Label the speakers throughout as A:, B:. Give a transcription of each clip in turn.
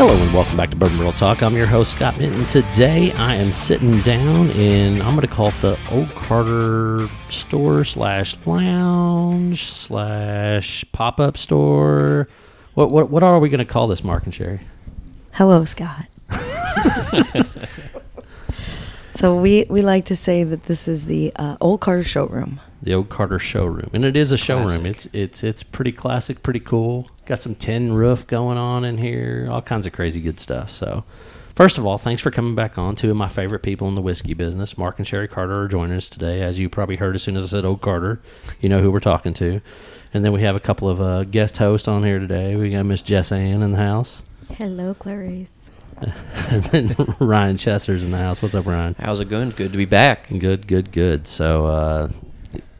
A: and welcome back to Bourbon Barrel Talk. I'm your host Scott Minton. Today I am sitting down in I'm going to call it the Old Carter store slash lounge slash pop up store. What what what are we going to call this, Mark and Sherry?
B: Hello, Scott. so we we like to say that this is the uh, old Carter showroom.
A: The Old Carter showroom, and it is a showroom.
C: Classic.
A: It's it's it's pretty classic, pretty cool. Got some tin roof going on in here, all kinds of crazy good stuff. So. First of all, thanks for coming back on. Two of my favorite people in the whiskey business, Mark and Sherry Carter, are joining us today. As you probably heard as soon as I said Old Carter, you know who we're talking to. And then we have a couple of uh, guest hosts on here today. We got Miss Jess Ann in the house,
D: Hello, Clarice.
A: and then Ryan Chester's in the house. What's up, Ryan?
C: How's it going? Good to be back.
A: Good, good, good. So uh,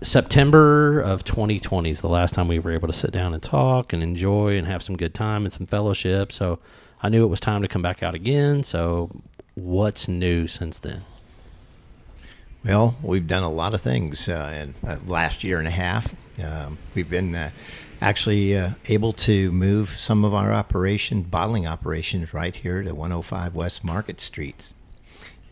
A: September of 2020 is the last time we were able to sit down and talk and enjoy and have some good time and some fellowship. So I knew it was time to come back out again. So what's new since then?
E: Well, we've done a lot of things uh, in uh, last year and a half. Um, we've been uh, actually uh, able to move some of our operation, bottling operations, right here to 105 West Market Street.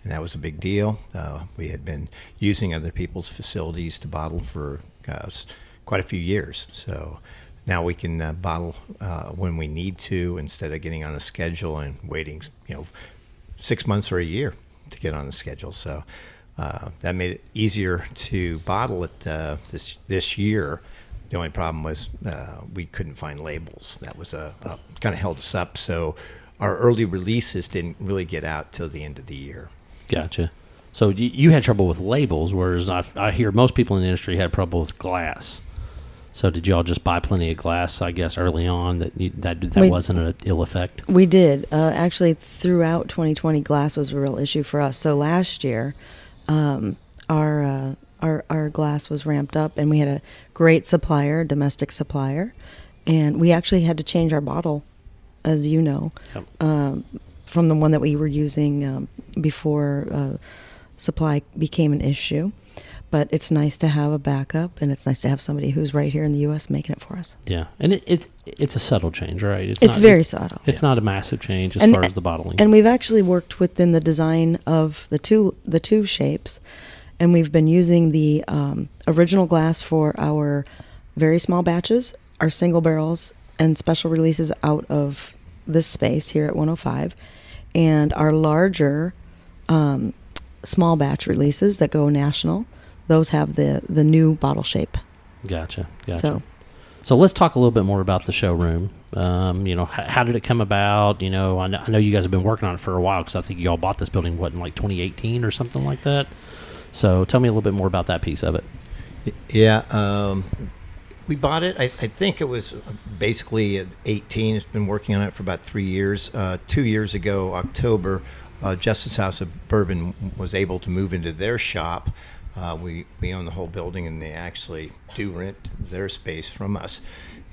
E: And that was a big deal. Uh, we had been using other people's facilities to bottle for uh, s- quite a few years. So now we can uh, bottle uh, when we need to instead of getting on a schedule and waiting, you know, six months or a year to get on the schedule. So uh, that made it easier to bottle it uh, this this year. The only problem was uh, we couldn't find labels. That was a, a kind of held us up. So our early releases didn't really get out till the end of the year.
A: Gotcha. So you, you had trouble with labels, whereas I, I hear most people in the industry had trouble with glass. So did y'all just buy plenty of glass? I guess early on that you, that that
B: We-
A: wasn't an ill effect.
B: We did uh, actually throughout 2020, glass was a real issue for us. So last year, um, our uh, our our glass was ramped up, and we had a great supplier, domestic supplier, and we actually had to change our bottle, as you know,
A: Yep.
B: um, from the one that we were using um, before uh, supply became an issue. But it's nice to have a backup, and it's nice to have somebody who's right here in the U.S. making it for us.
A: Yeah, and it, it it's a subtle change, right?
B: It's very subtle.
A: It's not a massive change as
B: And-
A: far as the bottling.
B: And we've actually worked within the design of the two the two shapes, and we've been using the um, original glass for our very small batches, our single barrels, and special releases out of this space here at 105, and our larger um, small batch releases that go national. Those have the the new bottle shape.
A: gotcha. Gotcha.
B: So
A: So. let's talk a little bit more about the showroom. Um, you know, h- how did it come about? You know, I know, I know you guys have been working on it for a while because I think y'all bought this building what in like 2018 or something like that. So tell me a little bit more about that piece of it.
E: Yeah, um, we bought it. I, I think it was basically at 18. It's been working on it for about three years. Uh, two years ago, October, uh, Justice House of Bourbon was able to move into their shop. Uh, we we own the whole building, and they actually do rent their space from us.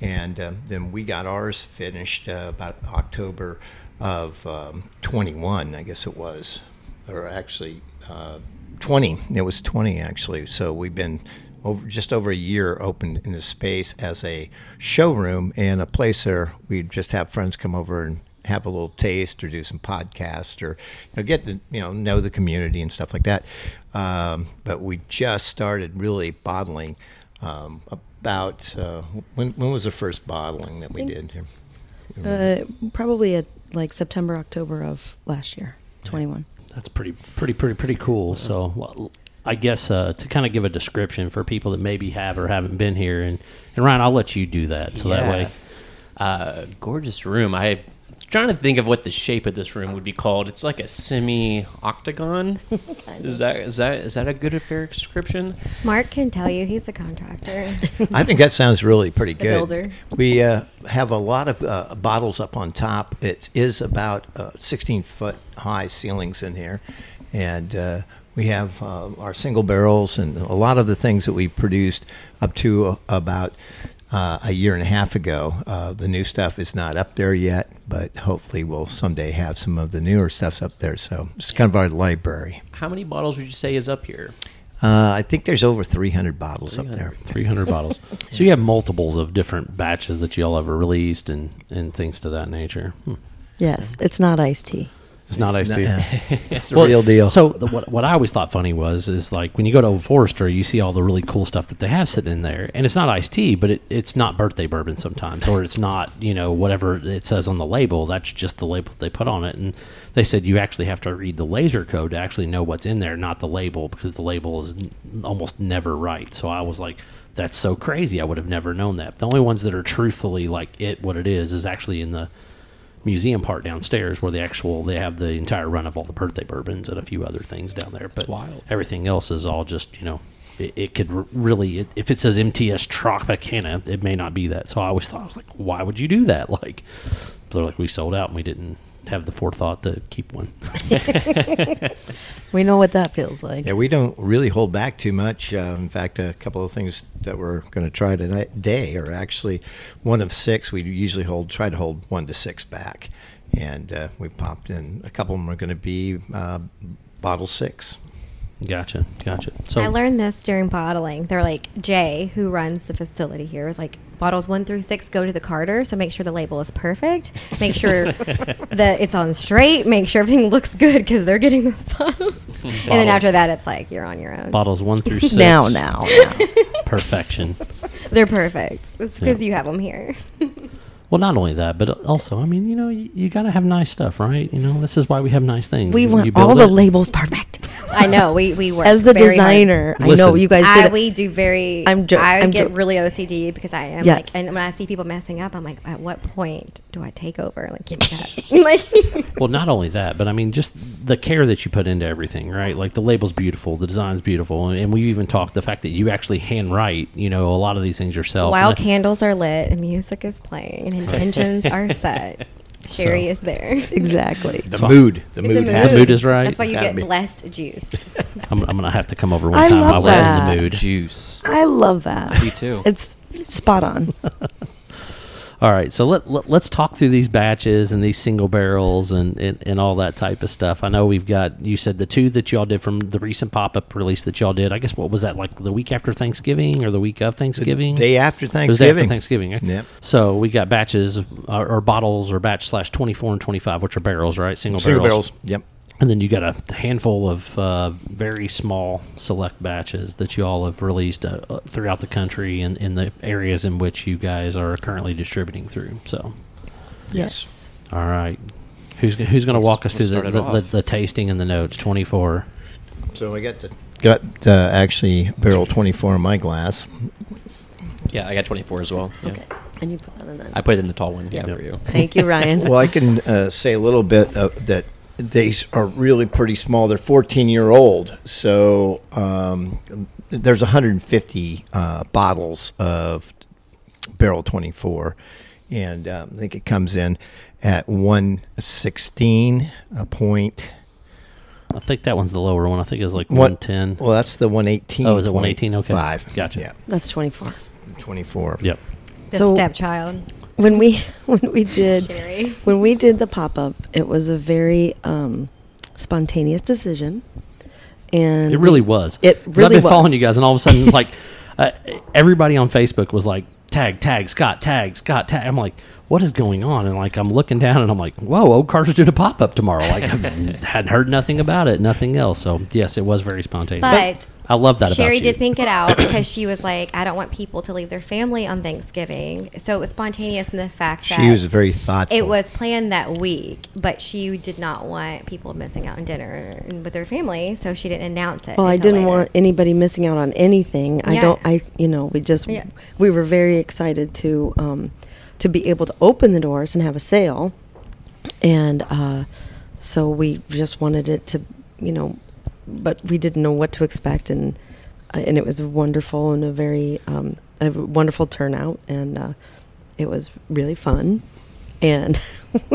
E: And um, then we got ours finished uh, about October of um, 21, I guess it was, or actually. Uh, 20. It was 20 actually. So we've been over just over a year open in this space as a showroom and a place where we just have friends come over and have a little taste or do some podcasts or you know, get to you know know the community and stuff like that. Um, but we just started really bottling um, about uh, when when was the first bottling that we did here?
B: uh, probably at like September October of last year, 21.
A: That's pretty, pretty, pretty, pretty cool. So, well, I guess uh, to kind of give a description for people that maybe have or haven't been here, and, and Ryan, I'll let you do that. So that
C: Yeah.
A: way,
C: Uh, gorgeous room. I was trying to think of what the shape of this room would be called. It's like a semi octagon. is that is that is that a good a fair description?
D: Mark can tell you he's a contractor.
E: I think that sounds really pretty good.
D: builder.
E: We uh, have a lot of uh, bottles up on top. It is about uh, 16 foot high ceilings in here, and uh, we have uh, our single barrels and a lot of the things that we produced up to uh, about uh, a year and a half ago. Uh, the new stuff is not up there yet, but hopefully we'll someday have some of the newer stuffs up there. So it's kind of our library.
C: How many bottles would you say is up here?
E: Uh, I think there's over 300 bottles up there.
A: 300 bottles. So you have multiples of different batches that y'all ever released and, and things to that nature. Hmm.
B: Yes, it's not iced tea.
A: It's not iced tea.
E: Yeah.
C: That's
A: Well,
C: real.
E: real deal.
A: So the, what, what I always thought funny was is like when you go to Old Forester, you see all the really cool stuff that they have sitting in there, and it's not iced tea, but it, it's not birthday bourbon sometimes, or it's not you know whatever it says on the label. That's just the label that they put on it, and they said you actually have to read the laser code to actually know what's in there, not the label, because the label is n- almost never right. So I was like. That's so crazy. I would have never known that. The only ones that are truthfully like it, what it is, is actually in the museum part downstairs where the actual they have the entire run of all the birthday bourbons and a few other things down there. But
C: wild.
A: everything else is all just you know it, it could r- really it, if it says MTS Tropicana, it may not be that. So I always thought I was like, why would you do that? Like they're like we sold out and we didn't have the forethought to keep one.
B: We know what that feels like.
E: Yeah, we don't really hold back too much. Uh, in fact, a couple of things that we're going to try tonight day are actually one of six. We usually hold try to hold one to six back, and uh, we popped in a couple of them are going to be uh, bottle six.
A: Gotcha, gotcha. So
D: I learned this during bottling. They're like Jay, who runs the facility here, was like bottles one through six go to the carter, so make sure the label is perfect, make sure that it's on straight, make sure everything looks good because they're getting those bottles. And then
A: Bottle.
D: after that, it's like you're on your own.
A: bottles one through six
B: Now, now, now.
A: perfection.
D: They're perfect. It's because
A: Yeah.
D: you have them here.
A: Well, not only that, but also, I mean, you know, you, you got to have nice stuff, right? You know, this is why we have nice things.
B: we
A: You- you
B: want
A: build
B: all the
A: it.
B: labels perfect.
D: I know we we work
B: As the
D: very hard.
B: designer, I
A: Listen.
B: know you guys
D: I,
B: did.
D: we do very.
B: I'm
D: I'm.
B: jo-
D: I
B: I'm
D: get
B: jo-
D: really OCD because I am
B: Yes.
D: like, and when I see people messing up, I'm like, at what point do I take over? Like, give me that. like,
A: Well, not only that, but I mean, just the care that you put into everything, right? Like the label's beautiful, the design's beautiful, and, and we even talked the fact that you actually handwrite, you know, a lot of these things yourself.
D: while
A: And I-
D: candles are lit and music is playing and intentions are set, Sherry
A: So-
D: is there.
B: exactly.
E: The
A: So-
E: mood, the
D: It's a
E: mood,
A: The mood is right.
D: That's why you
E: Gotta
D: get
E: be.
D: blessed juice.
A: I'm, I'm gonna have to come over one
B: I
A: time.
B: love
A: I was in
B: that.
A: the mood.
C: Juice.
B: I love that.
C: Me too.
B: It's spot on.
A: All right, so let, let us talk through these batches and these single barrels and, and and all that type of stuff. I know we've got you said the two that y'all did from the recent pop up release that y'all did. I guess what was that like the week after Thanksgiving or the week of Thanksgiving?
E: Day after
A: It was the day after
E: Thanksgiving.
A: Thanksgiving. eh?
E: Yep.
A: So we got batches or, or bottles or batch slash 24 and 25, which are barrels, right? Single,
E: Single
A: barrels.
E: barrels. Yep.
A: And then you got a handful of uh, very small select batches that you all have released uh, uh, throughout the country and in the areas in which you guys are currently distributing through. So,
E: Yes.
A: all right. Who's, go- who's going to walk us
C: let's
A: through the,
C: start it
A: the, the,
C: off.
A: the tasting and the notes? 24.
E: So I got the got uh, actually barrel twenty four in my glass.
C: Yeah, I got 24 as well. Yeah.
B: Okay. And you put that in there.
C: I put it in the tall one. Yeah,
A: Yep.
C: for you.
B: Thank you, Ryan.
E: Well, I can uh, say a little bit uh, that these are really pretty small. They're 14 year old, so um, there's 150 uh, bottles of barrel 24, and um, I think it comes in at 116 a point.
A: I think that one's the lower one. I think it was like
E: One-
A: 110.
E: Well, that's the 118.
A: Oh, is it 118? Okay.
E: Five.
A: Gotcha.
E: Yeah,
B: That's 24.
E: 24.
A: Yep.
D: The
B: So-
D: stepchild,
B: When we when we did
D: Sherry.
B: when we did the pop up, it was a very um, spontaneous decision, and
A: It really was.
B: It
A: 'Cause I've
B: really
A: been following
B: was.
A: you guys, and all of a sudden, like uh, everybody on Facebook was like, "Tag, tag, Scott, tag, Scott, tag." I'm like, "What is going on?" And like, I'm looking down, and I'm like, "Whoa, Old Carter's doing a pop up tomorrow." Like, I hadn't heard nothing about it, nothing else. So yes, it was very spontaneous.
D: But
A: I love that.
D: Sherry
A: about you.
D: did think it out because she was like, I don't want people to leave their family on Thanksgiving. So it was spontaneous in the fact that
E: She was very thoughtful.
D: it was planned that week, but she did not want people missing out on dinner and with their family, so she didn't announce it.
B: Well, I
D: until
B: didn't
D: later.
B: want anybody missing out on anything. I
D: Yeah.
B: don't. I you know we just
D: Yeah.
B: we were very excited to um, to be able to open the doors and have a sale, and uh, so we just wanted it to you know, but we didn't know what to expect and uh, and it was wonderful and a very um, a wonderful turnout and uh, it was really fun and.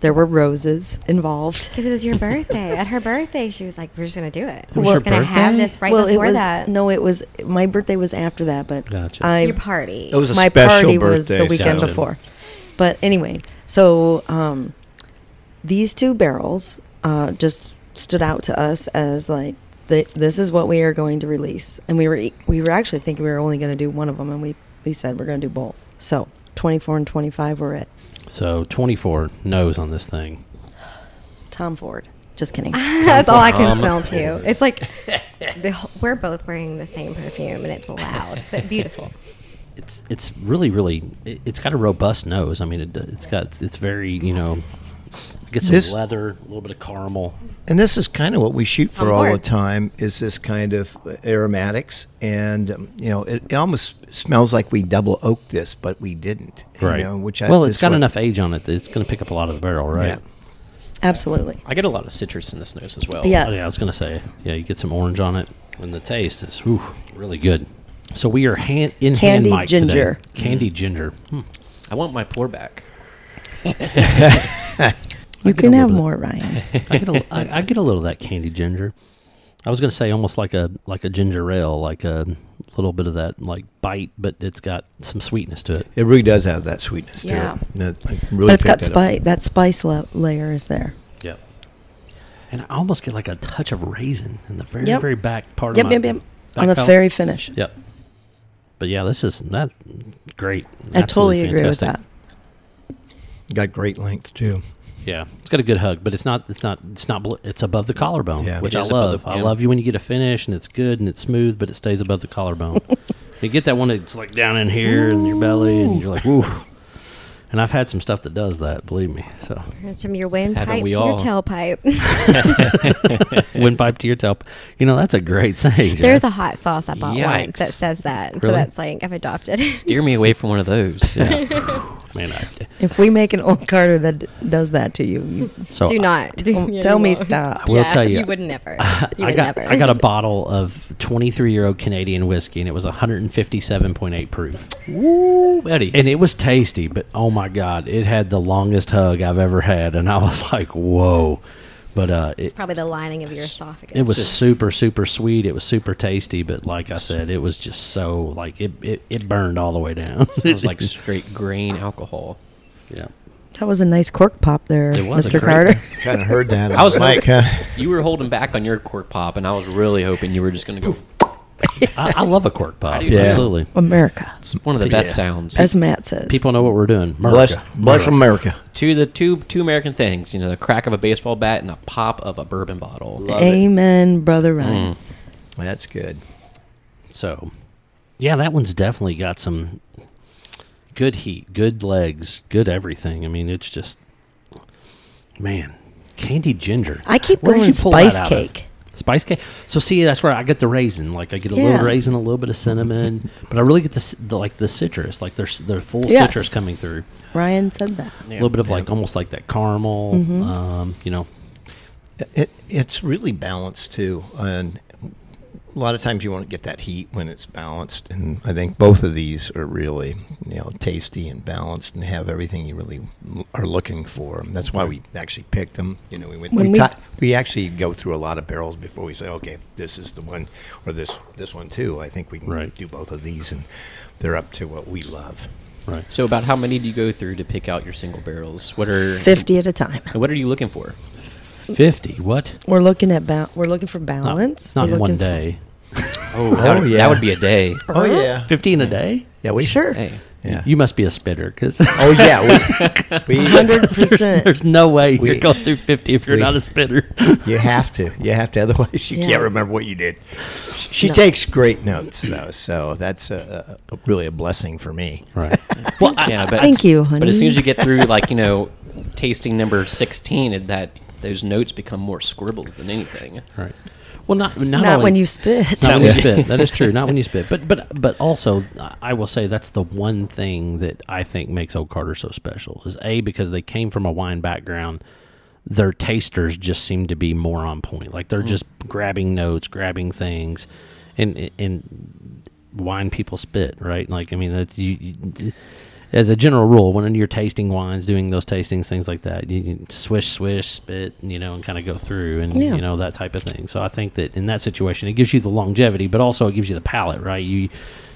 B: There were roses involved.
D: because it was your birthday. At her birthday, she was like, "We're just gonna do it.
A: was
D: We're
A: your
D: just gonna have
A: birthday?
D: this right
B: well,
D: before
B: it was,
D: that.
B: No, it was my birthday was after that, but
A: Gotcha.
B: I
D: your party.
E: It was a
B: my
E: special
B: party
E: birthday.
B: was the weekend
E: so-
B: before. But anyway, so um, these two barrels uh, just stood out to us as like the, this is what we are going to release, and we were e- we were actually thinking we were only going to do one of them, and we we said we're going to do both. So twenty four and twenty five were it.
A: So 24 nose on this thing.
B: Tom Ford. Just kidding.
D: That's all I can
C: Um,
D: smell too. It's like the, wh- we're both wearing the same perfume, and it's loud but beautiful.
A: It's it's really really it, it's got a robust nose. I mean it, it's got it's very you know get some
E: This-
A: leather, a little bit of caramel.
E: And this is kind of what we shoot for
D: On
E: all the
D: board.
E: time is this kind of uh, aromatics, and um, you know, it, it almost smells like we double oaked this, but we didn't. you know, which I,
A: well, it's
E: is
A: got
E: what-
A: enough age on it that it's going to pick up a lot of the barrel, right?
E: Yeah.
B: Absolutely.
C: I get a lot of citrus in this nose as well.
B: Yeah.
A: Oh, yeah, I was going to say. Yeah, you get some orange on it, and the taste is whew, really good. So we are hand in
B: Candied
A: hand mic
B: ginger.
A: Today. Candy ginger. Hmm.
C: I want my pour back.
B: You
A: get
B: can
A: a little
B: have
A: bit.
B: more, Ryan.
A: I get a, I, I get a little of that candy ginger. I was going to say almost like a like a ginger ale, like a little bit of that like bite, but it's got some sweetness to it.
E: It really does have that sweetness
B: Yeah.
E: to it. And it- I really
B: But it's got
E: picked that up.
B: spice. That spice la- layer is there.
A: Yep. And I almost get like a touch of raisin in the very
B: Yep.
A: very back part
B: Yep,
A: of my
B: yep, yep.
A: back
B: On the
A: palate.
B: very finish.
A: Yep. But yeah, this is that great.
B: I totally
A: Absolutely
B: agree with
A: fantastic.
B: that.
E: Got great length too.
A: Yeah, it's got a good hug, but it's not. It's not. It's not. bl- It's above the collarbone,
E: Yeah.
A: which
C: It
A: I
C: is above
A: love.
C: the-
A: I
C: yeah.
A: love you when you get a finish and it's good and it's smooth, but it stays above the collarbone. you get that one that's like down in here in your belly, and you're like, woo. And I've had some stuff that does that. Believe me. So
D: It's From your windpipe to
C: we
D: your
C: all?
D: tailpipe.
A: windpipe to your tailpipe. You know that's a great saying. Jeff.
D: There's a hot sauce I bought once that
C: Yikes.
D: says that. So
A: Really?
D: that's like I've adopted it.
C: Steer me away from one of those.
A: man. I,
B: If we make an old Carter that d- does that to you, you
A: so
D: Do not do,
B: don't-
D: yeah,
B: tell
D: you
B: me
D: won't.
B: stop.
A: I will tell you.
D: you would never. You
A: I
D: would
A: got
D: never.
A: I got a bottle of 23 year old Canadian whiskey and it was 157.8 proof.
C: Woo, Eddie.
A: and it was tasty, but oh my god, it had the longest hug I've ever had, and I was like, whoa. But uh, it,
D: It's probably the lining of your esophagus.
A: it was super super sweet. It was super tasty, but like I said, it was just so like it it, it burned all the way down.
C: It was like straight grain alcohol.
A: yeah.
B: That was a nice cork pop there,
A: It was a
B: Mr.
A: great-
B: Carter.
E: Kind of heard that.
C: I was
E: like,
C: hoping-
E: huh?
C: You were holding back on your cork pop, and I was really hoping you were just going to go.
A: I, I love a cork pop.
C: do
E: too.
A: Absolutely,
B: America,
C: It's one of the best
A: Yeah.
C: sounds.
B: as Matt says.
A: people know what we're doing.
E: bless,
A: America.
E: bless America.
C: two the two two American things, you know, the crack of a baseball bat and a pop of a bourbon bottle.
E: Love it.
B: Amen, brother Ryan.
E: That's good.
A: So, yeah, that one's definitely got some good heat, good legs, good everything. I mean, it's just man, candy ginger.
B: I keep
A: Where did
B: going
A: you pull that
B: spice
A: out of?
B: cake.
A: Spice cake. So see, that's where I get the raisin. Like I get a
B: Yeah.
A: little raisin, a little bit of cinnamon, but I really get the, c- the like the citrus. Like there's their full
B: Yes.
A: citrus coming through.
B: Ryan said that.
A: A little bit of like almost like that caramel.
B: Mm-hmm.
A: Um, you know,
E: It, it's really balanced too, and a lot of times you want to get that heat when it's balanced. And I think both of these are really, you know, tasty and balanced, and have everything you really l- are looking for. And that's why we actually picked them. You know, we went,
B: When
E: we,
B: we-
E: cut- we actually go through a lot of barrels before we say, okay, this is the one, or this this one too. I think we can
A: Right.
E: do both of these, and they're up to what we love.
A: right?
C: So about how many do you go through to pick out your single barrels? What are
B: 50 at a time.
C: and what are you looking for?
A: Fifty. What?
B: We're looking at ba- we're looking for
A: Not-
B: balance.
A: Not
B: We're
A: in one
B: looking for-
A: day.
C: Oh, that,
E: oh,
C: would-
E: yeah.
C: that would be a day.
E: Oh yeah,
A: Fifteen a day.
E: yeah, we
B: Sure.
C: Hey.
E: yeah.
A: You must be a spitter because
E: oh yeah, we, we
B: 100%.
A: there's no way
E: We-
A: you're going through fifty if you're
E: we-
A: not a spitter.
E: You have to. You have to. Otherwise, you
B: Yeah.
E: can't remember what you did. She
B: No.
E: takes great notes, though. So that's a, a, a- really a blessing for me.
A: right.
C: Well, yeah, but
B: Thank you,
C: But as soon
B: honey.
C: as you get through, like you know, tasting number sixteen, and that those notes become more scribbles than anything.
A: Right. Well, not not,
B: Not
A: only-
B: when you spit.
A: Not when you
C: Yeah.
A: spit. That is true. Not when you spit. But but but also, I- I will say that's the one thing that I think makes Old Carter so special is a because they came from a wine background. Their tasters just seem to be more on point. Like they're just grabbing notes, grabbing things, and and wine people spit. Right. Like I mean that you. you as a general rule, when you're tasting wines, doing those tastings, things like that, you, you swish, swish, spit, you know, and kind of go through and
B: Yeah.
A: you know that type of thing. So I think that in that situation, it gives you the longevity, but also it gives you the palate, right? You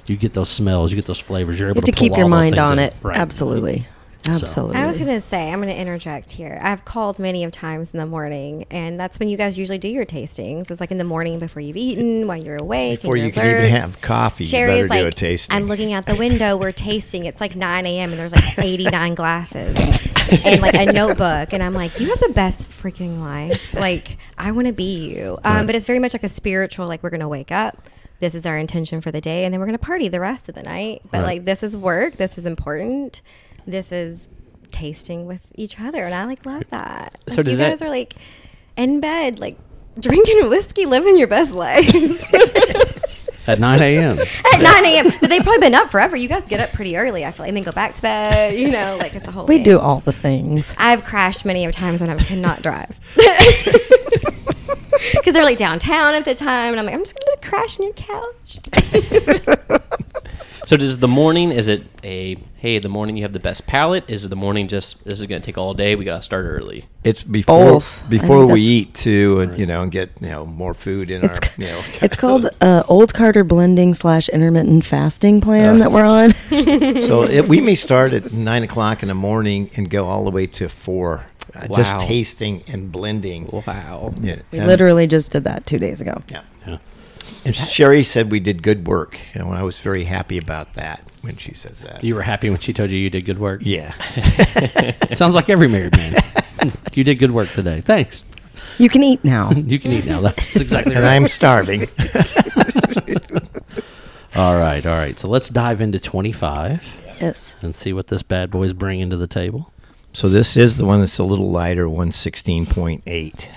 A: you get those smells, you get those flavors. You're
B: You
A: able
B: have to
A: pull
B: keep your
A: all those
B: mind
A: things
B: on
A: in.
B: it.
A: right?
B: Absolutely. Absolutely.
D: I was going to say, I'm going to interject here. I've called many of times in the morning, and that's when you guys usually do your tastings. It's like in the morning before you've eaten, while you're awake.
E: Before
D: and
E: you
D: you're
E: can even
D: alert.
E: have coffee, you
D: Sherry's
E: better do a
D: like,
E: tasting.
D: I'm looking out the window. We're tasting. It's like 9 a.m. and there's like 89 glasses and like a notebook. And I'm like, you have the best freaking life. Like, I want to be you. Um,
E: Right.
D: But it's very much like a spiritual, like, we're going to wake up. This is our intention for the day. And then we're going to party the rest of the night. But
A: Right.
D: like, this is work. This is important. This is tasting with each other. And I like love that.
A: So
D: Like,
A: does
D: you
A: that-
D: guys are like in bed, like drinking whiskey, living your best life.
A: At 9 a.m.
D: At 9 a.m. But they've probably been up forever. You guys get up pretty early, I feel like, and then go back to bed. You know, like it's a whole
B: we
D: thing.
B: do all the things.
D: I've crashed many of times when I could not drive. Because they're like downtown at the time, and I'm like, I'm just going to crash on your couch.
C: So does the morning? Is it a hey? The morning you have the best palate. Is the morning just this is going to take all day? We got to start early.
E: It's before
B: Both. I
E: before
B: think
E: we
B: that's-
E: eat too, and you know, and get you know more food in our you know.
B: It's called uh, Old Carter Blending slash Intermittent Fasting Plan that we're on.
E: so it, we may start at nine o'clock in the morning and go all the way to four, uh,
C: Wow.
E: just tasting and blending.
C: Wow.
E: Yeah,
B: We
E: and-
B: literally just did that two days ago.
E: Yeah.
A: Yeah.
E: And Sherry said we did good work, and I was very happy about that when she says that.
A: You were happy when she told you you did good work.
E: yeah.
A: Sounds like every married man. you did good work today. Thanks.
B: You can eat now.
A: You can eat now. That's exactly
E: and
A: right.
E: I'm starving.
A: All right, all right. So let's dive into 25
B: yes.
A: and see what this bad boy's bringing to the table.
E: so this is the one that's a little lighter, one sixteen point eight,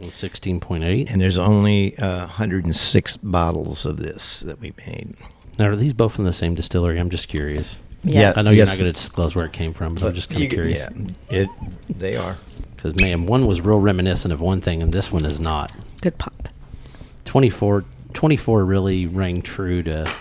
A: 16.8.
E: and there's only uh, 106 bottles of this that we made.
A: Now, are these both from the same distillery? I'm just curious.
B: Yes.
A: I know you're
E: Yes.
A: not going to disclose where it came from, but, I'm just kind
E: You-
A: of curious.
E: Yeah, it. They are.
A: Because, man, one was real reminiscent of one thing, and this one is not.
B: Good pop.
A: 24, 24 really rang true to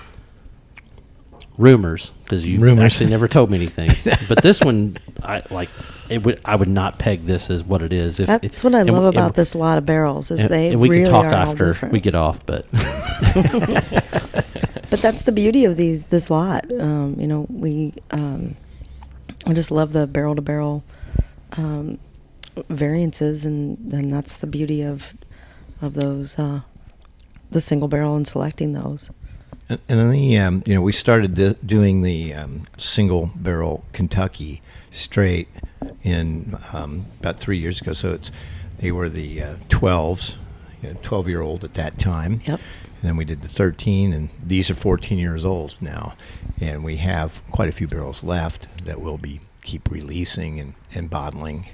A: rumors because you
E: Rumors.
A: actually never told me anything. but this one, I like. It would. I would not peg this as what it is. If
B: That's
A: it-
B: what I
A: and-
B: love
A: and-
B: about this lot of barrels is
A: and-
B: they
A: and we
B: really
A: can talk
B: are all
A: after
B: different.
A: we get off, but
B: But that's the beauty of these this lot. Um, you know, we um, I just love the barrel to barrel um, variances, and then that's the beauty of of those uh, the single barrel and selecting those.
E: And, and then the, um, you know, we started di- doing the um, single barrel Kentucky straight in um, about three years ago. So it's they were the uh, 12s, you know, 12 year old at that time.
B: Yep.
E: And then we did the 13, and these are 14 years old now. And we have quite a few barrels left that we'll be keep releasing and, and bottling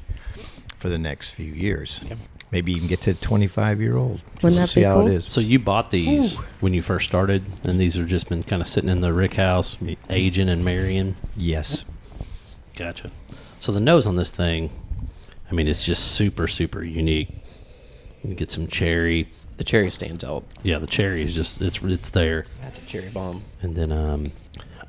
E: for the next few years. Maybe even get to 25 year old.
B: Wouldn't that
E: see
B: be
E: how
B: cool?
E: it is.
A: so you bought these when you first started, and these have just been kind of sitting in the rick house,
E: Ye-
A: aging and marrying.
E: Yes.
A: Gotcha. So the nose on this thing, I mean, it's just super, super unique. You get some cherry.
C: The cherry stands out.
A: Yeah, the cherry is just it's it's there.
C: That's a cherry bomb.
A: and then um,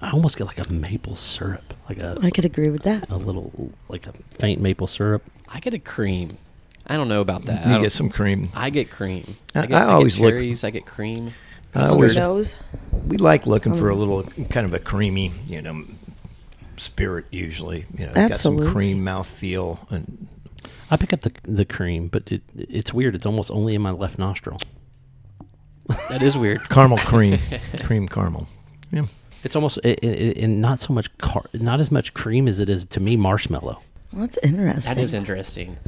A: I almost get like a maple syrup, like a
B: I could agree with that.
A: a little like a faint maple syrup.
C: I get a cream. I don't know about that. I
E: You
C: don't-
E: get some cream.
C: I get cream.
E: I- I always
C: get
E: look-
C: cherries. I get cream.
E: I
B: So
E: always-
B: nose.
E: we like looking
B: Mm.
E: for a little kind of a creamy, you know, spirit usually. You know, got
B: Absolutely.
E: some cream mouthfeel and
A: I pick up the the cream, but it it's weird. It's almost only in my left nostril.
C: That is weird.
E: caramel cream, cream caramel. Yeah.
A: It's almost i i i- and not so much car, not as much cream as it is to me marshmallow.
B: Well, that's interesting.
C: That is interesting.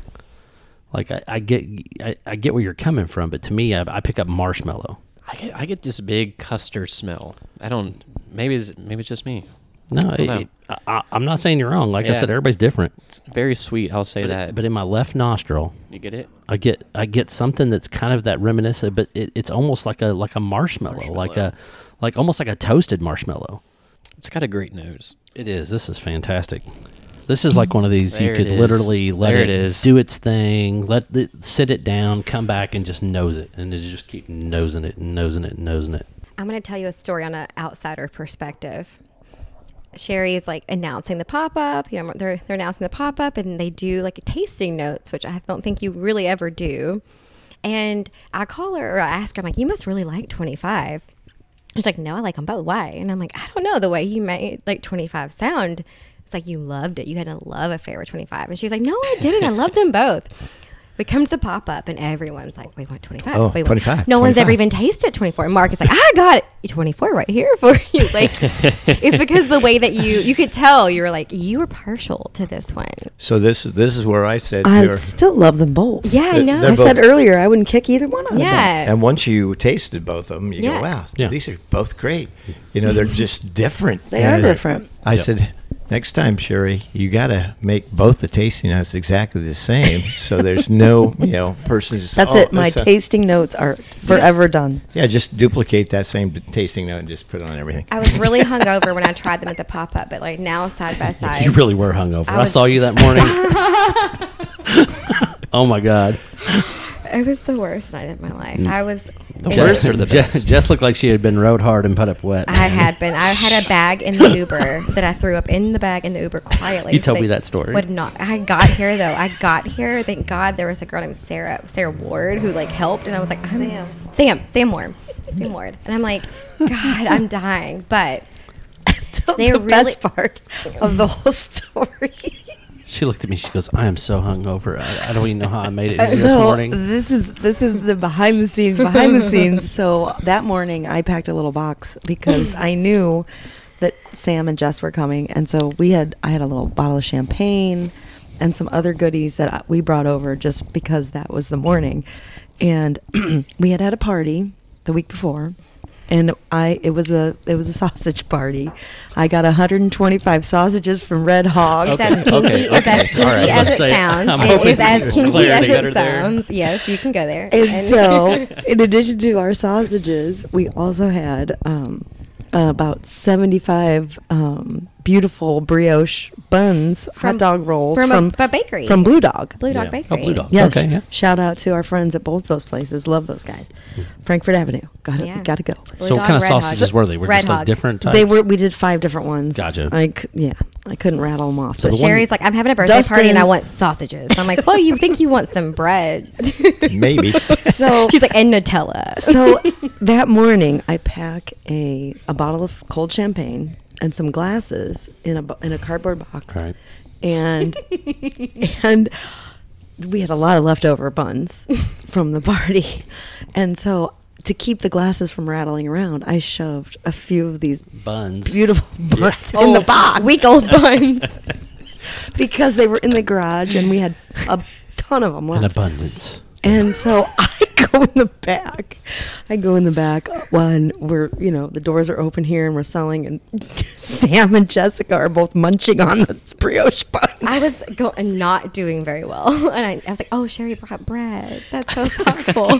A: Like I, I get I, I get where you're coming from, but to me, I, I pick up marshmallow.
C: I get I get this big custard smell. I don't. Maybe it's maybe it's just me.
A: No, it,
C: know.
A: it- I, I, I'm not saying you're wrong. Like I
C: Yeah.
A: said, everybody's different.
C: It's very sweet. I'll say
A: But,
C: that.
A: but in my left nostril,
C: you get it.
A: I get I get something that's kind of that reminiscent, but it, it's almost like a like a marshmallow, like a like almost like a toasted marshmallow.
C: It's got a great nose.
A: It is. This is fantastic. This is like one of these
C: There
A: you
C: it
A: could
C: is.
A: literally let
C: There
A: it,
C: it is.
A: do its thing, let it, sit it down, come back and just nose it, and it just keep nosing it, nosing it, nosing it.
D: I'm going to tell you a story on an outsider perspective. Sherry is like announcing the pop up. You know, they're they're announcing the pop up, and they do like tasting notes, which I don't think you really ever do. And I call her or I ask her, I'm like, "You must really like 25." She's like, "No, I like them both. Why?" And I'm like, "I don't know. The way you made like 25 sound, it's like you loved it. You had to love a favorite 25. And she's like, no, I didn't. I loved them both. We come to the pop up and everyone's like, we want 25.
E: Oh,
D: we want.
E: 25,
D: No one's ever
E: 25.
D: even tasted 24. And Mark is like, I got it. 24 right here for you. Like, it's because the way that you, you could tell you were like, you were partial to this one.
E: So this is this is where I said
B: I
E: here-
B: still love them both.
D: Yeah, I
E: They're-
D: know.
E: they're
B: I said
E: both-
B: earlier I wouldn't kick either one of them.
D: Yeah.
E: And once you tasted both of them, you
D: Yeah.
E: go, wow,
A: Yeah.
E: these are both great. You know, they're just different.
B: They are
E: And
B: different.
E: I
A: Yeah.
E: said, next time, Sherry, you got to make both the tasting notes exactly the same. so there's no, you know, person just
B: That's
E: "Oh,
B: it. My
E: this, uh,
B: tasting notes are forever done.
E: Yeah, just duplicate that same d- tasting note and just put it on everything.
D: I was really hungover when I tried them at the pop up, but like now side by side.
A: You really were hungover.
D: I
A: I,
D: was-
A: saw you that morning. oh my god!
D: It was the worst night of my life. I was.
A: Mm. The
D: it
A: worst
D: was-
A: or the best? Jess looked like she had been rode hard and put up wet.
D: I had been. I had a bag in the Uber that I threw up in the bag in the Uber quietly.
A: You told
D: They
A: me that story.
D: Would not. I got here though. I got here. Thank God there was a girl named Sarah Sarah Ward who like helped, and I was like I'm, Sam Sam Sam Ward Sam Ward, and I'm like God, I'm dying. But They
B: the
D: really-
B: best part of the whole story.
A: She looked at me. She goes, "I am so hungover. I, I don't even know how I made it here this
B: Uh, so
A: morning."
B: this is this is the behind the scenes behind the scenes. So that morning I packed a little box because I knew that Sam and Jess were coming, and so we had I had a little bottle of champagne and some other goodies that I- we brought over just because that was the morning, and we had had a party the week before. And I, it was a, it was a sausage party. I got 125 sausages from Red Hog.
D: it's as
A: Okay,
D: kinky,
A: okay,
D: it's as
A: okay.
D: kinky
A: All right,
D: as
A: let's
D: it
A: say
D: sounds.
A: I'm
D: it is
A: hoping
D: as
A: for
D: kinky as
A: clarity
D: it
A: better there.
D: sounds. Yes, you can go there.
B: And so, in addition to our sausages, we also had um, about 75 um, beautiful brioche buns, hot dog rolls
D: from,
B: from,
D: a, from a bakery
B: from Blue Dog.
D: Blue Dog
E: Yeah.
D: Bakery.
A: Oh, Blue Dog.
B: Yes.
A: Okay. Yeah.
B: Shout out to our friends at both those places. Love those guys.
A: Mm.
B: Frankfurt Avenue. Got to
D: Yeah.
B: Got to go.
D: Blue
A: so
D: Dog,
A: what kind of
D: Red Hog.
A: sausages were they? Were
D: Red
A: just like
D: Hog.
A: different types.
B: They were. We did five different ones.
A: Gotcha.
B: Like yeah, I couldn't rattle them off.
A: So
B: but
A: the one-
D: Sherry's like, I'm having a birthday
B: Dustin-
D: party and I want sausages. I'm like, well, you think you want some bread?
E: Maybe.
B: So-
D: she's like, and Nutella.
B: so that morning, I pack a, a bottle of cold champagne and some glasses in a bo- in a cardboard box,
A: All right.
B: and and we had a lot of leftover buns from the party, and so to keep the glasses from rattling around, I shoved a few of these
A: buns.
B: beautiful buns in the box
D: week Oh, old buns.
B: because they were in the garage and we had a ton of them left.
A: in abundance.
B: And so I go in the back. I go in the back when we're, you know, the doors are open here and we're selling, and Sam and Jessica are both munching on the brioche bun.
D: I was go- not doing very well. And I, I was like, oh, Sherry brought bread. That's so thoughtful.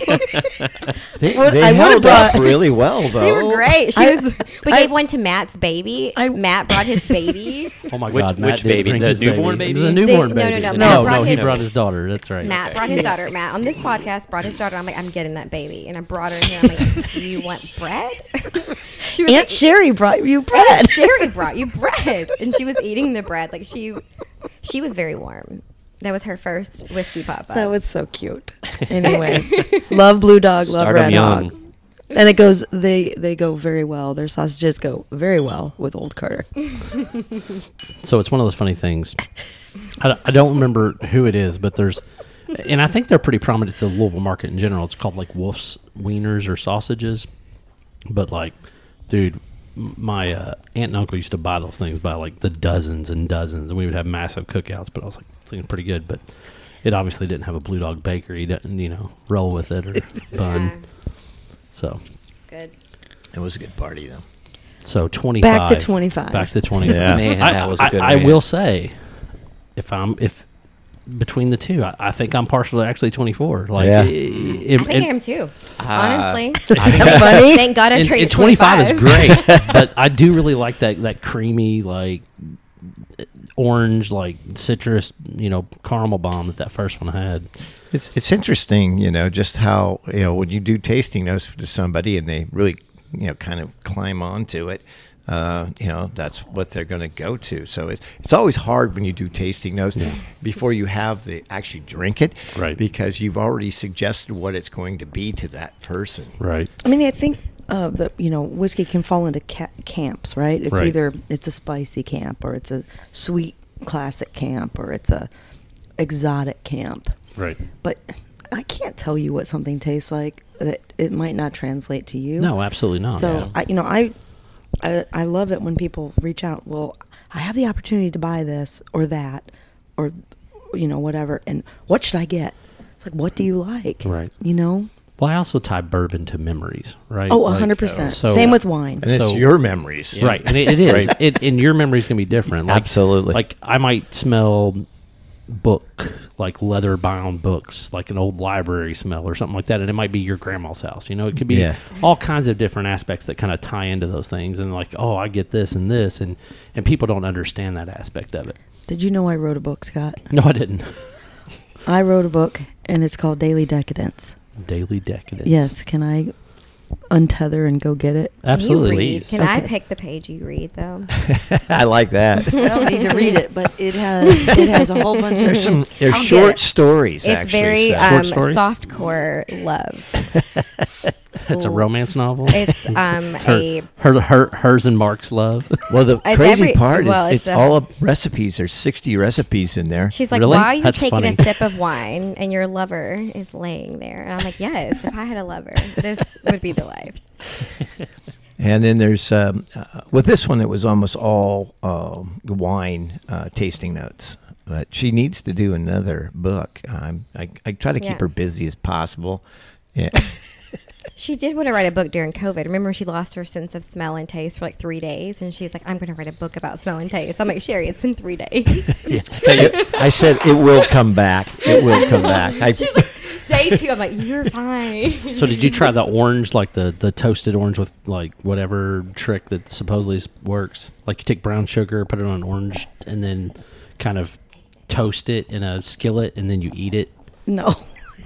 E: They,
B: What-
E: they
B: I would've
E: held up
B: brought-
E: really well, though.
D: they were
A: Oh.
D: great. She
B: I-
D: was, we
B: I-
D: gave one to Matt's baby.
B: I-
D: Matt brought his baby.
A: Oh my
C: Which-
A: God! Matt
C: which
A: didn't
C: baby?
A: bring
C: The
A: his
C: newborn baby?
A: The newborn
D: no, no,
A: baby.
D: no,
A: No,
D: Matt
A: no,
D: brought
A: he
D: his-
A: brought his daughter. That's right.
D: Matt
A: Okay.
D: brought his daughter. Matt on this podcast brought his daughter. I'm like, I'm getting that baby, and I brought her in. here. I'm like, do you want bread? she was
B: Aunt
D: like,
B: Sherry brought you bread.
D: "Aunt Sherry brought you bread, and she was eating the bread. Like she, she was very warm. That was her first whiskey pop up.
B: That was so cute. Anyway, love Blue Dog, love
C: Start 'em
B: Red
C: young.
B: Dog. And it goes, they they go very well. Their sausages go very well with Old Carter.
A: So it's one of those funny things. I don't- I don't remember who it is, but there's, and I think they're pretty prominent to the Louisville market in general. It's called like Wolf's Wieners or sausages, but like, dude, m- my uh, aunt and uncle used to buy those things by like the dozens and dozens, and we would have massive cookouts. But I was like, this thing's pretty good, but it obviously didn't have a Blue Dog Bakery, didn't you know, roll with it or
D: Yeah,
A: bun. So,
D: it's good.
E: It was a good party, though.
A: so twenty
B: Back to 25.
A: back to twenty five.
E: Yeah.
C: Man,
A: I,
C: that was a good
A: I, I
C: rant.
A: will say, if I'm if between the two, I, I think I'm partial to actually 24. Like,
E: Yeah.
A: i- i- in-
D: I think I
A: in-
D: am too.
C: Ah.
D: honestly,
B: Funny?
D: thank God I
A: in-
D: traded
A: in 25 is great, but I do really like that that creamy like orange like citrus you know caramel bomb that that first one had.
E: It's it's interesting, you know, just how you know when you do tasting notes to somebody and they really, you know, kind of climb onto it. Uh, you know, that's what they're going to go to. So it, it's always hard when you do tasting notes before you have the actually drink it,
A: Right.
E: Because you've already suggested what it's going to be to that person.
A: Right.
B: I mean, I think uh, the you know whiskey can fall into ca- camps, right? It's
A: Right.
B: either it's a spicy camp, or it's a sweet classic camp, or it's a exotic camp.
A: Right.
B: But I can't tell you what something tastes like that it might not translate to you.
A: No, absolutely not.
B: So
A: Yeah.
B: I, you know, I, I I love it when people reach out. Well, I have the opportunity to buy this or that, or you know, whatever. And what should I get? It's like, what do you like?
A: Right.
B: You know.
A: Well, I also tie bourbon to memories, right?
B: Oh,
A: Like,
B: hundred percent.
A: so-
B: Same with wine.
E: And it's
A: So-
E: your memories.
A: Right. And it, it is.
E: Right.
A: It, and your memory's going to be different. Like,
E: Absolutely.
A: Like, I might smell book, like leather bound books, like an old library smell or something like that. And it might be your grandma's house. You know, it could be
E: Yeah.
A: all kinds of different aspects that kind of tie into those things. And like, oh, I get this and this. And, and people don't understand that aspect of it.
B: Did you know I wrote a book, Scott?
A: No, I didn't.
B: I wrote a book, and it's called Daily Decadence.
A: Daily decadence.
B: Yes. Can I untether and go get it?
A: Absolutely.
D: Can, you read?
A: Please.
D: Can I
B: Okay.
D: pick the page you read though?
E: I like that.
B: I don't need to read it, but it has it has a whole bunch of
E: There's some they're
D: I'll get
E: short
D: it.
E: stories
D: it's
E: actually.
D: very
E: so-
D: um,
A: stories?
D: softcore love.
A: It's a romance novel.
D: It's um
A: It's
D: a
A: her, her, her, hers and Mark's love.
E: well, the
D: it's
E: crazy
D: every-
E: part
D: well,
E: is
D: it's
E: it's
D: a-
E: all up recipes. There's 60 recipes in there.
D: She's like,
A: Really?
D: "Why are you
A: That's
D: taking
A: funny.
D: a sip of wine and your lover is laying there?" And I'm like, "Yes, if I had a lover, this would be the life."
E: And then there's um, uh, with this one, it was almost all um, wine uh, tasting notes. But she needs to do another book. Um, I, I try to keep
D: Yeah.
E: her busy as possible. Yeah.
D: She did want to write a book during COVID. Remember, she lost her sense of smell and taste for like three days, and she's like, "I'm going to write a book about smell and taste." I'm like, "Sherry, it's been three days."
E: Yeah. I said it will come back. It will come back. I,
D: she's like, "Day two, I'm like, "You're fine."
A: So did you try the orange, like the the toasted orange with like whatever trick that supposedly s- works? Like you take brown sugar, put it on orange, and then kind of toast it in a skillet, and then you eat it.
B: no,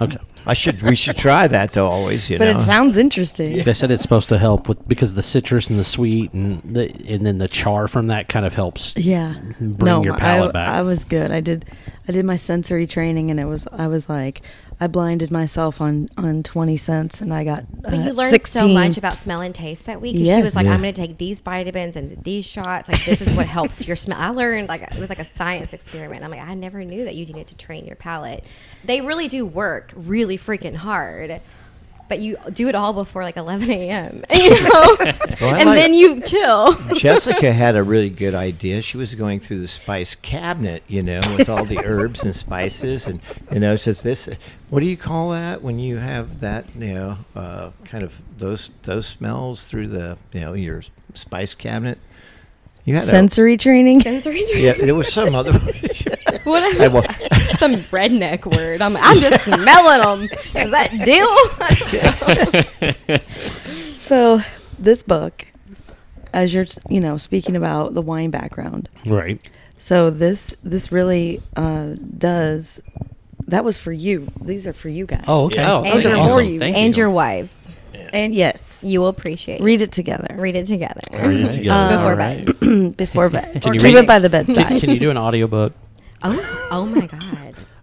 A: Okay.
E: I should. We should try that to always. You
B: but
E: know.
B: it sounds interesting.
A: They said it's supposed to help with because the citrus and the sweet and the and then the char from that kind of helps.
B: Yeah.
A: Bring your
B: I-
A: palate back.
B: I was good. I did I did my sensory training and it was I was like I blinded myself on on 20 cents and I got
D: But
B: uh,
D: you learned
B: 16.
D: so much about smell and taste that week. 'cause She
B: Yes.
D: was like,
E: Yeah.
D: "I'm going to take these vitamins and these shots. Like, this is what helps your smell." I learned like it was like a science experiment. I'm like, I never knew that you needed to train your palate. They really do work really freaking hard. But you do it all before like 11 a.m. You know,
E: Well, I
D: and
E: like-
D: then you chill.
E: Jessica had a really good idea. She was going through the spice cabinet, you know, with all the herbs and spices, and you know, says this. What do you call that when you have that, you know, uh, kind of those those smells through the, you know, your spice cabinet? You had a-
B: sensory training.
D: Sensory training.
E: yeah, there was some other. I
D: Whatever.
E: wa-
D: Some redneck word. I'm, I'm just smelling them. Is that deal?
B: So this book as you're you know speaking about the wine background.
A: Right.
B: So this this really uh does that was for you. These are for you guys.
A: Oh, okay.
E: Yeah.
A: Oh,
D: And
A: that's
D: your-
A: awesome.
B: for you.
A: Thank
D: and
A: you.
D: your wives.
B: And yes,
D: You will appreciate.
B: read it together.
D: Read it together.
A: Read it together.
B: Um,
D: Before
A: All right.
D: bed.
B: before bed.
A: Can
B: or
A: you
B: keep
A: read-
B: it by the
A: Can,
B: bedside.
A: can you do an audiobook?
D: Oh, oh my God.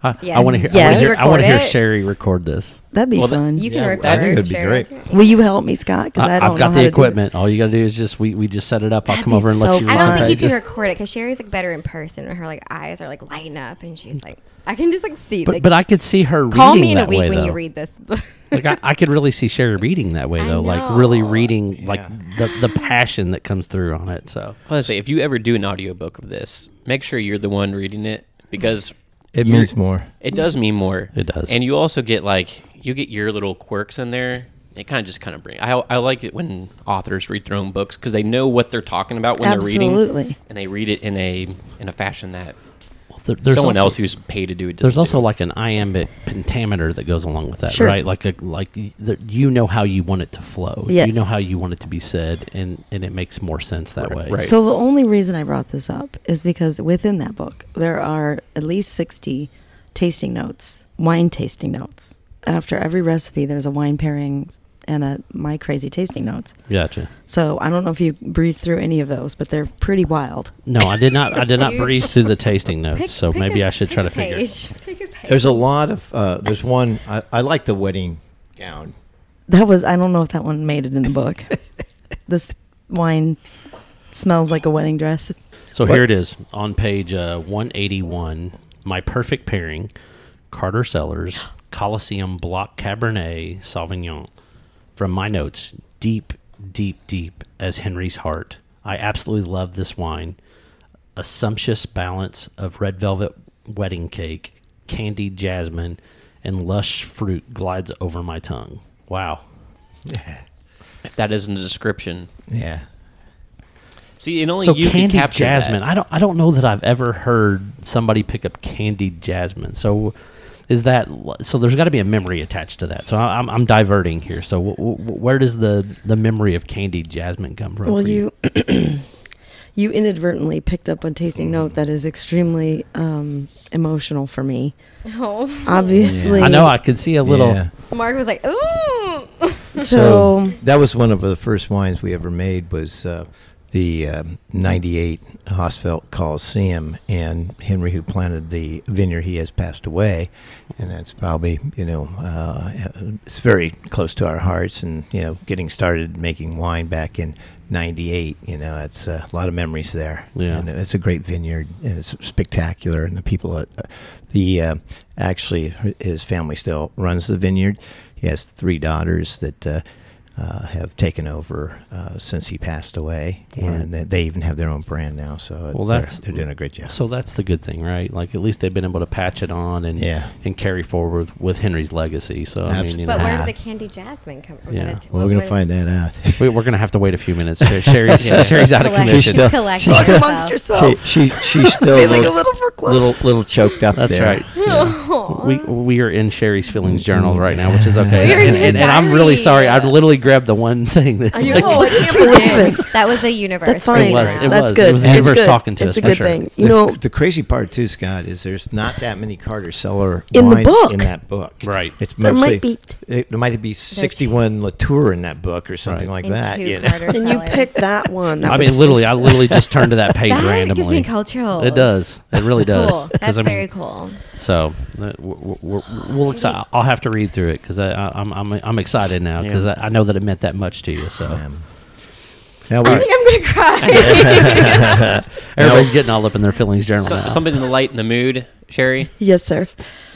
A: I,
D: Yes.
A: I want to hear.
B: Yes.
A: I want to
D: Record
A: hear,
D: it.
A: Sherry record this.
B: That'd be
A: Well, th-
B: fun.
D: You can
E: Yeah,
D: record.
E: that's- that'd be
D: share
E: great.
D: it.
B: Will you help me, Scott? Because I,
A: I,
B: don't
A: I've
B: know
A: got
B: how
A: the
B: to do
A: equipment. All you got to do is just we, we just set it up. I'll
B: That'd
A: come
B: be
A: over and
B: so
A: let you.
D: I
A: run
D: don't
B: fun.
A: through
D: think you
A: it.
D: can record it because Sherry's like better in person, and her like eyes are like lighting up, and she's like, I can just like see.
A: But,
D: like,
A: but I could see her
D: call
A: reading
D: me in a
A: that
D: week
A: way,
D: when
A: though.
D: you read this book.
A: like I, I could really see Sherry reading that way
D: I
A: though, like really
D: know.
A: reading like the, the passion that comes through on it. So
C: Honestly, if you ever do an audiobook of this, make sure you're the one reading it because
E: It means more.
C: it does mean more.
A: It does.
C: And you also get like you get your little quirks in there. It kind of just kind of bring. I I like it when authors read their own books because they know what they're talking about when they're reading,
B: Absolutely.
C: and they read it in a in a fashion that
A: well, there- there's
C: someone
A: also,
C: else who's paid to do it. doesn't
A: there's also
C: do.
A: like an iambic pentameter that goes along with that,
B: Sure.
A: right? Like a like y- the, you know how you want it to flow.
B: Yes.
A: You know how you want it to be said, and and it makes more sense that way.
C: right.
B: So the only reason I brought this up is because within that book there are at least sixty tasting notes, wine tasting notes. After every recipe, there's a wine pairing and a my crazy tasting notes.
A: Gotcha.
B: So I don't know if you breezed through any of those, but they're pretty wild.
A: No, I did not. I did not
D: You
A: breeze through the tasting notes,
D: Pick-
A: so
D: pick
A: maybe
D: a-
A: I should
D: pick
A: try to
D: a
A: figure.
D: page. Pick a page.
E: There's a lot of. Uh, there's one. I, I like the wedding gown
B: That was I don't know if that one made it in the book. this wine smells like a wedding dress.
A: So
E: What-
A: here it is on page uh, 181. My perfect pairing: Carter Sellers Coliseum Block Cabernet Sauvignon. From my notes, deep, deep, deep as Henry's heart. I absolutely love this wine. A sumptuous balance of red velvet wedding cake, candied jasmine, and lush fruit glides over my tongue. Wow.
C: If that isn't a description.
E: Yeah.
C: See, it only
A: so
C: you can
A: candied
C: capture that.
A: jasmine. I don't I don't know that I've ever heard somebody pick up candied jasmine. So is that so? There's got to be a memory attached to that. So I- I'm, I'm diverting here. So wh- wh- where does the the memory of candied jasmine come from?
B: Well,
A: for
B: you you inadvertently picked up a tasting note that is extremely um, emotional for me.
D: Oh,
B: Obviously,
A: I know I could see a little.
E: Yeah.
D: Mark was like, ooh.
B: So
E: that was one of the first wines we ever made was uh, the um, 98 Hosfeld Coliseum and Henry who planted the vineyard he has passed away and that's probably you know uh, it's very close to our hearts and you know getting started making wine back in 98 you know it's uh, a lot of memories there
A: Yeah.
E: and it's a great vineyard and it's spectacular and the people at the uh, actually his family still runs the vineyard he has three daughters that uh, uh, have taken over uh, since he passed away and they- they even have their own brand now so
A: Well,
E: they're-
A: that's-
E: they're, doing a great job
A: So that's the good thing, right? Like at least they've been able to patch it on and
E: Yeah.
A: and carry forward with Henry's legacy. So I mean,
E: Absolutely.
A: you know,
D: But where
E: Ah.
D: did the candy jasmine come from?
A: Yeah.
E: well, we're gonna find that out
A: we, we're gonna have to wait a few minutes. Sher- Sherry's, Sherry's out of
D: Collect-
A: commission.
E: She's still-
D: collecting
E: she's
D: herself.
B: amongst
E: she,
B: yourselves,
E: she, she's still a
B: feeling
E: little,
B: a little foreclosed.
E: little little choked up
A: That's
E: there.
A: right. Yeah. We we are in Sherry's feelings journal right now, which is okay.
D: We are in
A: and,
D: your
A: and- and I'm really
D: diary.
A: sorry. I literally grabbed the one thing that
B: know, I can't believe it.
D: That was the universe.
B: That's fine.
A: It was- it
B: That's
A: was. It
B: good.
A: was the
B: It's
A: universe
B: good.
A: talking to
B: it's
A: us,
B: a
A: for
B: good
A: sure.
B: thing. You
E: the,
B: know,
E: the crazy part too, Scott, is there's not that many Carter Seller
B: In the
E: wines
B: book.
E: in that book.
A: Right.
E: It's
B: There
E: mostly
B: might be-
E: it, there might be 61 Latour in that book or something like
D: And
E: that.
D: two
E: you know.
D: Carter
B: and you
D: sellers.
B: picked that one. That
A: I
B: was-
A: mean, literally, I literally just turned to that page
D: That
A: randomly.
D: gives me cultural.
A: It does. It really does.
D: Cool.
A: 'Cause,
D: That's
A: I mean,
D: very cool.
A: So uh, we're, we're, we'll exci- I'll have to read through it because I'm, I'm I'm excited now because I, I know that it meant that much to you. So
E: Um, now
D: I
E: we,
D: think I'm gonna cry.
A: everybody's getting all up in their feelings journal
C: So,
A: now.
C: something to lighten the mood, Sherry.
B: yes, sir.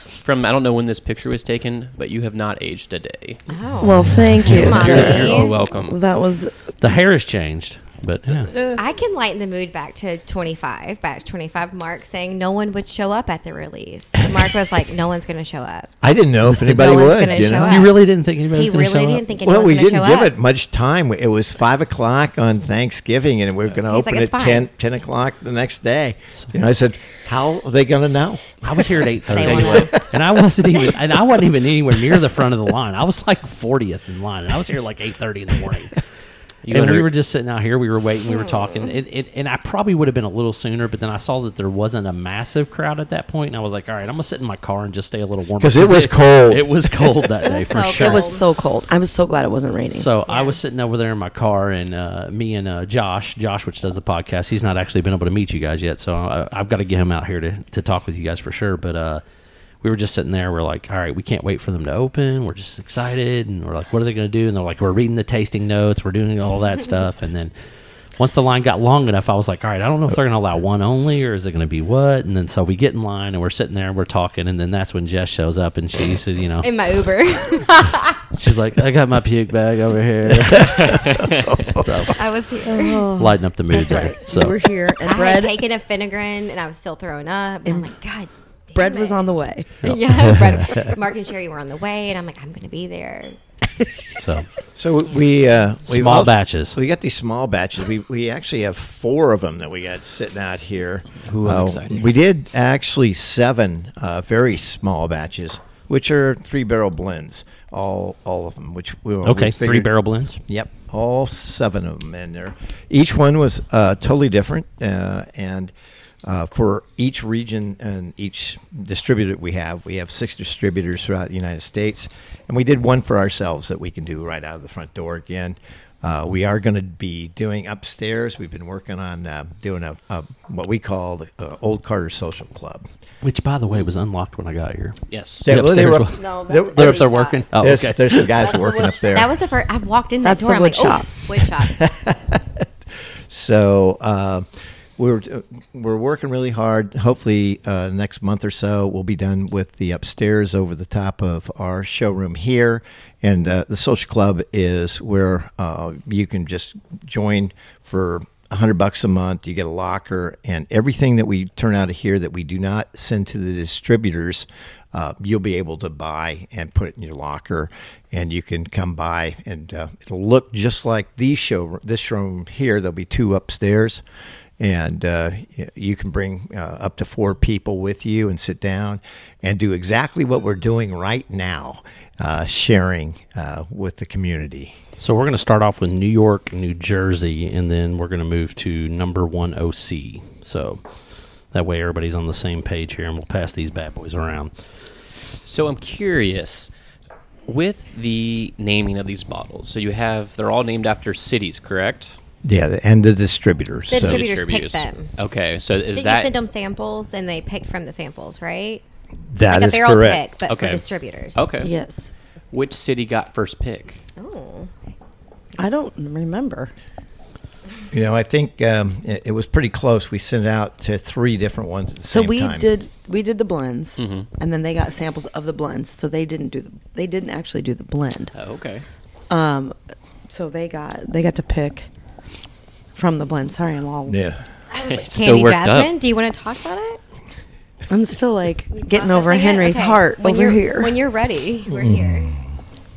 C: From I don't know when this picture was taken, but you have not aged a day.
D: Oh.
B: Well, thank you,
D: Come on,
B: sir.
D: Dave.
C: You're all welcome.
B: That was
A: the hair has changed, but yeah.
D: I can lighten the mood back to 25, batch 25. Mark saying no one would show up at the release. Mark was like, no one's going to show up.
E: I didn't know if anybody
D: one's
E: would.
D: gonna
E: You
D: show
E: know?
D: up.
A: you really didn't think anybody
D: he
A: was going to
D: really
A: show
D: didn't
A: up?
D: think anyone
E: Well, we
D: was going to show
E: didn't give
D: up.
E: it much time. It was five o'clock on Thanksgiving, and we are going to
D: He's like,
E: open
D: "It's
E: at
D: fine."
E: 10, 10 o'clock the next day. You know, I said, "How are they going to know?"
A: I was here at eight thirty,
D: They won't know.
A: and I wasn't even, and I wasn't even anywhere near the front of the line. I was like fortieth in line, and I was here like eight thirty in the morning.
C: You
A: and we
C: under-
A: were just sitting out here, we were waiting, we were talking, it, it, and I probably would have been a little sooner, but then I saw that there wasn't a massive crowd at that point, and I was like, all right, I'm gonna sit in my car and just stay a little warm
E: 'Cause it was cold.
A: It was cold that day
D: was
A: for
D: so
A: sure.
B: it was so cold. I was so glad it wasn't raining.
A: So I was sitting over there in my car, and uh, me and uh, Josh, Josh, which does the podcast, he's not actually been able to meet you guys yet, so I, I've got to get him out here to, to talk with you guys for sure. But uh, we were just sitting there, we're like, all right, we can't wait for them to open. We're just excited, and we're like, what are they going to do? And they're like, we're reading the tasting notes, we're doing all that stuff, and then. Once the line got long enough, I was like, all right, I don't know if they're going to allow one only or is it going to be what? And then so we get in line and we're sitting there and we're talking. And then that's when Jess shows up and she said, you know,
D: in my Uber.
A: she's like, I got my puke bag over here. so
D: I was here.
B: Oh.
A: lighten up the mood there.
B: we were
A: So
B: here, and
D: I had
B: bread
D: taken a finagrin and I was still throwing up. I'm like, God. damn
B: bread was
D: it."
B: on the way.
D: Yeah, bread. Mark and Sherry were on the way, and I'm like, I'm going to be there.
A: so
E: So we uh, we
A: Small batches.
E: We got these small batches. We we actually have four of them that we got sitting out here.
C: Ooh, I'm
E: Uh,
C: excited.
E: We did actually seven uh, very small batches, which are three barrel blends. All all of them, which we
A: okay,
E: we
A: three
E: figured-
A: barrel blends.
E: Yep, all seven of them in there. Each one was uh, totally different, uh, and uh, for each region and each distributor we have, we have six distributors throughout the United States, and we did one for ourselves that we can do right out of the front door again. Uh, we are going to be doing upstairs. We've been working on uh, doing a, a what we call the uh, Old Carter Social Club.
A: Which, by the way, was unlocked when I got here.
C: Yes.
A: Yeah.
E: well, they were
A: upstairs?
E: up-
B: No,
E: they're-
B: that's
A: They're up
B: Every
A: there
B: side.
A: working. Oh,
E: there's,
A: okay.
E: there's some guys
B: That's the
E: working
B: wood-
E: up there.
D: That was the first. I walked in that
B: That's
D: door.
B: the
D: I'm like, "Oh,
B: wood shop.
D: "Ooh, wood shop.
E: So uh, we're we're working really hard. Hopefully, uh, next month or so, we'll be done with the upstairs over the top of our showroom here. And uh, the social club is where uh, you can just join for. 100 bucks a month you get a locker and everything that we turn out of here that we do not send to the distributors uh, you'll be able to buy and put it in your locker, and you can come by and uh, it'll look just like these show this room here. There'll be two upstairs, and uh, y- you can bring uh, up to four people with you and sit down and do exactly what we're doing right now, uh, sharing uh, with the community.
A: So we're going to start off with New York, New Jersey, and then we're going to move to number one OC. So that way everybody's on the same page here, and we'll pass these bad boys around.
C: So I'm curious with the naming of these bottles. So you have they're all named after cities, correct?
E: Yeah, the- and the distributors.
D: The
E: so,
D: distribu- Distributors pick them.
C: Okay. So is
D: Did you
C: that
D: send them samples and they picked from the samples, right?
E: that
D: like
E: is
D: a barrel
E: correct.
D: pick, but
C: Okay.
D: for distributors.
C: okay?
B: Yes.
C: Which city got first pick?
D: Oh,
B: I don't remember.
E: You know, I think um, it, it was pretty close. We sent out to three different ones at the
B: So
E: same
B: we
E: time.
B: did we did the blends,
A: Mm-hmm.
B: and then they got samples of the blends. So they didn't do the, they didn't actually do the blend.
C: Oh, okay.
B: Um, so they got they got to pick from the blend. Sorry, I'm all
E: Yeah.
D: Candy Jasmine, do you want to talk about it?
B: I'm still like getting
D: Processing
B: over
D: it?
B: Henry's
D: Okay.
B: heart
D: When
B: over
D: you're-
B: here.
D: When you're ready, we're
E: Mm.
D: here.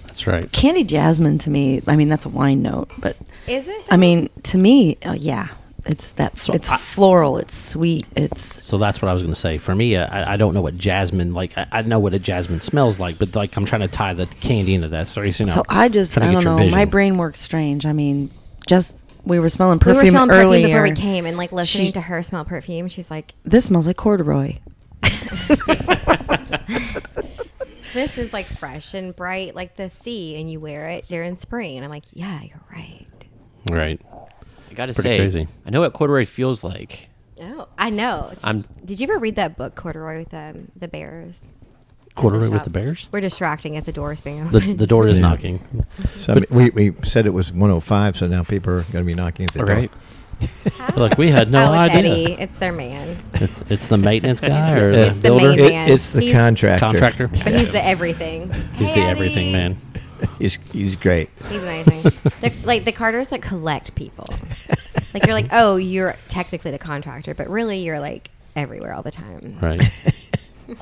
A: That's right.
B: Candy Jasmine to me, I mean that's a wine note, but
D: Is it?
B: I mean to me, uh, yeah, it's that
A: So
B: it's
A: I-
B: floral, it's sweet, it's
A: So that's what I was going to say. For me, I, I don't know what jasmine like. I, I know what a jasmine smells like, but like I'm trying to tie the candy into that. So you know,
B: so I just
A: trying to
B: I
A: get
B: don't
A: your
B: know, my
A: vision.
B: brain works strange. I mean, just we were smelling
D: we
B: perfume
D: were smelling perfume
B: earlier.
D: before we came, and like listening
B: She-
D: to her smell perfume, she's like,
B: This smells like corduroy.
D: "This is like fresh and bright, like the sea, and you wear it during spring." And I'm like, "Yeah, you're right."
A: right?
C: I gotta
A: pretty
C: say,
A: crazy.
C: I know what corduroy feels like.
D: Oh, I know. It's-
C: I'm-
D: Did you ever read that book, Corduroy with the the bears?
A: Corduroy with
D: Shop.
A: the bears.
D: We're distracting as the door is being
A: The,
D: opened.
A: the door is
E: Yeah.
A: knocking.
E: So I mean, we, we said it was 105, so now people are going to be knocking at the
C: All
E: door.
C: right.
A: Look, we had no
D: oh, it's
A: idea.
D: Eddie. It's their man,
A: It's, it's the maintenance guy or
E: Yeah.
A: the
D: It's the
A: builder
D: main
E: It-
D: man.
E: it's the
D: He's-
E: contractor.
A: contractor.
D: but he's the everything.
A: He's
D: Hey,
A: the everything
D: Eddie.
A: man.
E: He's, he's great.
D: He's amazing. They're- like the Carters, like collect people. Like you're like, oh, you're technically the contractor, but really you're like everywhere all the time.
A: Right.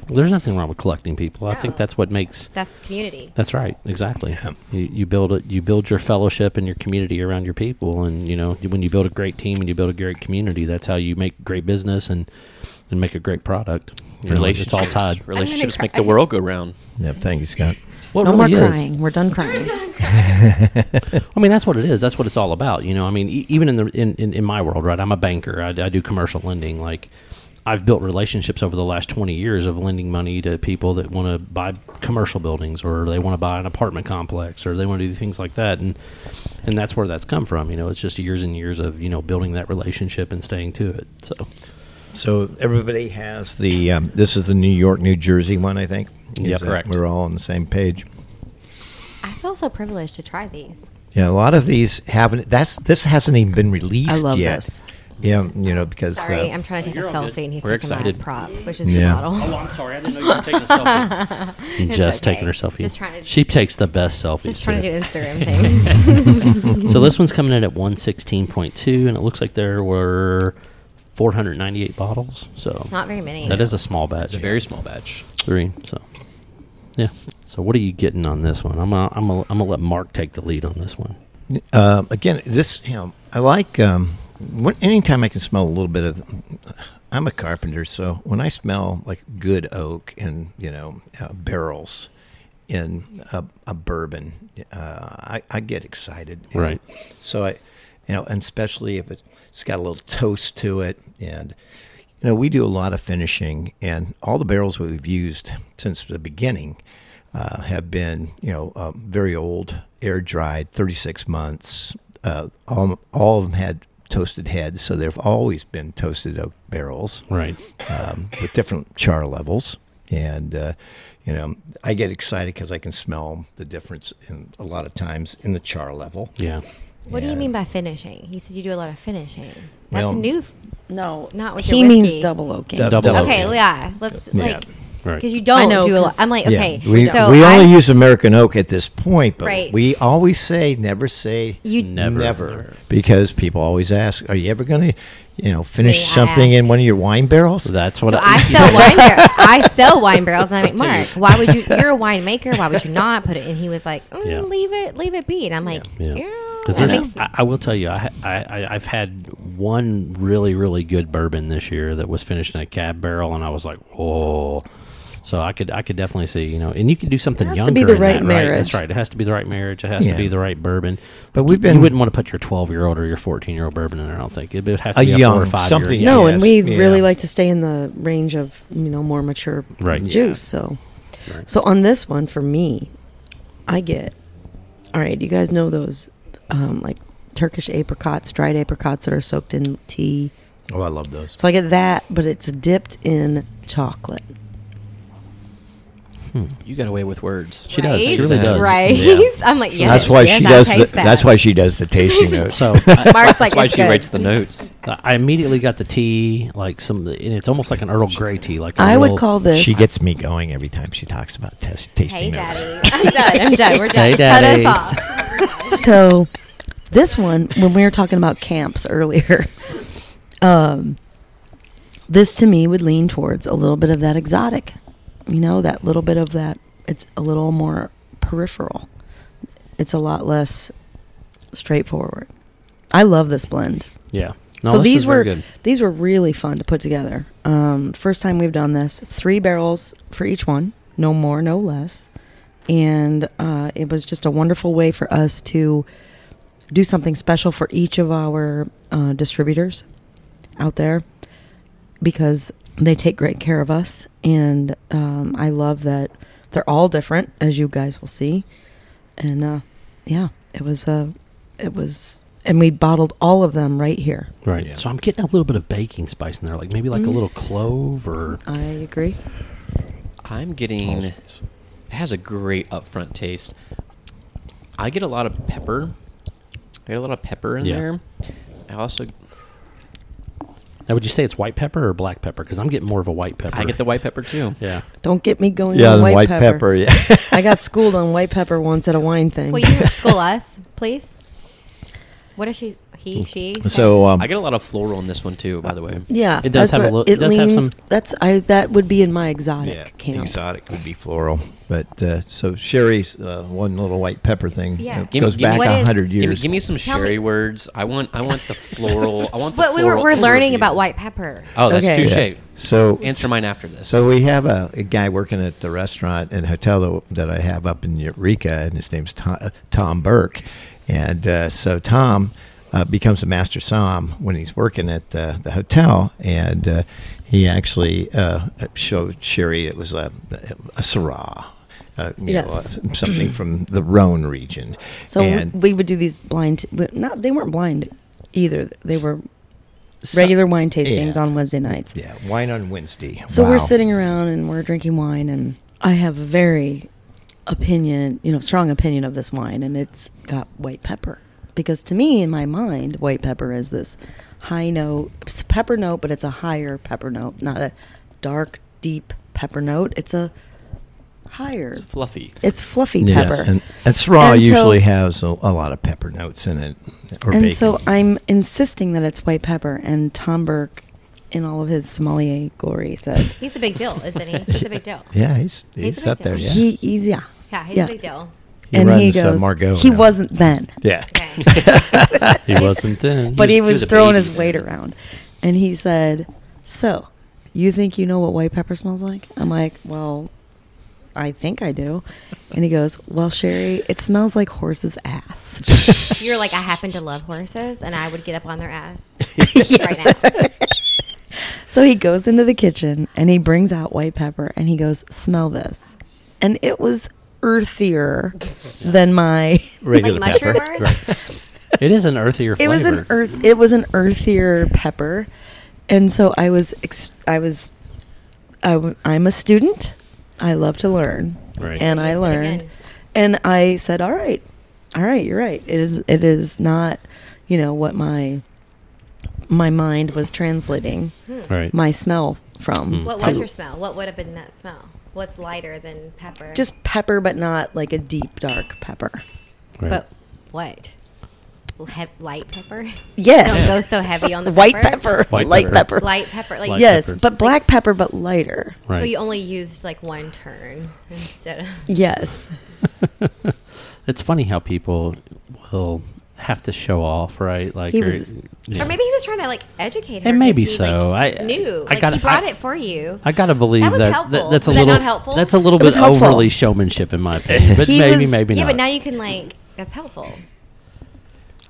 A: There's nothing wrong with collecting people. I think
D: No.
A: that's what makes.
D: That's community.
A: That's right. Exactly.
E: Yeah.
A: You, you build it. You build your fellowship and your community around your people. And you know when you build a great team and you build a great community, that's how you make great business and and make a great product. You know, It's all tied.
C: Relationships
D: cry.
C: make the world go round.
E: Yep, thank you, Scott.
A: Well, it
B: No more
A: really is.
B: crying. We're done crying.
A: I mean, that's what it is. That's what it's all about. You know, I mean, e- even in the in, in, in my world, right? I'm a banker. I, I do commercial lending. Like, I've built relationships over the last 20 years of lending money to people that want to buy commercial buildings or they want to buy an apartment complex or they want to do things like that. And and that's where that's come from. You know, it's just years and years of you know building that relationship and staying to it. So
E: So everybody has the, um, this is the New York, New Jersey one, I think.
A: Yeah,
E: Is that-
A: correct.
E: We're all on the same page.
D: I feel so privileged to try these.
E: Yeah, a lot of these haven't, that's, this hasn't even been released
B: I love
E: yet.
B: this.
E: Yeah, you know, because.
D: Sorry,
E: uh,
D: I'm trying to take a
A: you're all
D: selfie,
A: good. Oh,
D: and he's
C: We're
D: taking
C: excited.
D: my prop, which is
E: Yeah.
D: the bottle.
A: I'm sorry. I didn't know you were taking a selfie.
D: It's
A: Jess
D: okay.
A: taking her selfie.
D: Just trying to-
A: she takes the best selfies.
D: Just trying to
A: too.
D: do Instagram things.
A: So this one's coming in at 116.2, and it looks like there were 498 bottles. So
D: It's not very many.
A: that is a small
C: It's
A: batch,
C: a very small batch.
A: three. So yeah. So what are you getting on this one? I'm gonna, I'm gonna, I'm gonna let Mark take the lead on this one.
E: Um, again, this you know, I like um, when, anytime I can smell a little bit of. I'm a carpenter, so when I smell like good oak and you know uh, barrels in a, a bourbon, uh, I, I get excited.
A: Right.
E: So I, you know, and especially if it, it's got a little toast to it, and you know, we do a lot of finishing, and all the barrels we've used since the beginning uh, have been, you know, um, very old, air dried, 36 months, uh, all, all of them had toasted heads, so there have always been toasted oak barrels
A: Right.
E: um, with different char levels. And, uh, you know, I get excited because I can smell the difference in a lot of times in the char level.
A: Yeah.
D: What do you
E: Yeah.
D: mean by finishing? He says you do a lot of finishing. That's
E: Well,
D: new. f-
B: No,
D: Not with
B: he
D: your
B: means
D: whiskey.
B: double oaking.
E: Dou-
A: Double
E: double
A: oak.
D: Okay, yeah. Let's
E: Yeah.
D: like
A: Right.
D: because you don't
B: know,
D: do a lot.
B: 'cause-
D: I'm like okay.
E: Yeah, we,
D: so
E: we
D: I-
E: only use American oak at this point, but
D: Right.
E: we always say never say
D: You-
A: Never.
E: never, because people always ask, "Are you ever going to, you know, finish
D: May I
E: something in
D: ask?
E: one of your wine barrels?"
A: That's what
D: So
A: I,
D: I sell wine. Bar- I sell wine barrels, and I'm like, Mark, why would you? You're a winemaker. Why would you not put it? And he was like, mm,
A: Yeah.
D: leave it, leave it be. And I'm like,
A: Yeah.
D: yeah,
A: Because
D: that
A: there's,
D: makes-
A: I, I will tell you, I, ha- I, I, I've had one really, really good bourbon this year that was finished in a cab barrel, and I was like, whoa. So I could, I could definitely see, you know, and you could do something
B: has to
A: younger.
B: be the
A: in
B: right
A: that, Right? That's
B: marriage.
A: right. It has to be the right marriage. It has
E: Yeah.
A: to be the right bourbon.
E: But we've
A: You-
E: been-
A: you wouldn't want to put your 12 year old or your 14 year old bourbon in there. I don't think it would have to
E: A
A: be a
E: young,
A: four or five
E: something
A: year.
B: no,
E: Yes,
B: and we
E: yeah.
B: really like to stay in the range of you know more mature
A: Right.
B: juice. So, so on this one for me, I get all right. You guys know those um, like Turkish apricots, dried apricots that are soaked in tea.
E: Oh, I love those.
B: So I get that, but it's dipped in chocolate.
C: You got away with words.
A: She does. She
D: Right?
A: really does.
D: Right?
E: Yeah.
D: I'm like, yes.
E: that's why
D: yes,
E: she
D: I'll
E: does. The,
D: taste that.
E: that's why she does the tasting notes.
A: So
D: Mark's like,
C: That's why
D: "It's
C: she
D: good."
C: writes the notes.
A: I immediately got the tea, like some, of the- and it's almost like an Earl Grey tea. Like I
B: I would call this.
E: she gets me going every time she talks about tes- tasting
D: Hey,
E: notes.
D: daddy. I'm done. I'm done. We're done.
A: Hey, Daddy.
D: Cut us off.
B: so this one when we were talking about camps earlier um, this to me would lean towards a little bit of that exotic you know that little bit of that it's a little more peripheral it's a lot less straightforward i love this blend
A: Yeah. No,
B: so
A: this
B: these
A: is very
B: were
A: good.
B: these were really fun to put together. Um, first time we've done this, three barrels for each one, no more, no less, and uh, it was just a wonderful way for us to do something special for each of our uh, distributors out there because they take great care of us, and um, I love that they're all different, as you guys will see, and uh, yeah, it was a, it was, and we bottled all of them right here.
A: Right.
E: Yeah.
A: So I'm getting a little bit of baking spice in there, like maybe like a
B: Mm.
A: little clove or
B: I agree.
C: I'm getting. It has a great upfront taste. I get a lot of pepper. I get a lot of pepper in
A: Yeah.
C: there. I also
A: now would you say it's white pepper or black pepper? Because I'm getting more of a white pepper.
C: I get the white pepper too.
A: yeah.
B: Don't get me going
E: Yeah,
B: on
E: the
B: white,
E: white
B: pepper.
E: pepper. yeah.
B: I got schooled on white pepper once at a wine thing.
D: Will you school us, please? What is she? He? She?
E: so um,
C: I get a lot of floral in this one too. By the way,
B: yeah,
A: It does
B: that's
A: have a
B: what-
A: little- it does have some-
B: That's I. That would be in my exotic camp.
E: exotic would be floral, but uh, so sherry's uh, one little white pepper thing
D: Yeah.
E: that
D: Gimme-
E: goes
C: gimme-
E: back
D: what
E: a
D: is-
E: hundred
C: give me,
E: years.
C: give me some
D: Tell me-
C: sherry words. I want I want the floral. I want. The
D: But we were
C: floral
D: we're learning
C: overview.
D: about white pepper.
C: Oh, that's
B: Okay.
C: touche.
E: Yeah. So
C: Answer mine after this.
E: So we have a, a guy working at the restaurant and hotel that, that I have up in Eureka, and his name's Tom, uh, Tom Burke. And uh, so Tom uh, becomes a master som when he's working at the, the hotel, and uh, he actually uh, showed Sherry it was a, a Syrah. Uh, you know,
B: Yes.
E: uh, something from the Rhone region.
B: So
E: and
B: we, we would do these blind. but Not they weren't blind either. They were regular wine tastings
E: yeah.
B: on Wednesday nights.
E: yeah, wine on Wednesday.
B: So
E: Wow.
B: we're sitting around and we're drinking wine, and I have a very opinion, you know, strong opinion of this wine, and it's got white pepper. Because to me, in my mind, white pepper is this high note, it's a pepper note, but it's a higher pepper note, not a dark, deep pepper note. It's a higher,
C: it's fluffy.
B: it's fluffy
E: Yes,
B: pepper.
E: and, and Syrah
B: And so-
E: usually has a, a lot of pepper notes in it. Or
B: and
E: bacon.
B: so I'm insisting that it's white pepper, and Tom Burke, in all of his sommelier glory, said,
D: He's a big deal, isn't he? He's a big deal.
E: Yeah, he's
D: He's
E: he's,
D: a big
E: up there.
D: deal.
E: Yeah,
B: he, he's, yeah.
D: Yeah, he's
B: Yeah.
D: a big deal.
E: He runs, uh, Margot
B: He
E: now.
B: wasn't then.
E: yeah.
D: Okay.
A: He wasn't then.
B: but
C: was-
B: he
C: he
B: was,
C: was a
B: throwing
C: baby
B: his
C: then.
B: weight around and he said so you think you know what white pepper smells like i'm like well i think i do and he goes well sherry it smells like horse's ass
D: You're like, I happen to love horses, and I would get up on their ass right now.
B: so he goes into the kitchen and he brings out white pepper and he goes smell this and it was earthier than my
E: Regular
D: like
E: pepper.
D: mushroomers.
A: It is an earthier
B: it
A: flavor.
B: was an earth it was an earthier pepper and so i was ex- i was I w- i'm a student i love to learn
A: Right.
B: and i
D: Yes,
B: learned
D: again.
B: and i said all right all right you're right it is it is not you know what my my mind was translating
A: Right.
B: my smell from
A: Hmm.
D: hmm, What
B: to
D: was your smell? What would have been that smell? What's lighter than pepper?
B: just pepper but not like a deep dark pepper
A: right.
D: but what? He- light pepper.
B: yes
D: Don't go so heavy on the
B: white
D: pepper.
B: pepper,
A: White
B: light
A: pepper.
B: pepper,
D: Light pepper. Like
A: Light
B: yes
A: pepper.
B: but black pepper but lighter
A: right.
D: so, you only used like one turn instead of.
B: yes
A: it's funny how people will have to show off, right? Like,
B: He
A: or,
B: was-
A: yeah.
D: Or maybe he was trying to like educate her.
A: And maybe
D: 'cause he,
A: so.
D: like,
A: I-
D: knew.
A: I
D: like
A: gotta-
D: he brought
A: I-
D: it for you.
A: I gotta believe
D: That was
A: that,
D: helpful.
A: that- that's a
D: Was that
A: little
D: not helpful?
A: that's a little
B: It was
A: bit
B: helpful.
A: overly showmanship in my opinion, but
B: He
A: maybe
B: was-
A: maybe
D: yeah,
A: not.
D: but now you can like that's helpful.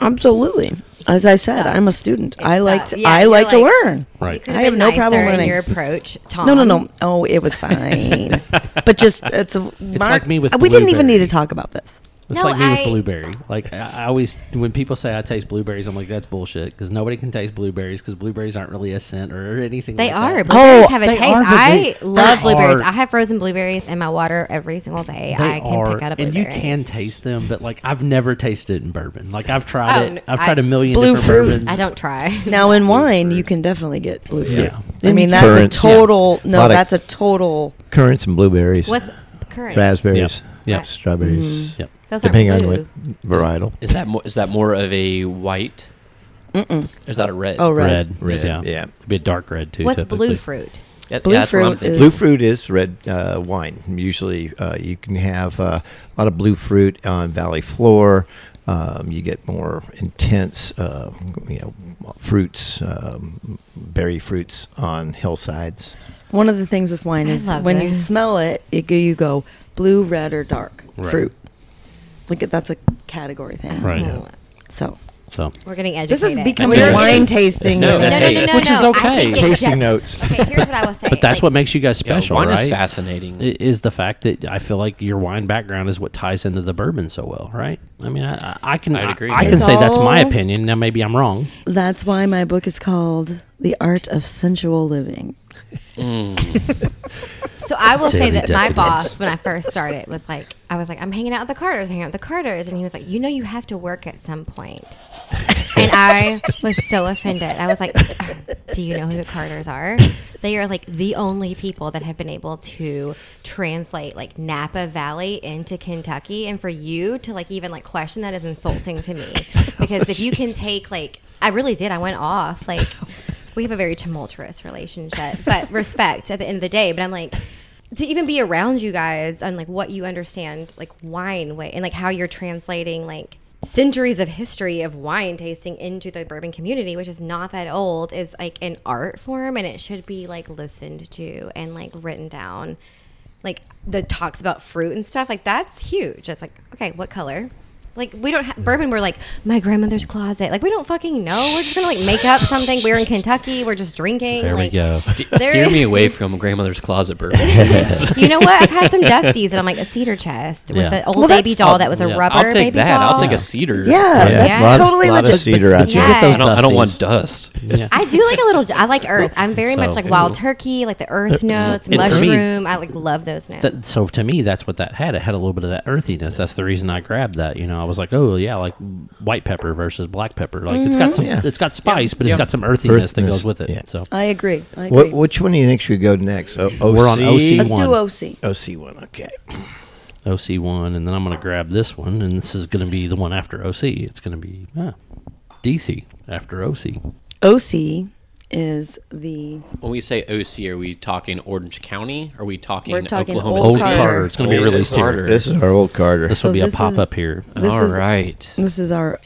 B: Absolutely. As I said,
D: sucks.
B: I'm a student.
D: It
B: I like
D: sucks.
B: to,
D: uh, Yeah,
B: I
D: you're
B: like to
D: like-
B: learn.
D: You
A: right?
D: could
B: I have
D: been
B: no problem
D: nicer
B: learning.
D: in your approach, Tom.
B: No, no, no. Oh, it was fine. but just it's a It's
A: like me with
B: We didn't even need
A: blueberry.
B: to talk about this.
A: It's
D: No,
A: like me with
D: I-
A: blueberry. Like I, I always, when people say I taste blueberries, I'm like, that's bullshit because nobody can taste blueberries because blueberries aren't really a scent or anything.
D: They
A: like
D: are.
A: That.
D: Blueberries
B: Oh,
D: have a
A: they
D: taste.
A: are, but
D: I
A: they-
D: love
A: they
D: blueberries.
A: are-
D: I have frozen blueberries in my water every single day.
A: They
D: I can
A: are,
D: pick out a
A: and
D: blueberry.
A: you can taste them, but like I've never tasted it in bourbon. Like I've tried
D: Oh,
A: it.
D: n-
A: I've tried
D: I-
A: a million
B: Blue
A: different
B: fruit.
A: bourbons.
D: I don't try.
B: Now in wine, you can definitely get blue fruit.
A: Yeah.
B: I mean, that's
E: Currants.
B: a total no,
E: Lot of-
B: that's a total
E: Currants and blueberries,
D: What's current?
E: raspberries,
A: Yeah. Yeah.
E: strawberries,
A: Yep.
D: Those aren't
E: depending on
D: blue.
E: what varietal.
C: Is that more, is that more of a white? Mm-mm. Is that a red?
B: oh red.
A: Red, yeah,
E: yeah.
A: It'd be a dark red too.
D: What's
A: typically.
D: blue fruit?
C: Yeah,
B: Blue
C: yeah, that's what I'm
B: fruit
C: thinking.
B: is-
E: Blue fruit is red uh, wine. Usually, uh, you can have uh, a lot of blue fruit on valley floor. Um, you get more intense, uh, you know, fruits, um, berry fruits on hillsides.
B: One of the things with wine
D: I
B: is
D: love
B: when you
D: this.
B: smell it, you go, you go blue, red or dark
A: Right.
B: fruit. Like that's a category thing.
A: Right.
D: Oh,
B: So,
A: So
D: We're getting educated.
B: this is
C: becoming
B: becoming
C: a
B: a
C: We're
B: wine
C: wine
B: tasting.
C: No,
D: no, no, no, no,
C: Hey.
D: no.
A: Which is
D: I
A: okay.
D: think it
E: Tasting
D: ju-
E: notes.
D: Okay, here's what I will say.
A: But that's
D: Like,
A: what makes you guys
C: Yeah,
A: special,
C: wine
A: right?
C: is fascinating.
A: I- Is the fact that I feel like your wine background is what ties into the bourbon so well, right? I mean, I, I I can
C: I'd
A: I,
C: agree.
A: I can
B: It's
A: say that's my
B: all-
A: opinion. Now maybe I'm wrong.
B: That's why my book is called The Art of Sensual Living.
D: So I will say
A: Daily
D: that my
A: decadence.
D: boss, when I first started, was like, I was like, I'm hanging out with the Carters, hanging out with the Carters, and he was like, you know, you have to work at some point. and I was so offended. I was like, Do you know who the Carters are? They are like the only people that have been able to translate like Napa Valley into Kentucky, and for you to like even like question that is insulting to me because if you can take like I really did, I went off like. We have a very tumultuous relationship, but respect at the end of the day. But I'm like, to even be around you guys on like what you understand like wine way and like how you're translating like centuries of history of wine tasting into the bourbon community which is not that old is like an art form and it should be like listened to and like written down like the talks about fruit and stuff like that's huge it's like okay what color like we don't ha- bourbon we're like my grandmother's closet like we don't fucking know we're just gonna like make up something we're in kentucky we're just drinking
A: There we
D: like
A: go.
C: Ste-
D: There
C: steer
D: is-
C: me away from grandmother's closet bourbon.
D: you know what? I've had some dusties, and I'm like a cedar chest with
A: Yeah.
D: the old
B: Well,
D: baby
B: that's-
D: doll that was a
A: yeah.
D: rubber
C: I'll take
D: baby
C: that.
D: doll.
C: I'll take
A: Yeah.
C: a cedar.
B: Yeah,
D: Yeah.
B: that's
D: Yeah. Lot of-
B: totally
E: lot of
B: legit.
E: cedar out
A: But you
E: there.
D: Yeah.
A: get those
C: I don't, I don't want
A: dusties.
C: dust.
A: Yeah.
D: I do like a little. I like earth. I'm very much
A: So-
D: like wild turkey, like the earth notes,
A: and for me-
D: mushroom. I like love those notes.
A: That, so to me, that's what that had. It had a little bit of that earthiness. That's the reason I grabbed that. You know, I was like, oh yeah, like white pepper versus black pepper. Like it's got some,
E: Yeah.
A: it's got spice, but it's got some earthiness, that
E: Earthiness,
A: goes with it.
E: yeah.
A: So
B: I agree. I agree.
E: What, which one do you think should go next? O- OC?
A: We're on OC.
B: Let's do
A: one?
B: OC.
E: OC one. Okay.
A: OC one, and then I'm going to grab this one, and this is going to be the one after OC. It's going to be uh, DC after OC.
B: OC is the
C: When we say OC, are we talking Orange County? Are we talking,
B: We're talking
C: Oklahoma
B: Old
A: Old
C: City?
B: Carter.
A: Carter. It's going to be
E: Old
A: released
C: Carter.
A: here.
E: This is our old Carter.
A: This will
B: So
A: be a
B: this is-
A: pop up here.
B: this
C: All
B: is-
C: right.
B: this is our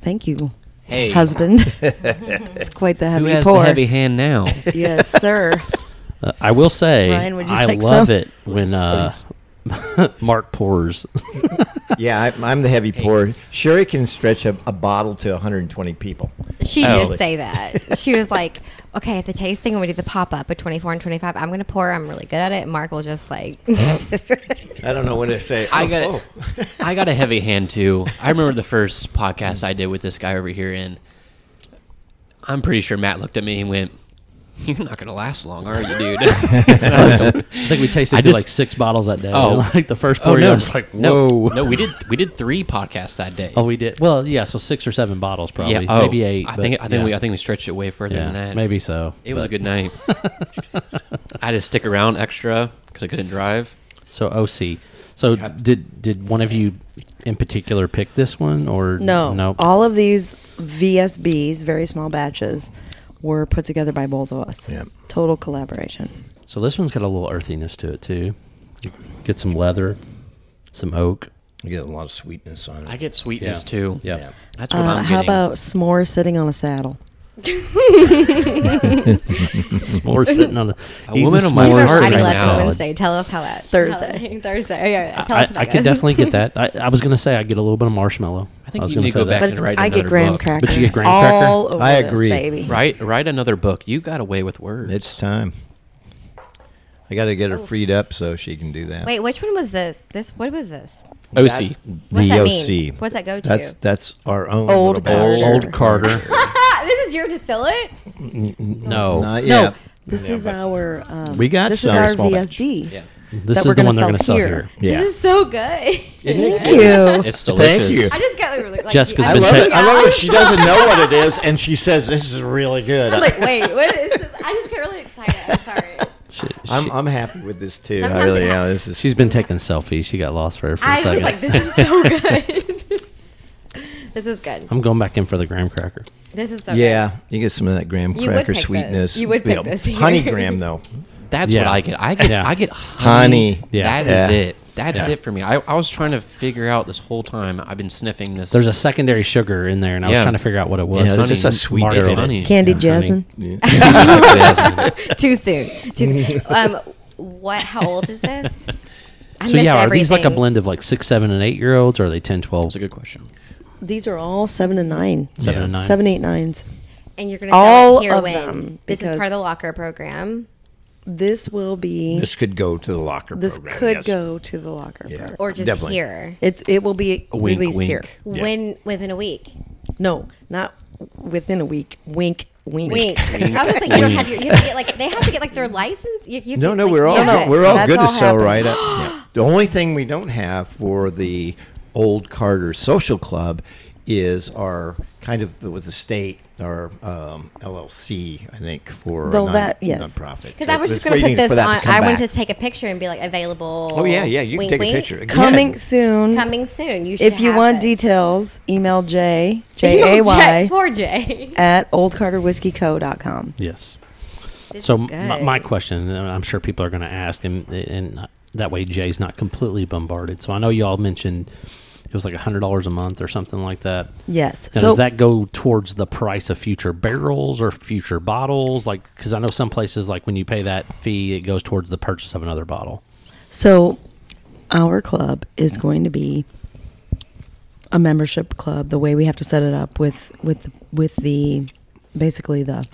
B: thank you
C: Hey,
B: husband. it's quite the
C: who
B: heavy
C: has
B: pour.
C: the heavy hand now?
B: yes, sir.
A: Uh, I will say,
B: Ryan, would you
A: I
B: like
A: love
B: some?
A: it when uh, Mark pours.
E: yeah, I, I'm the heavy pour. Sherry can stretch a, a bottle to 120 people.
D: she
C: Oh.
D: did say that. She was like, okay, at the tasting, I'm going to do the pop up at 24 and 25. I'm going to pour. I'm really good at it. And Mark will just like,
E: I don't know what to say.
C: I
E: Oh,
C: got
E: oh.
C: I got a heavy hand too. I remember the first podcast I did with this guy over here, and I'm pretty sure Matt looked at me and went, "You're not gonna last long, are you, dude?" And I was-
A: I think we tasted
C: I
A: through
C: just-
A: like six bottles that day.
C: Oh.
A: and, like the first pour, I was like, whoa.
C: No, no, we did we did three podcasts that day.
A: Oh, we did. Well, yeah, so six or seven bottles probably,
C: oh,
A: maybe eight.
C: I
A: but
C: think I think
A: yeah.
C: we I think we stretched it way further
A: yeah,
C: than that.
A: maybe so.
C: it was a
A: but-
C: good night. I had to stick around extra because I couldn't drive.
A: So OC. So did did one of you in particular pick this one or
B: No,
A: No.
B: All of these VSBs, very small batches, were put together by both of us.
E: Yep.
B: Total collaboration.
A: So this one's got a little earthiness to it too. You get some leather, some oak.
E: You get a lot of sweetness on it.
C: I get sweetness
A: Yeah.
C: too.
A: Yeah.
E: Yeah.
C: that's what
B: Uh,
C: I'm
B: how
C: getting.
B: about s'more sitting on a saddle?
A: S'more sitting on the
C: A
A: eating
C: woman
A: the
C: of my
A: s'mores
D: these are
C: heart
A: sitting
D: shiny
A: on
C: right
A: the
D: lesson
C: now.
A: salad.
D: Wednesday. Tell us how that.
B: Thursday.
D: Thursday. Yeah, yeah, Tell
A: I,
D: us
A: I
D: about
A: could
D: it.
A: definitely get that. I, I was going to say I get a little bit of marshmallow.
C: I think
A: was
C: you
A: gonna
C: need to go
A: say that.
C: back
B: But
C: can
B: it's,
C: write
B: I get
C: another
B: graham
C: book.
B: cracker.
A: But you get graham cracker?
B: All over
E: I
B: this,
E: agree.
B: baby.
C: Write write another book. You got away with words.
E: It's time. I got to get her freed up so she can do that.
D: Oh. Wait, which one was this? This what was this?
C: OC.
D: What's that
E: VOC.
D: mean? What's that go to?
E: That's that's our own
B: Old
E: little bowl.
B: Carter.
A: Old Carter.
D: Ah, this is your distillate.
A: No.
E: Not
A: No.
E: yet.
B: This is our. Um,
E: We got
B: this
E: some
B: is our
E: small batch.
B: VSB.
C: Yeah.
A: This
B: That
A: is
B: we're
A: the
B: gonna
A: one they're
B: sell
A: going to sell
B: here.
A: here.
E: Yeah.
D: This is so good.
B: Thank you.
C: It's delicious.
E: you.
D: I just got like, like
A: Jessica's
D: I
A: been
D: was
A: ta-
D: like,
A: I
D: yeah, was
E: doesn't know what it is, and she says this is really good.
D: I'm like, wait, what is this? I just get really excited. I'm sorry.
A: She,
E: I'm, I'm happy with this too. I
D: Sometimes
E: really
D: it
E: am.
D: happens.
E: This is
A: has been taking selfies. She got lost for her for a
D: I was
A: second.
D: like, this is so good. this is good.
A: I'm going back in for the graham cracker.
D: This is so good.
E: Yeah, you get some of that graham
D: You would
E: cracker
D: pick this.
E: sweetness.
D: You would pick
E: Yeah,
D: this here.
E: Honey graham though.
C: That's
A: Yeah.
C: what I get. I get.
A: Yeah.
C: I get honey.
E: Honey.
A: Yeah.
C: Yeah.
E: Yeah.
C: it. That's it for me. I, I was trying to figure out this whole time. I've been sniffing this.
A: There's a secondary sugar in there, and I was
C: Yeah.
A: trying to figure out what it was.
E: Yeah, there's just a
A: Honey.
E: sweetness
A: Margarita.
E: in it.
B: Candied
A: Yeah, honey.
B: jasmine.
D: Too soon. Too soon. um, what? How old is this? I
A: So
D: miss
A: yeah, are these like a
D: everything.
A: blend of like six, seven, and eight year olds, or are they 10, 12,
C: That's a good question.
B: These are all seven and nine.
A: seven,
E: Yeah.
A: and nine?
B: Seven, eight, nines.
D: And you're going to all
B: All
D: it here
B: of
D: when
B: them,
D: this is
B: because-
D: part of the locker program,
B: This will be.
E: This could go to the locker.
B: This
E: program,
B: could
E: yes.
B: go to the locker.
E: Yeah.
B: program.
D: or just
E: Definitely.
D: here
B: It it will be
C: Wink,
B: released
C: wink.
B: here.
E: Yeah.
D: when within a week.
B: No, not within a week. Wink, wink.
D: Wink. I was like, you don't have your. You have to get like they have to get like their license. You, you have
E: No,
D: to,
E: no,
D: like,
E: we're all
D: have
B: no,
D: it.
E: we're all
B: That's
E: good
B: all
E: to sell
B: happening.
E: right up. Yeah. The only thing we don't have for the old Carter Social Club is our kind of with the state our um, LLC. I think for a
B: Though
E: non,
B: that- yes.
E: nonprofit.
D: Because I was just going to put
E: waiting
D: this
E: for that
D: on.
E: come
D: I went to
E: back.
D: take a picture and be like available.
E: Oh yeah, yeah. You
D: wink,
E: can take
D: wink.
E: a picture. Again.
B: Coming soon.
D: Coming soon. You should
B: if you
D: have
B: want
D: it.
B: details, email J J A
D: J-
B: Y
D: Poor Jay.
B: at oldcarterwhiskeyco.com.
A: Yes.
D: This
A: So
D: is
A: my,
D: good.
A: my question, and I'm sure people are going to ask, and and that way Jay's not completely bombarded. So I know y'all mentioned it was like hundred dollars a month or something like that.
B: Yes.
A: Now,
B: so
A: does that go towards the price of future barrels or future bottles? Like, because I know some places, like when you pay that fee, it goes towards the purchase of another bottle.
B: so our club is going to be a membership club. The way we have to set it up with with with the basically the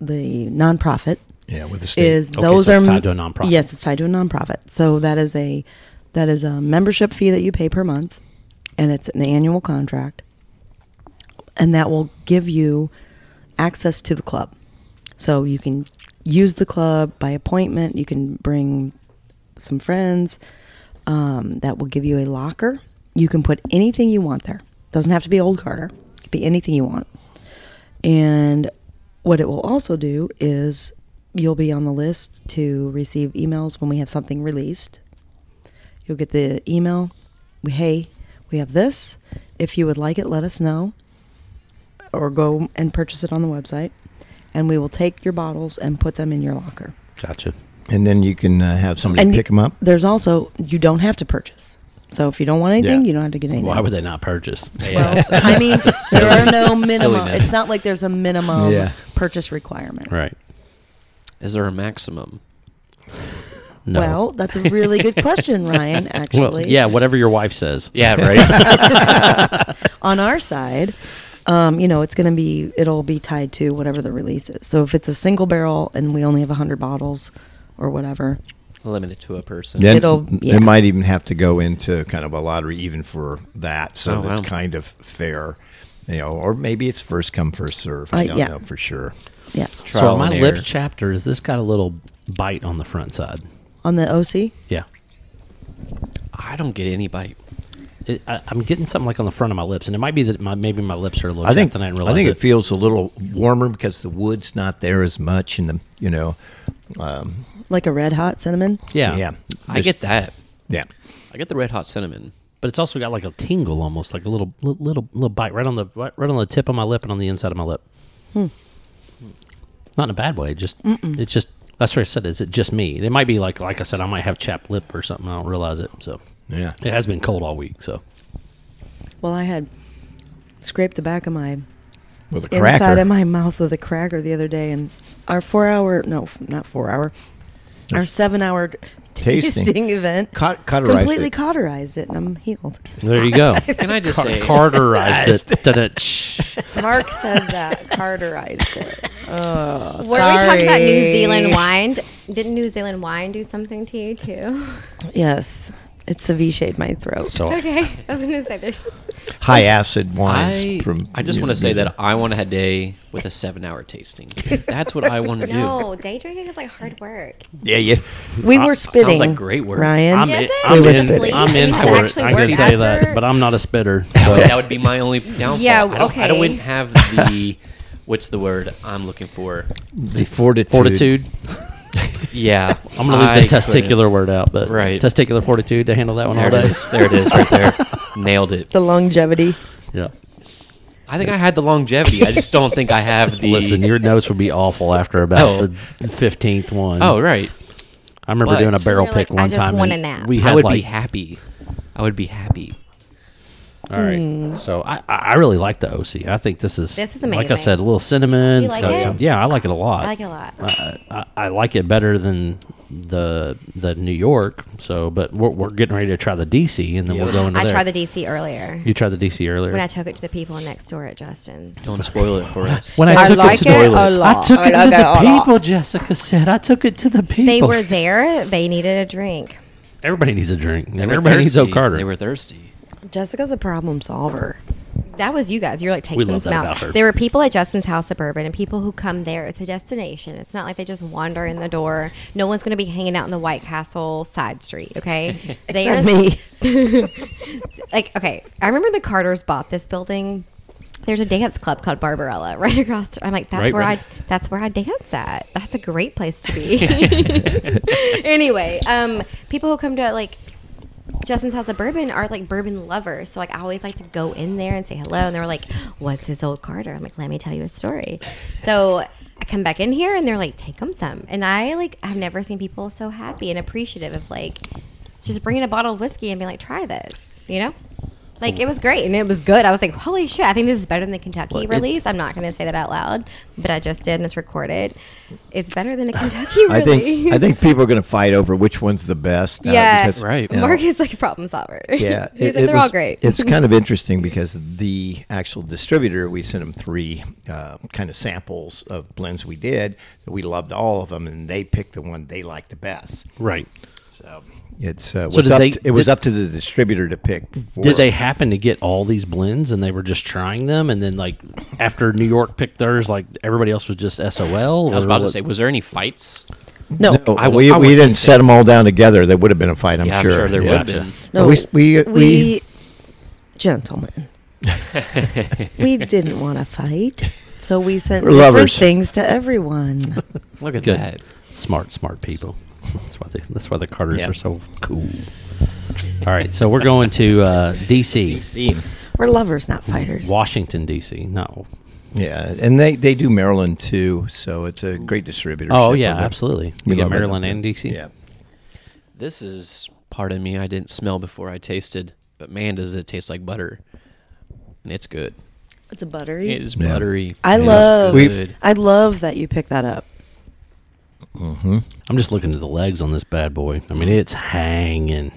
B: the nonprofit
E: Yeah, with the state.
B: is
A: Okay,
B: those
A: so it's
B: are
A: tied to a nonprofit.
B: Yes, it's tied to a nonprofit. So that is a that is a membership fee that you pay per month, and it's an annual contract, and that will give you access to the club. So you can use the club by appointment. You can bring some friends. Um, that will give you a locker. You can put anything you want there. Doesn't have to be old Carter. It could be anything you want. And what it will also do is you'll be on the list to receive emails when we have something released. You'll get the email, we- hey, we have this. If you would like it, let us know or go and purchase it on the website. And we will take your bottles and put them in your locker.
A: Gotcha.
E: and then you can uh, have somebody
B: And
E: pick them up.
B: There's also, you don't have to purchase. So if you don't want anything,
E: Yeah.
B: you don't have to get anything.
A: Why would they not purchase?
B: Well,
C: that's-
B: I mean,
C: that's
B: there are
C: silly-
B: no minimum.
C: silliness.
B: It's not like there's a minimum
E: Yeah.
B: purchase requirement.
A: Right.
C: Is there a maximum?
A: No.
B: Well, that's a really good question, Ryan, actually.
A: Well, yeah, whatever your wife says.
C: Yeah, right.
B: On our side, um, you know, it's going to be, it'll be tied to whatever the release is. So if it's a single barrel and we only have 100 bottles or whatever,
C: Limited to a person.
E: Then
B: It'll- yeah.
E: it might even have to go into kind of a lottery even for that, so
C: Oh,
E: that's
C: wow.
E: kind of fair, you know. Or maybe it's first come first serve.
B: Uh,
E: I don't
B: yeah.
E: know for sure.
B: yeah.
A: So on my
C: and error.
A: lips chapter is this got a little bite on the front side?
B: On the OC,
A: Yeah,
C: I don't get any bite.
A: it, I, I'm getting something like on the front of my lips, and it might be that my maybe my lips are a little.
E: I think
A: chapped and I didn't
E: I
A: realize
E: think it
A: it.
E: feels a little warmer because the wood's not there as much, and the you know, um,
B: like a red hot cinnamon.
A: yeah,
E: yeah,
C: I get that.
E: yeah.
C: I get the red hot cinnamon.
A: but it's also got like a tingle almost, like a little li- little little bite right on the right right on the tip of my lip and on the inside of my lip.
B: Hmm.
A: Not in a bad way. Just it's just that's what I said. Is it just me? It might be like like I said. I might have chapped lip or something. I don't realize it. So
E: Yeah.
A: it has been cold all week. So
B: Well, I had scraped the back of my
E: With a
B: inside
E: cracker.
B: of my mouth with a cracker the other day, and our four hour no, f- not four hour, our seven hour
E: Tasting.
B: tasting, event
E: Caught- cauterized
B: completely
E: it.
B: cauterized it, and I'm healed.
A: there you go.
C: Can I just say
A: Carterized it. Da-da-tsh.
B: Mark said that cauterized it. Oh,
D: Were we talking about New Zealand wine? Didn't New Zealand wine do something to you too?
B: Yes, it's a V shade my throat.
A: So
D: okay, I was gonna say there's.
E: high acid wines
C: I,
E: from?
C: I just
E: you
C: want
E: know,
C: to say
E: New
C: that
E: Zealand.
C: I want a day with a seven hour tasting. That's what I want to do.
D: No, day drinking is like hard work.
E: yeah, yeah.
A: uh,
B: we were spitting.
C: like great work.
B: Ryan.
A: I'm
D: Yes,
A: in,
D: it
A: I'm
B: is.
A: in,
B: Sleep.
A: I'm
D: You
A: in
D: need to
A: for it.
D: actually
A: I can
D: work
A: tell you that,
D: after.
A: but I'm not a spitter.
C: That would-
A: So
C: that would be my only downfall.
D: Yeah,
C: I don't- I
D: okay.
C: wouldn't have the what's the word I'm looking for?
E: The fortitude.
A: fortitude.
C: Yeah,
A: I'm going to leave
C: I
A: the testicular
C: couldn't.
A: word out, but
C: Right.
A: testicular fortitude to handle that one
C: There
A: all
C: it
A: day.
C: is. There it is. Right there. Nailed it.
B: the longevity.
A: Yeah.
C: I think I had the longevity. I just don't think I have the.
A: Listen, your notes would be awful after about
C: Oh.
A: the fifteenth one.
C: Oh right.
A: I remember
C: but-
A: doing a barrel
D: You're
A: pick
D: like,
A: one
D: I just
A: time.
D: want
A: and
D: a nap.
A: We had
C: I would
A: like,
C: be happy. I would be happy.
A: all right. So I, I I really like the OC. I think this is
D: Hmm. This is
A: Like I
D: amazing.
A: said, a little cinnamon.
D: Do you
A: It's
D: like
A: got
D: it?
A: some- yeah, I like it a lot.
D: I like it a lot.
A: I, I, I like it better than the the New York. So, but we're, we're getting ready to try the DC, and then we'll
E: Yeah.
A: go into
D: I
A: there.
D: tried the DC earlier
A: you tried the DC earlier.
D: when I took it to the people next door at Justin's.
C: Don't spoil it for us.
A: When I,
B: I
A: took
B: like
A: it
B: it
A: to,
B: a lot.
A: I took
B: I
A: it to
B: like it a
A: the
B: lot.
A: people. Jessica said, "I took it to the people."
D: They were there. They needed a drink.
A: Everybody needs a drink.
C: They were
A: Everybody needs
C: thirsty.
A: O Carter.
C: They were thirsty.
B: Jessica's a problem solver.
D: That was you guys. You're like
A: We
D: taking
A: love
D: them
A: that about her.
D: out. There were people at Justin's House Suburban and people who come there. It's a destination. It's not like they just wander in the door. No one's going to be hanging out in the White Castle side street. Okay, they
B: Except me.
D: like okay. I remember the Carters bought this building. There's a dance club called Barbarella right across. I'm like, that's
A: Right,
D: where
A: right.
D: I that's where I dance at. That's a great place to be. anyway, um, people who come to like Justin's House of Bourbon are like bourbon lovers. So like I always like to go in there and say hello. And they were like, What's his old Carter? I'm like, Let me tell you a story. So I come back in here and they're like, Take them some. And I like, I've never seen people so happy and appreciative of like just bringing a bottle of whiskey and being like, Try this, you know?
E: Oh.
D: Like it was great and it was good. I was like, holy shit! I think this is better than the Kentucky
A: Well, it-
D: release. I'm not going to say that out loud, but I just did and it's recorded. It's better than the Kentucky release.
E: I think I think people are going to fight over which one's the best. uh,
D: Yeah,
E: because,
C: Right.
E: you know,
D: Mark is like a problem solver.
E: Yeah,
D: He's
E: it-
D: like,
E: it
D: they're all
E: was-
D: great.
E: It's kind of interesting because the actual distributor, we sent them three uh, kind of samples of blends we did that we loved all of them, and they picked the one they liked the best.
A: right.
E: So it's uh, was
A: did
E: up
A: they-
E: to- it was
A: did-
E: up to the distributor to pick. Four.
A: Did they happen to get all these blends and they were just trying them? And then, like, after New York picked theirs, like, everybody else was just SOL?
C: I was about to say, was there any fights?
B: No,
E: No,
C: I would-
E: Oh, we,
C: I would
E: we didn't
C: guess
E: set them all down together. There would have been a fight, I'm
C: yeah,
E: sure.
C: I'm sure there
E: Yeah.
C: would have
A: Gotcha.
C: been.
B: no.
E: We- we- uh, we-
B: gentlemen. we didn't want to fight, so we sent
E: We're
B: different
E: lovers.
B: things to everyone.
C: Look at
A: Good.
C: that.
A: Smart, smart people. That's why, they, that's why the Carters
E: Yeah.
A: are so cool. All right. So we're going to uh, D.C.,
B: We're lovers, not fighters.
A: Washington, D.C. No.
E: Yeah, and they, they do Maryland too, so it's a great distributor.
A: Oh, yeah, absolutely.
E: We
A: You get
E: love it up
A: Maryland
E: there.
A: and D.C.?
E: Yeah.
C: This is, pardon me, I didn't smell before I tasted, but man, does it taste like butter. And it's good.
B: It's a buttery.
C: It is
E: Yeah.
C: buttery.
B: I
C: It is
B: love.
E: We-
C: good.
B: I love that you picked that up.
A: I'm just looking at the legs on this bad boy. I mean, it's hanging.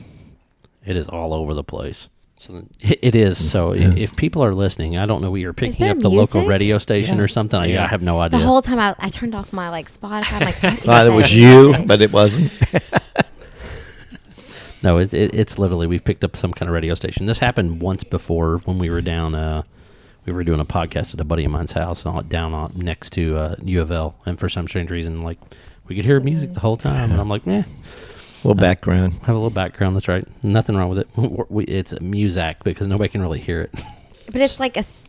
A: It is all over the place. So then- it is. So i- if people are listening, I don't know we are picking
D: there
A: up the local
D: music?
A: radio station
E: Yeah.
A: or something. I,
E: Yeah.
A: I have no idea.
D: The whole time I, I turned off my like Spotify. I'm like, what
E: Thought it
D: is
E: was
D: that?
E: you, but it wasn't.
A: No, it, it, it's literally we've picked up some kind of radio station. This happened once before when we were down. Uh, we were doing a podcast at a buddy of mine's house on, down on, next to uh, U of L, and for some strange reason, like we could hear music the whole time, and I'm like, yeah,
E: little background.
A: have a little background. That's right, nothing wrong with it. We, it's Muzak because nobody can really hear it.
D: But it's like a, s-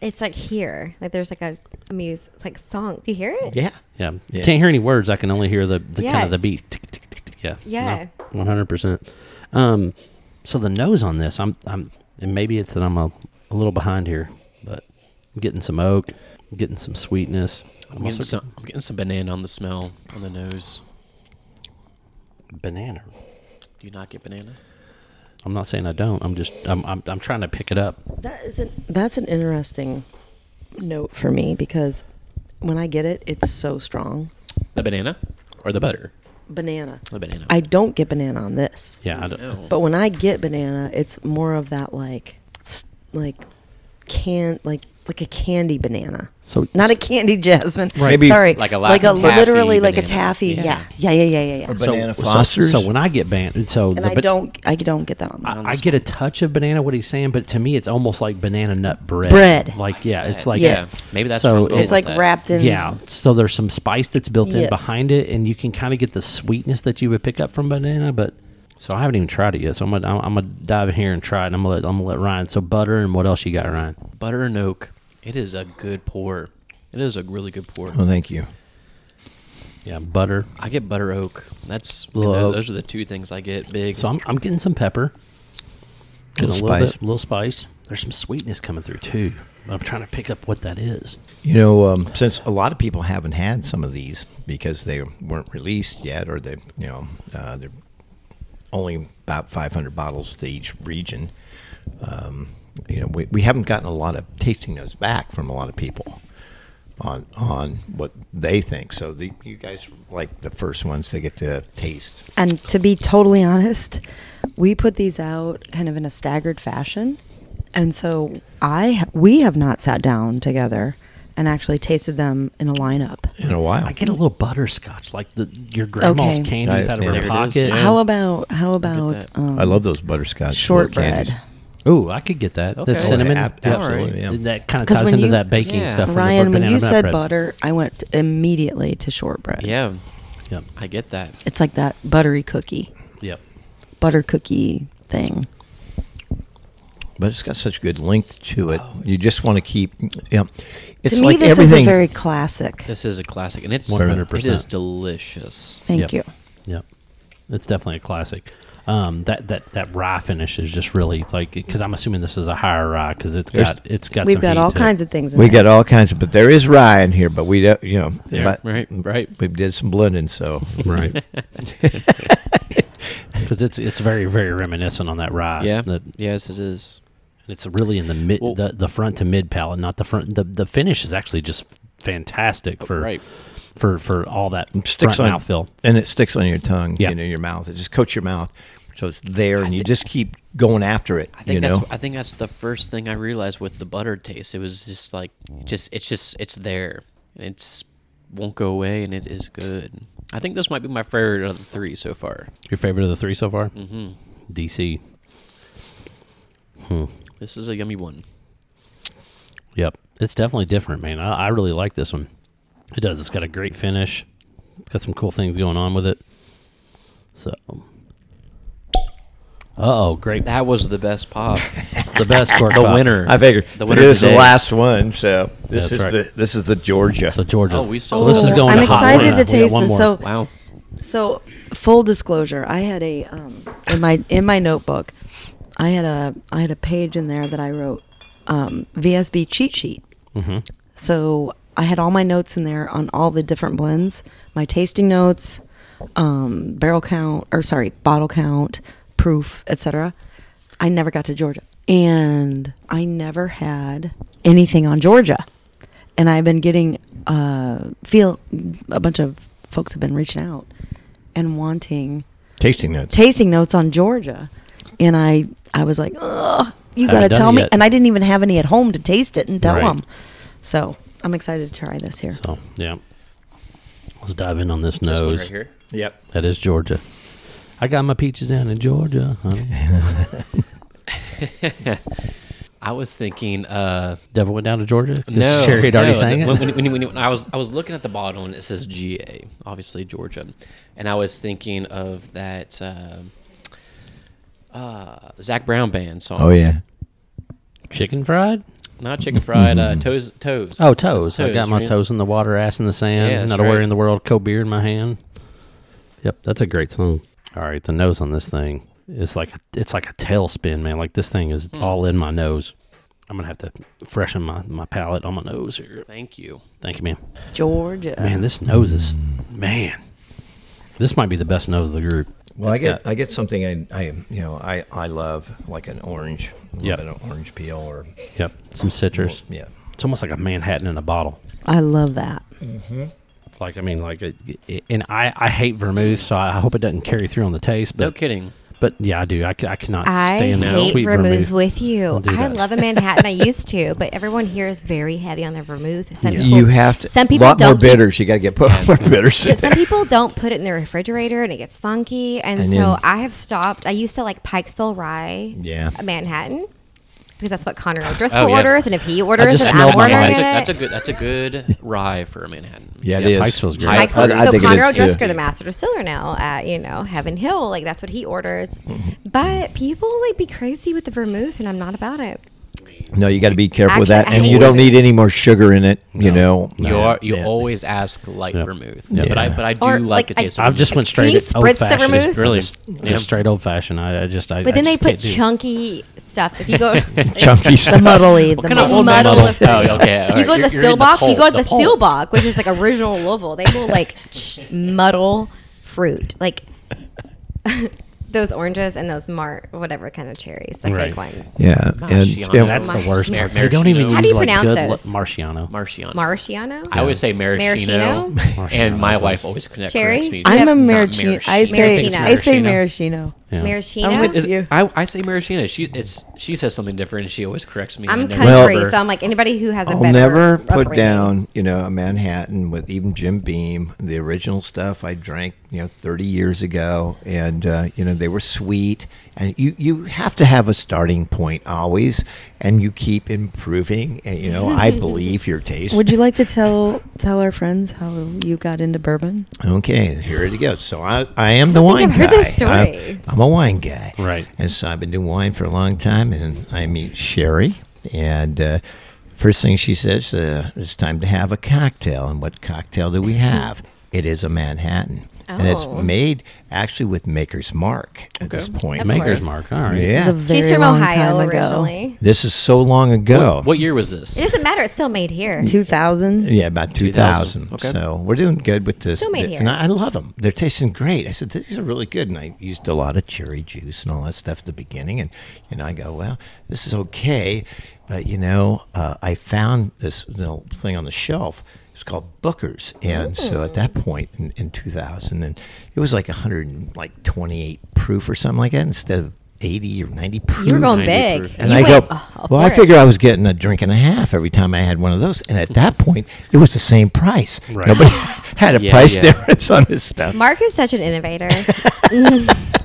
D: it's like here. Like there's like a, a muse, it's like song. Do you hear it?
E: Yeah.
A: Yeah.
E: Yeah.
A: Can't hear any words. I can only hear the, the kind
D: Yeah.
A: of the beat. Tick, tick, tick, tick. Yeah.
D: Yeah.
A: One hundred percent. Um, so the nose on this, I'm, I'm, and maybe it's that I'm a, a little behind here, but I'm getting some oak, I'm getting some sweetness. I'm
C: I'm getting,
A: also
C: some, I'm getting some banana on the smell on the nose.
A: banana.
C: Do you not get banana?
A: I'm not saying I don't. I'm just, I'm, I'm, I'm trying to pick it up.
B: That is an that's an interesting note for me because when I get it, it's so strong.
C: The banana or the butter?
B: Banana.
C: The banana.
B: I don't get banana on this,
A: Yeah. I don't,
C: No.
B: but when I get banana, it's more of that like s- like can like like a candy banana.
A: So
B: Not a candy jasmine.
A: Right.
E: Maybe
B: Sorry.
C: like a
B: like a
C: Latin taffy
B: literally like a
C: banana.
B: taffy.
C: Yeah.
B: Yeah. Yeah. Yeah. Yeah. Yeah. yeah.
E: Or banana
A: so,
E: Fosters.
A: so when I get ban, so
B: And
A: the
B: I
A: ba-
B: don't I don't get that on my
A: I, I get a touch of banana. What he's saying, but to me, it's almost like banana nut bread.
B: Bread.
A: Like yeah, it's
C: Uh,
A: like
B: Yes.
C: Maybe that's
A: So
C: where I'm going
A: it-
B: It's like
C: with that.
B: wrapped in
A: Yeah, so there's some spice that's built in
B: Yes.
A: behind it, and you can kind of get the sweetness that you would pick up from banana. But so I haven't even tried it yet. So I'm gonna I'm, I'm gonna dive in here and try it. And I'm gonna let, I'm gonna let Ryan. So butter and what else you got, Ryan?
C: butter and oak. It is a good pour. It is a really good pour.
A: Oh,
E: Well, Oh, thank you.
A: Yeah, butter.
C: I get butter oak. That's
A: Little
C: tho-
A: oak.
C: those are the two things I get big.
A: So I'm, I'm getting some pepper, getting a
E: Little
A: little
E: spice.
A: bit, little spice. There's some sweetness coming through too. I'm trying to pick up what that is.
E: You know, um, since a lot of people haven't had some of these because they weren't released yet, or they, you know, uh, they're only about 500 bottles to each region. Um, you know, we, we haven't gotten a lot of tasting notes back from a lot of people on on what they think. So the, you guys are like the first ones to get to taste.
B: And to be totally honest, we put these out kind of in a staggered fashion. And so I we have not sat down together and actually tasted them in a lineup.
E: In a while,
A: I get a little butterscotch, like the your grandma's
B: Okay.
A: candies
E: I-
A: out of
E: yeah. There it
A: her
E: is.
A: pocket.
C: Yeah.
B: How about how about
C: that.
B: um,
E: I love those butterscotch
B: shortbread?
A: Ooh, I could get that. The
C: Okay. Oh,
A: cinnamon,
E: ab-
A: Yeah.
E: absolutely, yeah.
A: That kind of
B: 'Cause
A: ties
B: when
A: into
B: you-
A: that baking
C: Yeah.
A: stuff.
B: Ryan,
A: from the
B: when
A: banana
B: you
A: nut
B: said
A: bread.
B: butter, I went immediately to shortbread.
C: yeah,
A: Yep.
C: I get that.
B: It's like that buttery cookie,
A: Yep.
B: butter cookie thing.
E: but it's got such good length to
B: Oh,
E: it. you just want to keep. Yeah, it's
B: to me,
E: like
B: this
E: everything.
B: is a very classic.
C: This is a classic, and it's
A: 100%.
C: It is delicious.
B: Thank
A: Yep.
B: you.
A: Yep. It's definitely a classic. Um, that, that, that rye finish is just really like because I'm assuming this is a higher rye because it's
E: There's-
A: got it's got
B: We've
A: some
B: got
A: heat
B: all
A: to it.
B: kinds of things. In
E: We
B: there.
E: got all kinds of, but there is rye in here. But we don't, you know,
C: Yeah,
E: but
C: right, right.
E: We did some blending, so
A: right because it's it's very very reminiscent on that rye
C: yeah.
A: Uh, that, and
C: yes, it is.
A: it's really in the mid
C: Well-
A: the, the front to mid palate not the front the, the finish is actually just fantastic Oh, for
C: right.
A: for for all that
E: sticks
A: front
E: on
A: mouthful
E: and it sticks on your tongue,
A: Yeah.
E: you know, your mouth. It just coats your mouth, so it's there, and you just keep going after it.
C: I think
E: You know,
C: that's. I think that's the first thing I realized with the butter taste. It was just like, just it's just it's there, and it's won't go away, and it is good. I think this might be my favorite of the three so far.
A: your favorite of the three so far
C: hmm
A: DC
C: This is a yummy one.
A: Yep, it's definitely different, man. I, I really like this one. It does. It's got a great finish. It's got some cool things going on with it. So, oh, great!
C: That was the best pop.
A: The best cork.
C: the
A: pop.
C: winner.
E: I figured
C: The
E: but
C: winner
E: this is the
C: today.
E: last one, so this
A: That's
E: is
A: right.
E: the this is the Georgia.
A: So Georgia.
C: Oh, we
A: so
C: still-
A: this is going.
B: I'm
A: to hot
B: excited
A: Atlanta.
B: to
A: We got
B: taste
A: one
B: this.
A: more.
B: So
C: Wow.
B: So, full disclosure, I had a um, in my in my notebook, I had a I had a page in there that I wrote um, VSB cheat sheet.
A: Mhm.
B: So I had all my notes in there on all the different blends, my tasting notes, um, barrel count, or sorry, bottle count, proof, etc. I never got to Georgia, and I never had anything on Georgia, and I've been getting uh, feel a bunch of folks have been reaching out and wanting
E: tasting notes.
B: tasting notes on Georgia. and I I was like, Ugh, you
A: Haven't
B: got to
A: done
B: tell
A: it
B: me.
A: yet.
B: And I didn't even have any at home to taste it and tell
A: Right.
B: them. So I'm excited to try this here.
A: So yeah, let's dive in on this
C: This one
A: nose.
C: right here.
E: Yep.
A: That is Georgia. I got my peaches down in Georgia. Huh?
C: I was thinking. uh
A: Devil went down to Georgia. 'Cause
C: No,
A: Sherry had already
C: no,
A: sang
C: when,
A: it.
C: When, when- when- when I was I was looking at the bottle and it says GA, obviously Georgia, and I was thinking of that uh, uh, Zach Brown band song.
E: Oh yeah.
A: Chicken fried.
C: not chicken fried. Uh, toes, toes.
A: Oh, toes.
C: It's
A: I got my
C: right?
A: toes in the water, ass in the sand.
C: Yeah, that's
A: not a worry
C: right.
A: in the world. Cold beer in my hand. Yep, that's a great song. All right, the nose on this thing is like it's like a tailspin, man. Like this thing
C: Hmm.
A: is all in my nose. I'm gonna have to freshen my my palate on my nose here.
C: Thank you.
A: Thank you, ma'am.
B: Georgia.
A: Man, this nose is man. This might be the best nose of the group.
E: Well, I
A: It's
E: get
A: got-
E: I get something I, I you know I, I love like an orange, a little
A: Yep.
E: bit of orange peel or
A: yep some citrus.
E: yeah.
A: It's almost like a Manhattan in a bottle.
B: I love that.
A: Like I mean, like it, it- and I I hate vermouth, so I hope it doesn't carry through on the taste. But
C: No kidding.
A: But yeah, I do. I, c- I cannot
D: I
A: stand that
D: hate
A: sweet
D: vermouth,
A: vermouth.
D: with you.
A: do
D: I
A: that.
D: love a Manhattan. I used to, but everyone here is very heavy on their vermouth. Some
A: Yeah.
D: people,
E: You have to
D: Some people
E: lot
D: don't
E: more
D: keep-
E: bitters. you got to get put more bitters. in
D: But some
E: there.
D: people don't put it in their refrigerator and it gets funky. And,
E: And
D: so
E: then-
D: I have stopped. I used to like Pikesville Rye
E: Yeah.
D: Manhattan because that's what Connor O'Driscoll
C: Oh, yeah.
D: orders. And if he orders
A: just
D: it,
A: smelled
D: I'm
A: my
D: ordering
A: rye.
D: it.
C: That's a, that's a good. That's a good rye for a Manhattan.
E: Yeah, it
A: Yeah,
E: is.
A: Pikesville's great.
E: I-
D: Pikesville-
E: I- I
D: so
E: think it is,
D: Connor
E: too.
D: O'Driscoll, the master distiller now at you know Heaven Hill, like that's what he orders.
E: Mm-hmm.
D: But people like be crazy with the vermouth, and I'm not about it.
E: No, you got to be careful with
D: Actually,
E: that,
D: I
E: and
D: hate
E: you don't
D: it.
E: need any more sugar in it. You know,
C: You are. You
E: Yeah.
C: always ask light
A: Yeah.
C: vermouth.
E: Yeah.
C: But I. But I do
D: Or,
C: like,
D: like,
C: the
D: I-
C: taste. of
A: I've just
C: vermouth.
A: went
D: Can
A: straight
D: you
A: at
D: spritz
A: old
D: the
A: fashioned.
D: vermouth?
C: Really?
A: just,
C: Yeah.
A: just straight old fashioned. I, I just. I,
D: But then
A: I
D: they
A: just
D: put
A: can't do it.
D: chunky stuff. If you go,
E: chunky
B: The
E: stuff.
B: muddly. the
C: What kind of
B: muddly.
C: old man
D: muddle
C: muddle?
D: of-
C: Oh, okay. all
D: you go to
C: right.
D: the
C: You're- you're in
D: still box, you
C: pulp,
D: go to the
C: pulp.
D: still box, which is like original Louisville. They will like ch- muddle fruit, like those oranges and those mart whatever kind of cherries, the
A: Right.
D: fake ones.
E: Yeah, and,
C: Marciano.
E: and-
A: That's the
D: Mar-
A: worst.
D: Mar-
A: part. they don't even
C: Maraschino.
D: How do
A: use
D: you
A: like
D: pronounce
A: good
D: those?
A: li- Marciano.
C: Marciano.
D: Marciano.
C: I always say maraschino,
D: Maraschino?
C: and my
A: Maraschino.
C: wife always connect
D: Cherry?
C: corrects me.
D: I
B: I'm
D: have-
B: a
D: Not
B: maraschino. I say
D: Maraschino.
B: I say
A: Maraschino.
B: maraschino.
A: Yeah.
D: Maraschino.
B: I'm with
C: Is it-
B: you.
C: I, I say maraschino. She it's she says something different, and she always corrects me. and I
D: I'm
C: never
D: country,
E: Well-
D: so I'm like anybody who has a
E: I'll
D: better
E: never put
D: upbringing.
E: down, you know, a Manhattan with even Jim Beam, the original stuff I drank, you know, 30 years ago. And, uh, you know, they were sweet. And you, you have to have a starting point always. And you keep improving. And, you know, I believe your taste.
B: Would you like to tell tell our friends how you got into bourbon?
E: Okay, here it goes. So I, I am the wine
D: I've heard
E: guy.
D: this story.
E: I'm, I'm a wine guy.
A: Right.
E: And so I've been doing wine for a long time, and I meet Sherry, and uh, first thing she says, uh, it's time to have a cocktail. And what cocktail do we have? It is a Manhattan. And it's
D: Oh.
E: made actually with Maker's Mark at this point.
D: Of
A: Maker's
D: course.
A: Mark. All right.
B: It was a
E: Yeah.
B: very
D: She's from
B: long
D: Ohio
B: time ago.
D: originally.
E: This is so long ago.
C: What, what year was this?
D: It doesn't matter. It's still made here.
B: 2000.
E: Yeah, about 2000.
C: 2000, okay.
E: So we're doing good with this.
D: Still made
E: Th-
D: here.
E: And I, I love them. They're tasting great. I said, these are really good. And I used a lot of cherry juice and all that stuff at the beginning. And, and I go, well, this is okay. But, you know, uh, I found this little thing on the shelf. It's called Booker's. And so at
D: Mm.
E: that point in, in 2000, and it was like 128 proof or something like that instead of 80 or 90 proof.
D: You were going
C: 90
D: big.
C: proof.
E: And
D: you
E: I
D: went,
E: go,
D: "Oh,
E: well, I
D: for it."
E: figure I was getting a drink and a half every time I had one of those. And at that point, it was the same price.
A: Right.
E: Nobody had a
C: Yeah,
E: price
C: yeah.
E: difference on this stuff.
D: Mark is such an innovator.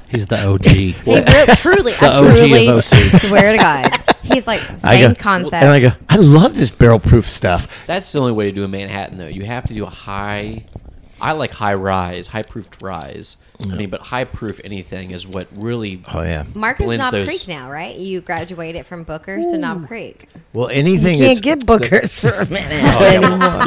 A: He's the OG.
D: He re- truly,
A: The
D: I
A: OG of
D: truly
A: OC.
D: swear to God, he's like
E: I
D: same
E: go-
D: concept.
E: And I go, I love this barrel proof stuff.
C: That's the only way to do a Manhattan, though. You have to do a high. I like high rise, high proofed rise. I mean, but high proof anything is what really.
E: Oh, yeah.
D: Mark is
C: blends
D: Knob
C: those-
D: Creek now, right? You graduated from Booker's to Knob Creek.
E: Well, anything
B: You
E: that's- Oh,
B: can't get Booker's for a minute,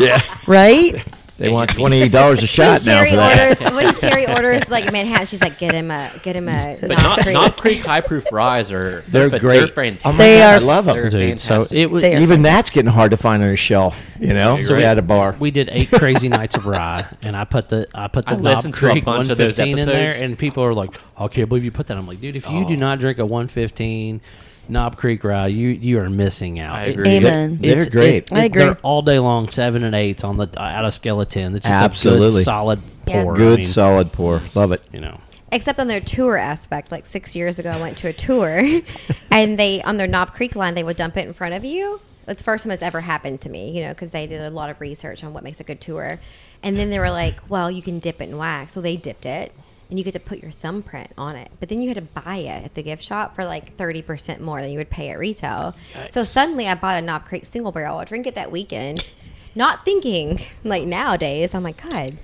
E: yeah.
B: right?
E: They want $28 a
D: When
E: shot now
D: Sherry
E: for that.
D: orders, when Sherry orders like Manhattan, she's like, "Get him a, get him a
C: But
D: Knob
C: not,
D: Creek."
C: not Creek high proof rise are
E: They're
C: fa-
E: great.
C: They're fantastic.
E: Oh my
B: They
E: God, I
B: are-
E: love them.
A: Dude, so
C: fantastic.
A: it was.
B: They are-
E: Even that's getting hard to find on a shelf, you know? So we
C: right.
E: had a bar.
A: We did eight crazy nights of rye, and I put the I put the
C: I
A: Knob
C: listened to a
A: Creek
C: bunch of those
A: 115 in there,
C: episodes. Oh.
A: and people are like, "I can't believe you put that." I'm like, "Dude, if you do not drink a 115 Knob Creek rye, you you are missing out."
C: I
A: It-
C: agree.
B: Amen.
E: They're
A: It's-
E: great.
A: it-
B: I
A: it-
B: agree.
A: They're all day long, seven and eights on the out of skeleton. It's just a
E: Absolutely.
A: good, solid
D: Yeah.
A: pour. I
E: Good,
A: mean,
E: solid pour. Love it.
A: You know,
D: except on their tour aspect. Like six years ago, I went to a tour, and they on their Knob Creek line, they would dump it in front of you. It's the first time it's ever happened to me, you know, because they did a lot of research on what makes a good tour, and then they were like, "Well, you can dip it in wax." So they dipped it, and you get to put your thumbprint on it. But then you had to buy it at the gift shop for like thirty percent more than you would pay at retail. So suddenly, I bought a Knob Creek single barrel. I drink it that weekend, not thinking like nowadays. I'm like, God,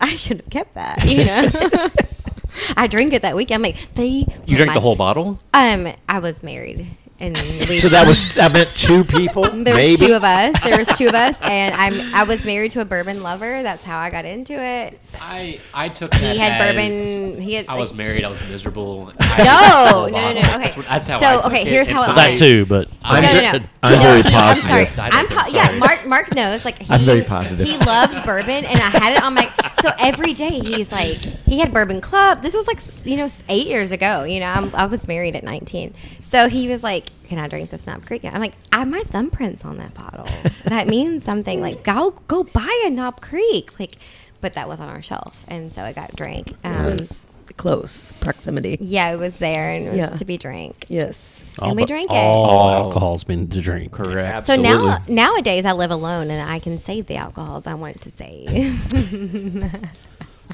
D: I should have kept that. You know, I drink it that weekend. I'm like, they.
C: You drank the whole bottle?
D: Um, I was married, and we.
E: So that was that meant two people,
D: There
E: maybe.
D: was two of us. There was two of us, and I'm I was married to a bourbon lover. That's how I got into it.
C: I, I took that
D: He had
C: as-
D: bourbon. He had.
C: I
D: like-
C: was married. I was miserable.
D: No, no, no, no. Okay.
C: That's, what- that's how
D: So,
C: I took
D: okay,
C: it,
D: here's how
C: but
D: it
A: that
D: I-
A: too, but
D: No,
F: I'm
D: no,
F: ju-
D: no.
F: I'm
D: No,
F: very
D: he-
F: positive.
D: I'm sorry.
C: Just, I
D: I'm
C: don't
D: po-
C: think so.
D: yeah, Mark. Mark knows. Like he,
F: I'm very positive.
D: He loves bourbon, and I had it on my. So every day he's like, he had bourbon club. This was like you know eight years ago. You know, I'm, I was married at 19, so he was like, "Can I drink this Knob Creek?" And I'm like, "I have my thumbprints on that bottle. That means something. Like go go buy a Knob Creek. Like, but that was on our shelf, and so it got drank. Um,
B: It was close proximity.
D: yeah, it was there and it was
B: Yeah.
D: to be drank.
B: Yes.
D: And we
A: but
D: drank it.
A: all alcohol's been to drink.
C: Correct.
D: So now,
E: Absolutely.
D: nowadays, I live alone and I can save the alcohols I want to save.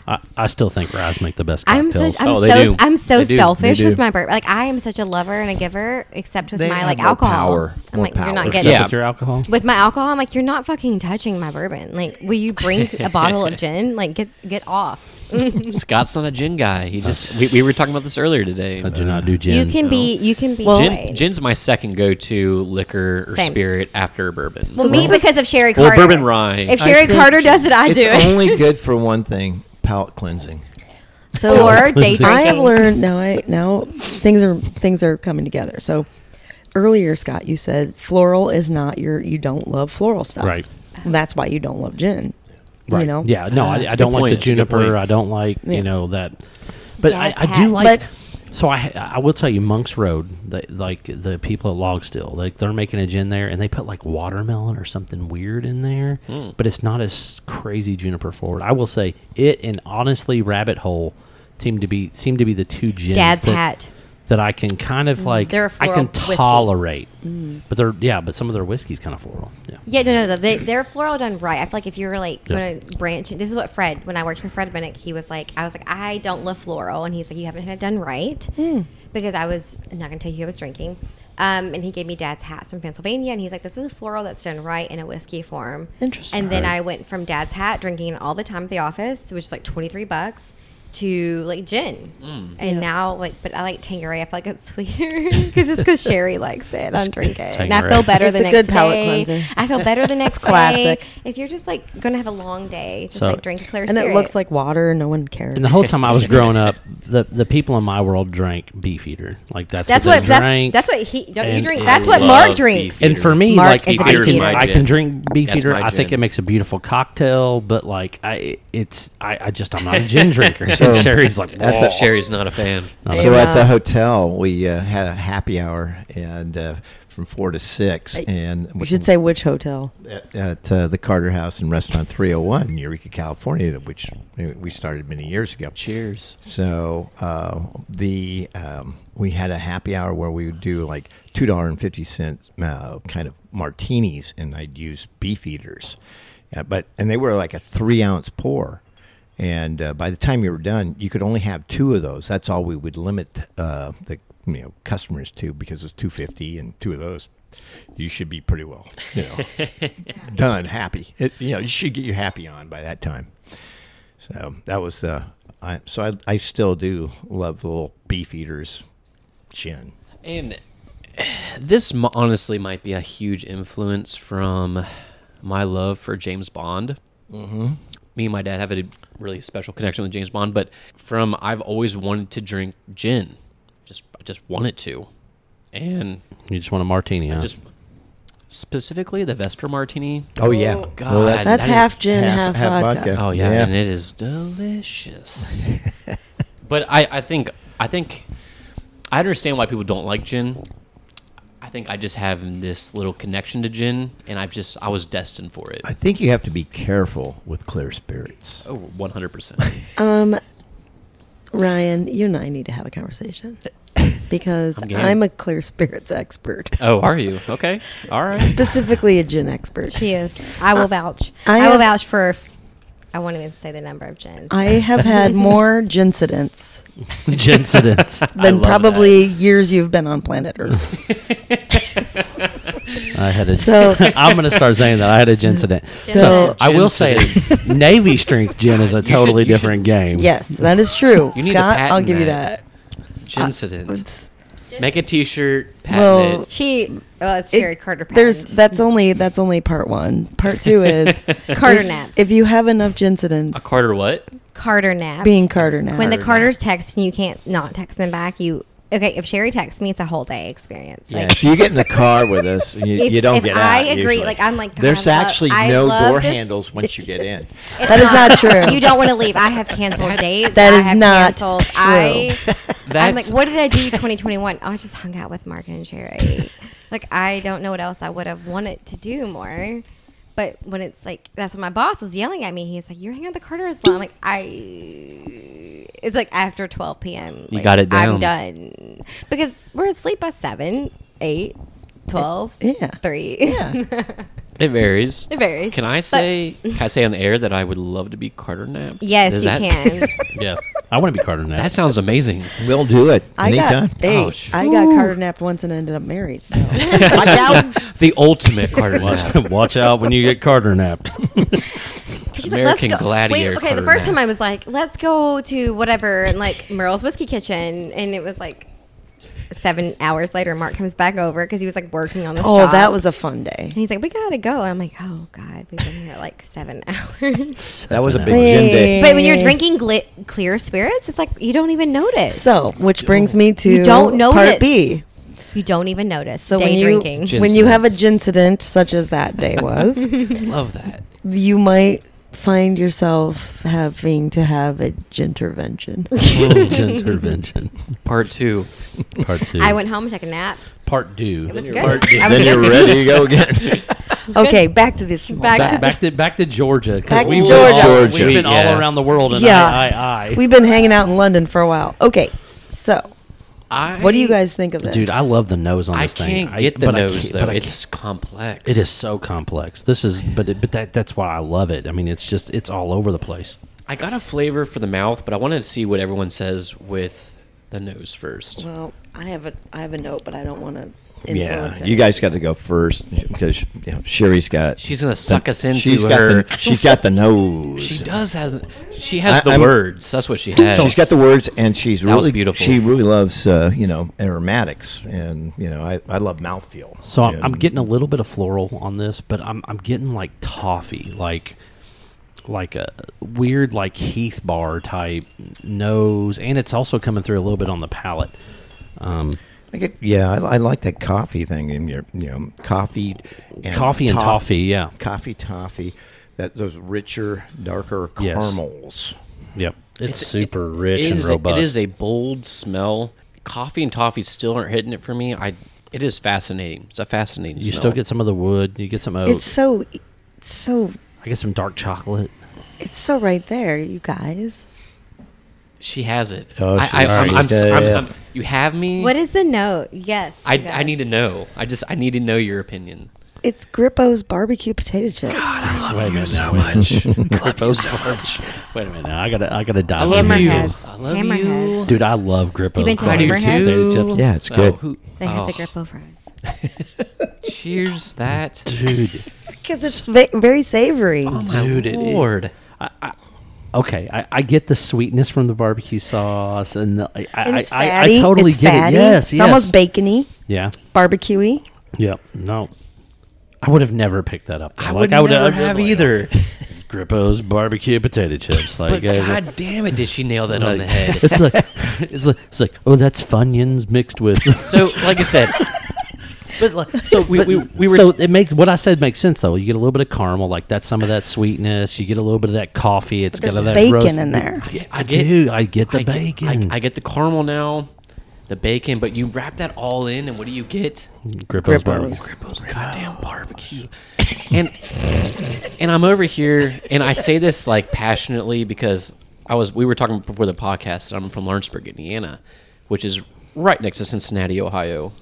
A: I, I still think ryes make the best
D: I'm
A: cocktails.
D: such, I'm
F: Oh, they
D: so,
F: do.
D: I'm so
F: They do. They
D: selfish with
F: do.
D: my bourbon. Like I am such a lover and a giver, except with
E: They
D: my
E: have
D: like
E: more
D: alcohol.
F: power.
D: I'm
F: More
D: like, you're
F: power.
D: not getting.
A: Except
C: Yeah.
A: with your alcohol.
D: With my alcohol, I'm like, you're not fucking touching my bourbon. Like, will you bring a bottle of gin? Like, get get off.
C: Scott's not a gin guy. He just we, we were talking about this earlier today.
A: I do not do
D: you
A: gin.
D: can be, you can be.
B: Well-
D: played.
C: Gin, gin's my second go-to liquor or
D: Same.
C: spirit after bourbon.
D: well, me because of Sherry
C: Well,
D: Carter.
C: bourbon rye.
D: If
C: I
D: Sherry
E: think
D: Carter does it, I
E: it's
D: do it.
E: only good for one thing: palate cleansing.
B: So
D: Or day
B: I have
D: drinking.
B: learned now. I now things are things are coming together. So earlier, Scott, you said floral is not your. You don't love floral stuff.
A: Right.
B: That's why you don't love gin.
A: right.
B: You know.
A: Yeah, no,
C: Ah,
A: I,
C: that's
A: I
C: a
A: don't like
C: good point.
A: the
C: That's a good point.
A: juniper. I don't like
B: Yeah.
A: you know that. But I,
D: Dad's
A: I do
D: hat.
A: like.
B: But-
A: so I I will tell you, Monk's Road, they, like the people at Log Still, like they're making a gin there, and they put like watermelon or something weird in there, but it's not as crazy juniper forward. I will say it and honestly, Rabbit Hole seem to be seem to be the two gins
D: Dad's
A: that,
D: hat.
A: that I can kind of like
D: Mm-hmm. They're a
A: I
D: floral
A: can
D: whiskey. Mm.
A: tolerate, but they're yeah, but some of their whiskey's kind of floral. Yeah,
D: Yeah, no, no, they, they're floral done right. I feel like if you're like
A: Yeah.
D: going to branch, this is what Fred, when I worked for Fred Bennick, he was like, I was like, I don't love floral, and he's like, you haven't had it done right
B: Hmm.
D: because I was I'm not going to tell you I was drinking, um, and he gave me Dad's hats from Pennsylvania, and he's like, this is a floral that's done right in a whiskey form.
B: Interesting.
D: And then
A: Right.
D: I went from Dad's hat drinking it all the time at the office, which is like twenty three bucks. To like gin,
A: Mm.
D: and now like, but I like Tanqueray. I feel like it's sweeter because it's because Sherry likes it. I drink it, and I
A: Tanqueray.
D: feel better
B: It's
D: the
B: a
D: next
B: good palate
D: day.
B: cleanser.
D: I feel better the next
B: classic.
D: day. If you're just like gonna have a long day, just
A: So-
D: like drink a clear
B: And it looks like water. No one cares.
A: And the whole time I was growing up, the the people in my world drank Beefeater. Like that's,
D: that's
A: what,
D: what
A: they
D: that's,
A: drank.
D: that's what he don't you
A: and
D: drink.
A: I
D: That's what
C: love
D: Mark drinks.
C: beef.
A: and for me,
D: Mark
A: like
D: is
A: I
D: a
A: can,
D: Beefeater.
A: I can drink Beefeater.
C: my
A: I think it
C: gin.
A: makes a beautiful cocktail, but like I, it's I, I just I'm not a gin drinker.
E: So-
A: and Sherry's like,
E: At
A: "Whoa."
E: the-
C: Sherry's not a fan.
D: Oh.
A: They
E: So at
B: uh,
E: the hotel, we uh, had a happy hour and uh, from four to six, and
B: You should say which hotel.
E: at, at uh, the Carter House and Restaurant 301 in Eureka, California, which we started many years ago.
C: Cheers.
E: So uh, the um, we had a happy hour where we would do like two dollar and fifty cent uh, kind of martinis, and I'd use beef eaters, uh, but and they were like a three ounce pour, and uh, by the time you were done, you could only have two of those. That's all we would limit uh, the you know customers to because it was two fifty and two of those. You should be pretty well, you know, done happy. It, you know, you should get your happy on by that time. So that was the. I, so I, I still do love the little beef eaters gin.
C: And this m- honestly might be a huge influence from my love for James Bond. Mm-hmm. Me and my dad have a really special connection with James Bond, but from I've always wanted to drink gin, just I just wanted to, and
A: you just want a martini, huh?
C: just specifically the Vesper Martini.
E: Oh yeah,
C: God. Well, that-
B: That's
C: is
B: half gin, half,
E: half- half
B: vodka.
E: vodka.
C: Oh yeah,
E: Yeah.
C: and it is delicious. but I, I think I think I understand why people don't like gin. I think I just have this little connection to gin, and I've just I was destined for it.
E: I think you have to be careful with clear spirits.
D: Um,
C: Oh, 100 percent.
B: Um, Ryan, you and I need to have a conversation because
C: I'm
B: I'm,
C: game.
B: a clear spirits expert.
C: Oh, are you? Okay. All right.
B: Specifically, a gin expert.
D: She is. I will vouch.
B: Uh, I
D: I, will
B: have-
D: vouch for. I won't even say the number of gins.
B: I have had more gincidents
A: Gincidents.
C: I
B: than
C: love that.
B: probably years you've been on planet Earth.
A: I had a.
B: So-
A: I'm going to start saying that I had a gin incident. So,
B: So-
A: I will say, Navy strength gin is a
C: should-
A: totally
C: you should-
A: different game.
B: yes, that is true.
C: You need to
B: Scott, I'll
C: patent
B: give you
C: that.
B: that.
E: uh,
C: Gincident.
B: It's-
C: Make a T-shirt. Patent
B: Well,
C: it.
D: she. Well, it's
B: it-
D: Sherry Carter.
B: There's
D: patent.
B: that's only that's only part one. Part two is
D: Carter
B: if-
D: naps.
B: If you have enough gincidents,
C: A Carter what?
D: Carter nap.
B: being Carter naps.
D: when the
C: Carter
D: Carters text and you can't not text them back, you okay. If Sherry texts me, it's a whole day experience.
F: Yeah,
D: Like,
F: if you get in the car with us, you,
D: If-
F: you don't
D: if
F: get out.
D: I agree,
F: usually.
D: like, I'm like, God,
F: there's
D: I love-
F: actually
D: I
F: no
D: love
F: door
D: this-
F: handles once you get in.
D: it's
B: That is not true.
D: You don't want to leave. I have canceled dates.
B: That
D: I
B: is
D: have
B: not
D: canceled.
B: true.
D: I. I'm like,
C: That's
D: what did I do 2021? Oh, I just hung out with Mark and Sherry. like, I don't know what else I would have wanted to do more. But when it's like, that's what my boss was yelling at me. He's like, you're hanging out with the Carters. Blah. I'm like, I. It's like after 12 p.m.
C: You
D: Like,
C: got it
D: I'm
C: down.
D: done. Because we're asleep by 7, 8, 12,
B: Yeah.
D: 3.
B: Yeah.
C: it varies.
D: it varies.
C: Can I
D: But-
C: say? Can I say on air that I would love to be Carter napped?
D: yes,
C: Does
D: you
C: that-
D: can.
A: yeah. I want to be Carter now.
C: That sounds amazing.
F: We'll do it
B: I
F: anytime. Oh,
B: got hey,
C: Ouch.
B: I got Carter napped once and ended up married. So.
C: the ultimate Carter
A: Watch,
C: nap.
A: watch out when you get Carter napped.
D: She's
C: American
D: like, let's go.
C: Gladiator
D: Wait, okay, the
C: Carter
D: first
C: Nap.
D: time I was like, let's go to whatever, and like Merle's Whiskey Kitchen, and it was like seven hours later. Mark comes back over because he was like working on the
B: oh,
D: shop.
B: that was a fun day.
D: And he's like, we gotta go. I'm like, oh god, we've been here like seven hours.
F: That was a big
A: Hey.
F: gin day.
D: but when you're drinking gli- clear spirits, it's like you don't even notice.
B: So, which brings me to
D: You don't notice.
B: part B.
D: you don't even notice.
B: So
D: day
B: when you
D: drinking.
C: Gin-
B: when you have a
C: Gincidents.
B: gincident such as that day was,
C: Love that.
B: you might find yourself having to have a gintervention.
A: Gin intervention.
C: Part two.
A: Part two.
D: I went home and took a nap.
A: Part two.
D: It was good.
A: Part
D: I was
F: then you're
D: good.
F: ready to go again.
B: okay, back to this.
D: Back
A: Back, back to back to Georgia because
B: Back to
A: we've, been
B: Georgia.
A: all-
F: Georgia.
A: we've been
C: Yeah.
A: all around the world and
B: Yeah.
A: I, I, I.
B: We've been hanging out in London for a while. Okay, so
C: I,
B: what do you guys think of this?
A: Dude, I love the nose on
C: I
A: this thing.
C: can't get the
A: but I
C: nose
A: can't- but
C: though.
A: I
C: It's complex.
A: It is so complex. This is, but it, but that that's why I love it. I mean, it's just it's all over the place.
C: I got a flavor for the mouth, but I wanted to see what everyone says with the nose first.
B: well, I have a I have a note, but I don't want to.
F: yeah, you guys got to go first because you know, Sherry's got.
C: She's gonna suck us into
F: she's
C: her-
F: Got the, she's got the nose.
C: she does have. She has
F: I-
C: the
F: I'm-
C: words. That's what she has.
F: She's got the words, and she's
C: That was
F: really
C: beautiful.
F: She really loves, uh, you know, aromatics, and you know, I, I love mouthfeel.
A: So I'm, I'm
F: And-
A: getting a little bit of floral on this, but I'm I'm getting like toffee, like like a weird like Heath bar type nose, and it's also coming through a little bit on the palate. Um,
F: I get, yeah, I, I like that coffee thing in your, you know, coffee, and
A: Coffee and toffee, yeah.
F: coffee toffee, that those richer, darker
A: Yes.
F: caramels.
A: yep, it's,
C: It's-
A: super
C: It
A: rich and
C: is-
A: robust.
C: It is a bold smell. Coffee and toffee still aren't hitting it for me. I. It is fascinating. It's a fascinating.
A: you
C: smell.
A: still get some of the wood. You get some oak.
B: It's so, it's so,
A: I get some dark chocolate.
B: it's so right there, you guys.
C: She has it.
F: Oh,
C: I,
F: she-
C: I, I'm, I'm,
F: Yeah,
C: I'm-
F: yeah.
C: I'm- you have me.
D: What is the note? Yes.
C: I,
D: you
C: I need to
D: guys.
C: know. I just I need to know your opinion.
B: It's Grippo's barbecue potato chips.
A: Wait a minute so much. Wait a minute now. I gotta I gotta dive in here.
D: Hammerheads.
C: I love you.
D: Hammerheads.
A: Dude, I love Grippo's.
D: been to
A: barbecue
D: Hammerheads?
A: potato chips.
F: Yeah, it's good.
C: who-
D: They have the
C: oh,
D: grip over us.
C: Cheers that.
A: Dude,
B: Because it's Oh, ve- very savory.
A: Dude,
C: Dude,
A: it- it-
C: Lord.
A: I, I, okay, I, I get the sweetness from the barbecue sauce, and the, I,
B: and
A: I,
B: it's
A: I,
B: fatty.
A: I totally
B: it's
A: get
B: fatty.
A: it. Yes,
B: it's
A: yes.
B: almost bacony,
A: Yeah,
B: barbecuey.
A: yeah. No, I would have never picked that up. though.
C: I would never have either.
A: It's Grippo's barbecue potato chips. Like,
C: But
A: uh,
C: God damn it, did she nail that on the
A: like-
C: head?
A: It's like, it's like, it's like, oh, that's Funyuns mixed with.
C: So, like I said,
A: but like, so we, we, we were. So it makes what I said makes sense though. You get a little bit of caramel, like that's some of that sweetness. You get a little bit of that coffee. It's
B: There's
A: got that
B: bacon
A: roast-
B: in there.
C: I,
A: I do. I get the
C: I get-
A: bacon.
C: I, I get the caramel now, the bacon, but you wrap that all in, and what do you get?
A: Grippo's,
B: Grippo's.
A: barbecue.
C: Grippo's
A: Oh,
C: goddamn barbecue. And and I'm over here, and I say this like passionately because I was we were talking before the podcast. that I'm from Lawrenceburg, Indiana, which is right next to Cincinnati, Ohio,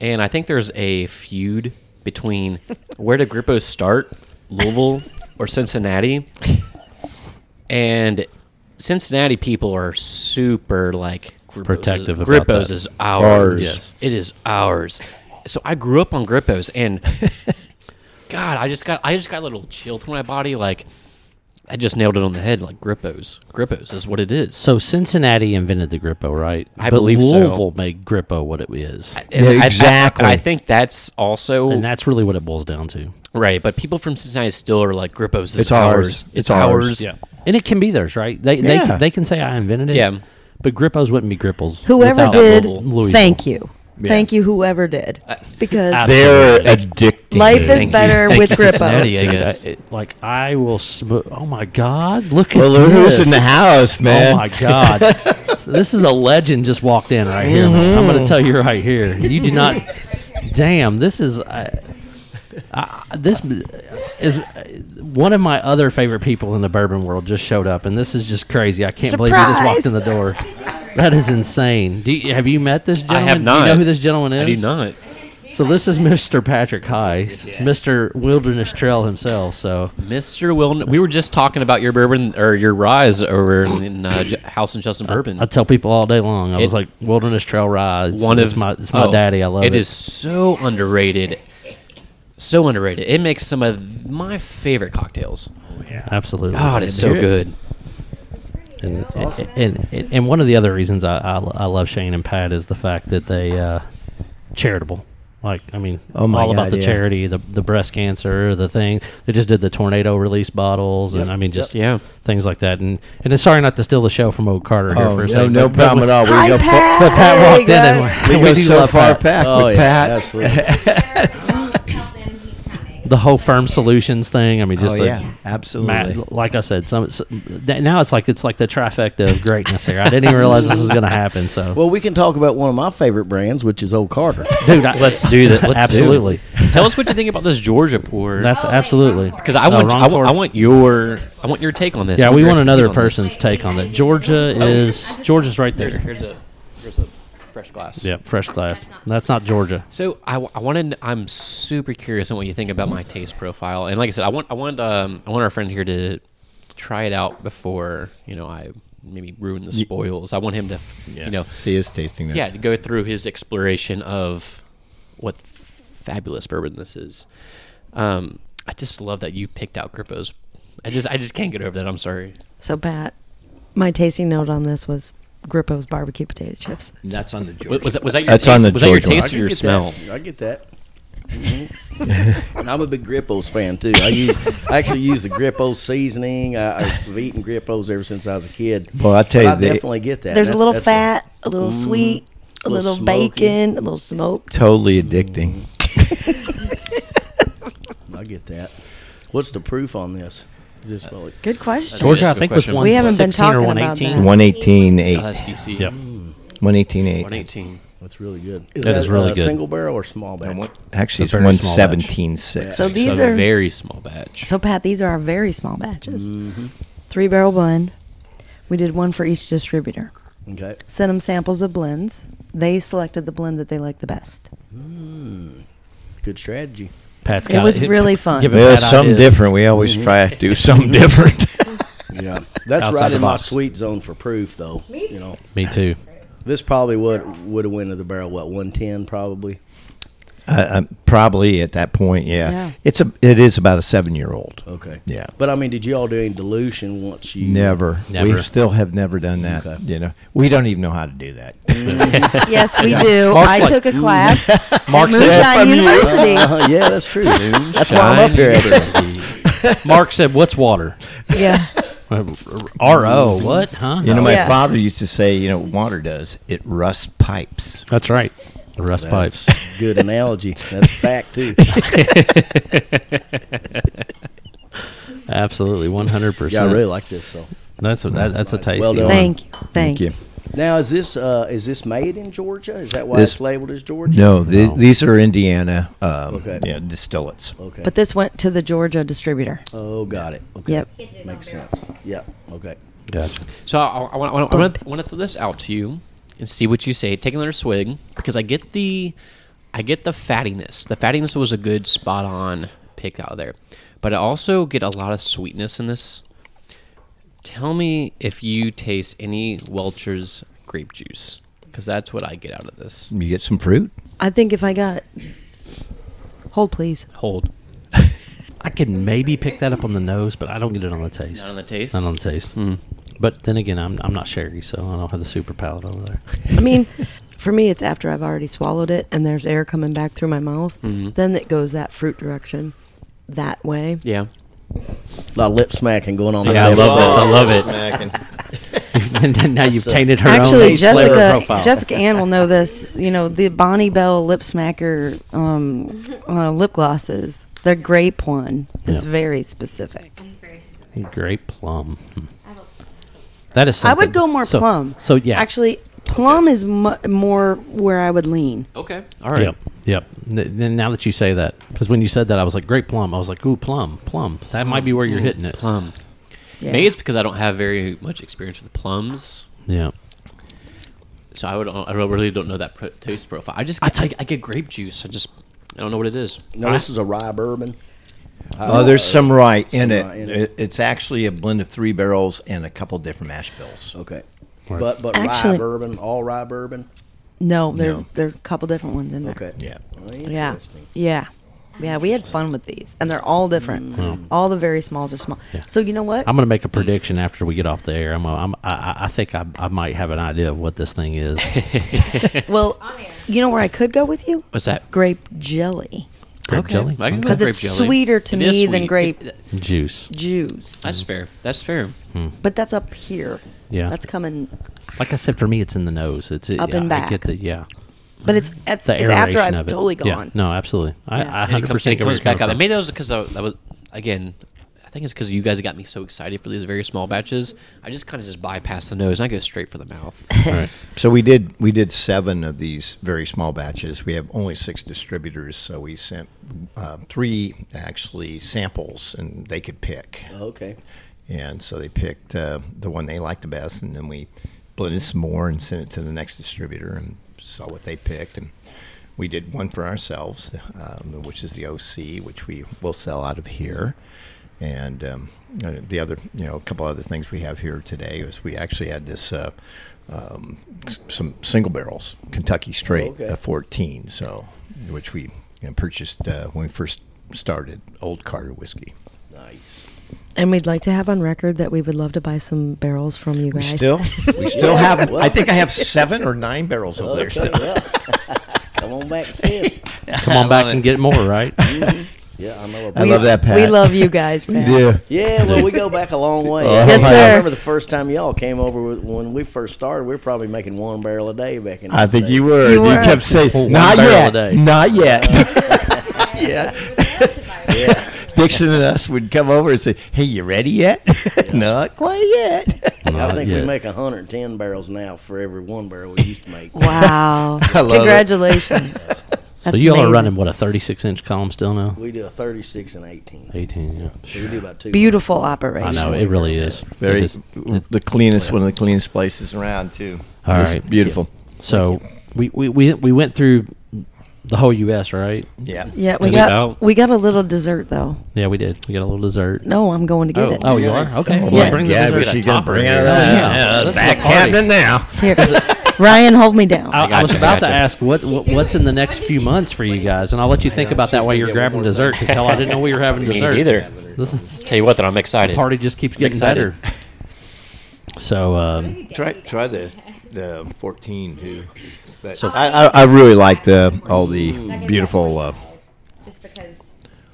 C: and I think there's a feud between where did Grippo start, Louisville or Cincinnati, and Cincinnati people are super like Grippo's
A: Protective
C: Is,
A: about
C: Grippo's
A: that.
C: is ours.
F: Ours.
A: Yes.
C: It is ours. So I grew up on Grippo's and God, I just got I just got a little chill through my body like I just nailed it on the head like Grippo's. Grippo's is what it is.
A: So Cincinnati invented the Grippo, right?
C: I
A: but
C: believe so.
A: Louisville made Grippo what it is,
C: And I- I-
F: exactly.
C: I, think that's also
A: and that's really what it boils down to.
C: right, but people from Cincinnati still are like Grippo's is
F: It's ours.
C: It's,
F: It's
C: ours.
F: ours.
A: and it can be theirs, right? They
F: Yeah.
A: they they can say I invented it.
C: Yeah.
A: but Grippo's wouldn't be Grippos.
B: Whoever
A: without
B: did,
A: Louisville- Louisville. Uh,
B: thank you.
F: Yeah.
B: Thank you, whoever did. Because
A: Absolutely.
F: They're addicted.
B: Life is
C: Thank you.
B: better
C: Thank
B: with
C: you, Cincinnati, I
B: Grippo.
C: guess.
A: It- like I will. Sm- oh my God! Look
F: Well,
A: at
F: who's
A: this.
F: in the house, man?
A: Oh my God! So this is a legend just walked in right here. man. I'm going to tell you right here. You do not. damn, this is. I, I, this is one of my other favorite people in the bourbon world just showed up, and this is just crazy. I can't believe he just walked
B: Surprise!
A: in the door. That is insane. Do you, have you met this
C: I
A: gentleman?
C: have not.
A: Do you know who this gentleman is?
C: I do not.
A: So this is Mr. Patrick Heist, Mr. Wilderness Trail himself. So
C: Mr. Wilden, we were just talking about your bourbon or your rise over in, in uh, J- House and Justin Bourbon.
A: I tell people all day long. I was
C: It-
A: like Wilderness Trail Rides.
C: one
A: it's
C: of
A: my it's my
C: oh,
A: daddy. I love it.
C: It is so underrated, so underrated. It makes some of my favorite cocktails.
A: Oh, absolutely.
C: God, it's so good.
A: And, it's- and, and and one of the other reasons I, I I love Shane and Pat is the fact that they uh, charitable. Like I mean,
F: Oh my
A: all about
F: God,
A: the
F: yeah.
A: charity, the the breast cancer, the thing. They just did the tornado release bottles, and I mean just
C: Yep. Yeah.
A: things like that. And and sorry not to steal the show from old Carter here
F: Oh,
A: for a
F: no,
A: second.
F: no
A: but- but
F: problem at all. We
B: Hi,
F: go, fu-
B: Pat.
A: But Pat
B: Hey,
A: walked in and
B: guys.
F: we
A: we,
F: go
A: do
F: so
A: love
F: far
A: Pat.
F: back
G: Oh,
F: with
G: yeah,
F: Pat.
G: absolutely.
A: the whole firm solutions thing. I mean, just
F: oh,
A: like,
F: yeah, absolutely.
A: Matt, l- like I said, some, s th- now it's like it's like the trifecta of greatness here. I didn't even realize this was going to happen. So,
G: Well, we can talk about one of my favorite brands, which is Old Carter.
A: dude, I,
C: Let's do that. Let's do it.
A: absolutely.
C: Tell us what you think about this Georgia pour.
B: Oh,
A: That's absolutely
C: because I
A: No,
C: want,
A: wrong
C: I, want
A: pour.
C: I want your I want your take on this.
A: yeah. We
C: Your
A: want
C: take
A: another
C: on this.
A: person's take on that. Georgia
B: Oh.
A: is Georgia's right
C: Here's,
A: there.
C: here's a here's a fresh glass.
A: Yeah, fresh glass. That's not Georgia.
C: So I, w- I wanted I'm super curious on what you think about my taste profile and like I said I want I want um I want our friend here to try it out before you know I maybe ruin the spoils I want him to f- you know
E: See his tasting notes.
C: yeah to go through his exploration of what fabulous bourbon this is um I just love that you picked out Grippo's I just I just can't get over that I'm sorry
B: So, Pat, my tasting note on this was Grippo's barbecue potato chips.
E: That's on the
C: was,
E: Georgia.
C: was that was that your
F: That's
C: taste,
F: on the
C: was that your
F: Georgia one.
C: taste or your smell
G: I get that. Mhm. and I'm a big Grippo's fan too. I use I actually use the Grippo's seasoning. I, I've eaten Grippo's ever since I was a kid.
F: Well, I tell
G: But
F: you,
G: I
F: they-
G: definitely get that.
B: There's a
G: That's-
B: little
G: that's Mm-hmm.
B: fat, a, little sweet, a
G: little
B: little,
G: smoky.
B: bacon, a little smoked.
F: totally addicting.
G: I get that. What's the proof on this? Is this well,
B: Good question.
A: Georgia, I
C: That's a good
A: think was
C: question.
A: one.
B: We haven't been talking
A: or
B: about
A: one eighteen.
B: that.
F: One eighteen
C: oh,
F: eight.
C: that's DC
A: Yep.
F: 118 eight.
C: 118
G: that's really good. Is
A: That is really
G: uh,
A: good.
G: Single barrel or small batch?
F: Actually,
A: A
F: it's
A: very
F: one
A: small batch.
F: seventeen six.
B: So these
C: so
B: are
C: very small batch
B: so Pat. These are our very small batches, three barrel blend. We did one for each distributor.
G: Okay.
B: Sent them samples of blends. They selected the blend that they liked the best.
G: Hmm. Good strategy.
A: Pat's
B: It
A: got
B: was really fun.
A: Give it
F: Well,
A: Pat
F: something
A: ideas.
F: different. We always try to do something different.
G: Yeah, that's
A: Outside
G: right
A: the
G: in my
A: box.
G: sweet zone for proof, though. You know,
A: Me too.
G: this probably would would have went to the barrel. What one ten probably?
F: uh, um, probably at that point, yeah.
B: Yeah.
F: It's a it is about a seven year old.
G: Okay.
F: Yeah.
G: But I mean, did you all do any dilution once you?
F: Never.
A: Never.
F: We still have never done that.
G: Okay.
F: You know, we don't even know how to do that.
B: Mm. yes, we do.
F: Mark's
B: I
F: like,
B: took a class at
A: Mark's like,
B: Moonshine University.
G: Uh, yeah, that's true. dude. that's why I'm up here. every-
A: Mark said, "What's water?"
B: yeah.
A: R O. What? Huh?
F: You know, my
B: Yeah.
F: father used to say, you know, water does it rusts pipes.
A: That's right. Rust
G: That's
A: pipes.
G: good analogy. That's fact too.
A: Absolutely, one hundred
G: Yeah, I
A: percent.
G: really like this. So
A: That's a, that, that's a tasty
G: Well done.
A: one.
B: Thank you. Thank you.
G: now, is this uh, is this made in Georgia? Is that why
F: This-
G: it's labeled as Georgia? Oh,
F: No, th- these are Indiana um,
G: Okay.
F: yeah, distillates.
G: Okay.
B: But this went to the Georgia distributor.
G: oh, got it. Okay.
B: Yep.
G: Makes sense. Yeah. Okay.
A: Gotcha.
C: So I, I want to I want to want to throw this out to you and see what you say. Take another swig because I get the I get the fattiness. The fattiness was a good spot on pick out there, but I also get a lot of sweetness in this. Tell me if you taste any Welch's grape juice because that's what I get out of this.
F: You get some fruit.
B: I think if I got hold, please.
C: Hold.
A: I could maybe pick that up on the nose, but I don't get it on the taste.
C: Not on the Hmm. taste?
A: Not on the taste. But then again, I'm I'm not sherry, so I don't have the super palate over there.
B: I mean, for me, it's after I've already swallowed it and there's air coming back through my mouth. Then it goes that fruit direction, that way.
C: Yeah.
G: A lot of lip smacking going on.
A: Yeah, I love this. I love it.
E: Smacking.
A: and now you've
G: That's a-
A: tainted her own
B: Actually,
A: taste flavor
B: Jessica,
A: profile.
B: Jessica Ann will know this. You know the Bonnie Bell Lip Smacker um, uh, lip glosses. The grape one is
A: Yeah.
B: very specific.
A: Grape plum. Hmm. That is. Something.
B: I would go more
A: So-
B: plum.
A: So yeah,
B: actually, plum is mu- more where I would lean.
C: Okay.
A: All right. Yep. Yep. N- Then now that you say that, because when you said that, I was like, "Grape plum." I was like, "Ooh, plum, plum." That might be where you're hitting it.
C: Mm. Plum.
B: Yeah.
C: Maybe it's because I don't have very much experience with plums.
A: Yeah.
C: So I would I don't- really don't know that pro- taste profile. I just get, I, I get grape juice. I just I don't know what it is.
G: No, this is a rye bourbon.
E: Oh, there's some rye in
G: Some
E: it.
G: rye in it.
E: It- It's actually a blend of three barrels and a couple different mash bills.
G: Okay. But but
B: Actually-
G: rye bourbon, all rye bourbon.
B: No, there,
E: No.
B: there are a couple different ones in there.
G: Okay.
E: Yeah.
G: Well,
B: Yeah.
G: interesting.
B: Yeah. Yeah, we had fun with these, and they're all different. All the very smalls are small.
A: Mm. Yeah.
B: So you know what?
A: I'm gonna make a prediction after we get off the air. I'm. A, I'm I, I- I think I, I might have an idea of what this thing is.
B: well, you know where I could go with you?
C: What's that?
B: Grape jelly
A: Grape
C: Okay,
A: jelly.
C: I can go
A: Okay.
B: because
C: Grape
B: it's
C: jelly.
B: sweeter to
C: It is
B: me than
C: sweet.
B: grape
A: Juice.
B: juice.
C: That's fair. That's fair.
B: But that's up here.
A: Yeah.
B: That's coming,
A: Like I said, for me, it's in the nose. It's it,
B: Up
A: yeah,
B: and
A: I
B: back.
A: get the yeah.
B: but it's it's,
A: The
B: it's
A: aeration
B: after I've
A: of it.
B: totally
A: Yeah.
B: gone.
A: No, absolutely.
B: Yeah.
A: I, I
B: And
C: And it
A: 100
C: comes,
A: percent
C: it comes back out. Maybe that was because I, that was again. I think it's because you guys got me so excited for these very small batches. I just kind of just bypass the nose and I go straight for the mouth.
E: So we did we did seven of these very small batches. We have only six distributors, so we sent uh, three actually samples, and they could pick.
G: Okay.
E: And so they picked uh, the one they liked the best, and then we blended some more and sent it to the next distributor and saw what they picked. And we did one for ourselves, um, which is the OC, which we will sell out of here. And um, uh, the other, you know, a couple other things we have here today is we actually had this. Uh, um, s- some single barrels, Kentucky Straight,
G: Okay.
E: a 14, so which we you know, purchased uh, when we first started Old Carter whiskey.
G: Nice.
B: And we'd like to have on record that we would love to buy some barrels from you
E: We
B: guys.
E: still, we still have. I think I have seven or nine barrels over there still.
G: Well, come on back, sis.
A: Come on back and get more, right?
B: Mm-hmm.
F: Mm-hmm.
G: Yeah, I know.
E: I
G: About
E: love
G: that.
E: that, Pat.
B: We love you guys. Pat.
G: Yeah, well, we go back a long way.
B: Yes,
G: I
B: sir.
G: remember the first time y'all came over with, when we first started. We were probably making one barrel a day back in.
F: I
G: those
F: think
G: days.
F: you were.
B: You
F: You,
B: were.
F: kept
A: One
F: saying, "Not
A: barrel a
F: yet,
A: day."
F: not yet." Dixon and us would come over and say, "Hey, you ready yet? Not quite yet."
G: I
A: Not
G: think
A: yet.
G: we make 110 barrels now for every one barrel we used to make.
B: Wow.
F: love it.
B: Congratulations.
A: so
B: That's
A: y'all are
B: amazing.
A: running what a 36 inch column still now?
G: We do a 36 and 18.
A: 18. Yeah.
G: So we do about two.
B: Beautiful
A: I
B: operation.
A: know it really is.
F: Very
A: It is.
F: the cleanest, one of the cleanest places around too.
A: All
F: It's
A: right.
F: beautiful.
A: So we, we, we, we went through the whole U.S. Right?
E: Yeah.
B: Yeah, we
A: Just
B: got
A: about.
B: we got a little dessert though.
A: Yeah, we did. We got a little dessert.
B: No, I'm going to get
A: Oh,
B: it.
A: oh, you are okay.
B: Yes.
A: Well, bring the
F: Yeah,
A: dessert.
F: but she gonna
A: Topper
F: bring
A: here.
F: out
A: Oh,
F: that-
A: yeah.
F: uh,
A: This is a
F: back
A: party.
F: cabinet now.
B: Here, Ryan, hold me down.
A: I, I was
C: gotcha,
A: about to
C: gotcha.
A: ask what, what what's in the next few months for you guys, and I'll let you think about that while you're grabbing dessert. Because hell, I didn't know we were having dessert This is
C: Tell you what, then I'm excited.
A: party just keeps getting
C: Excited.
A: better. So um,
E: Try try the the fourteen too. But
F: I, I, I really like the all the beautiful. Uh,
D: Just because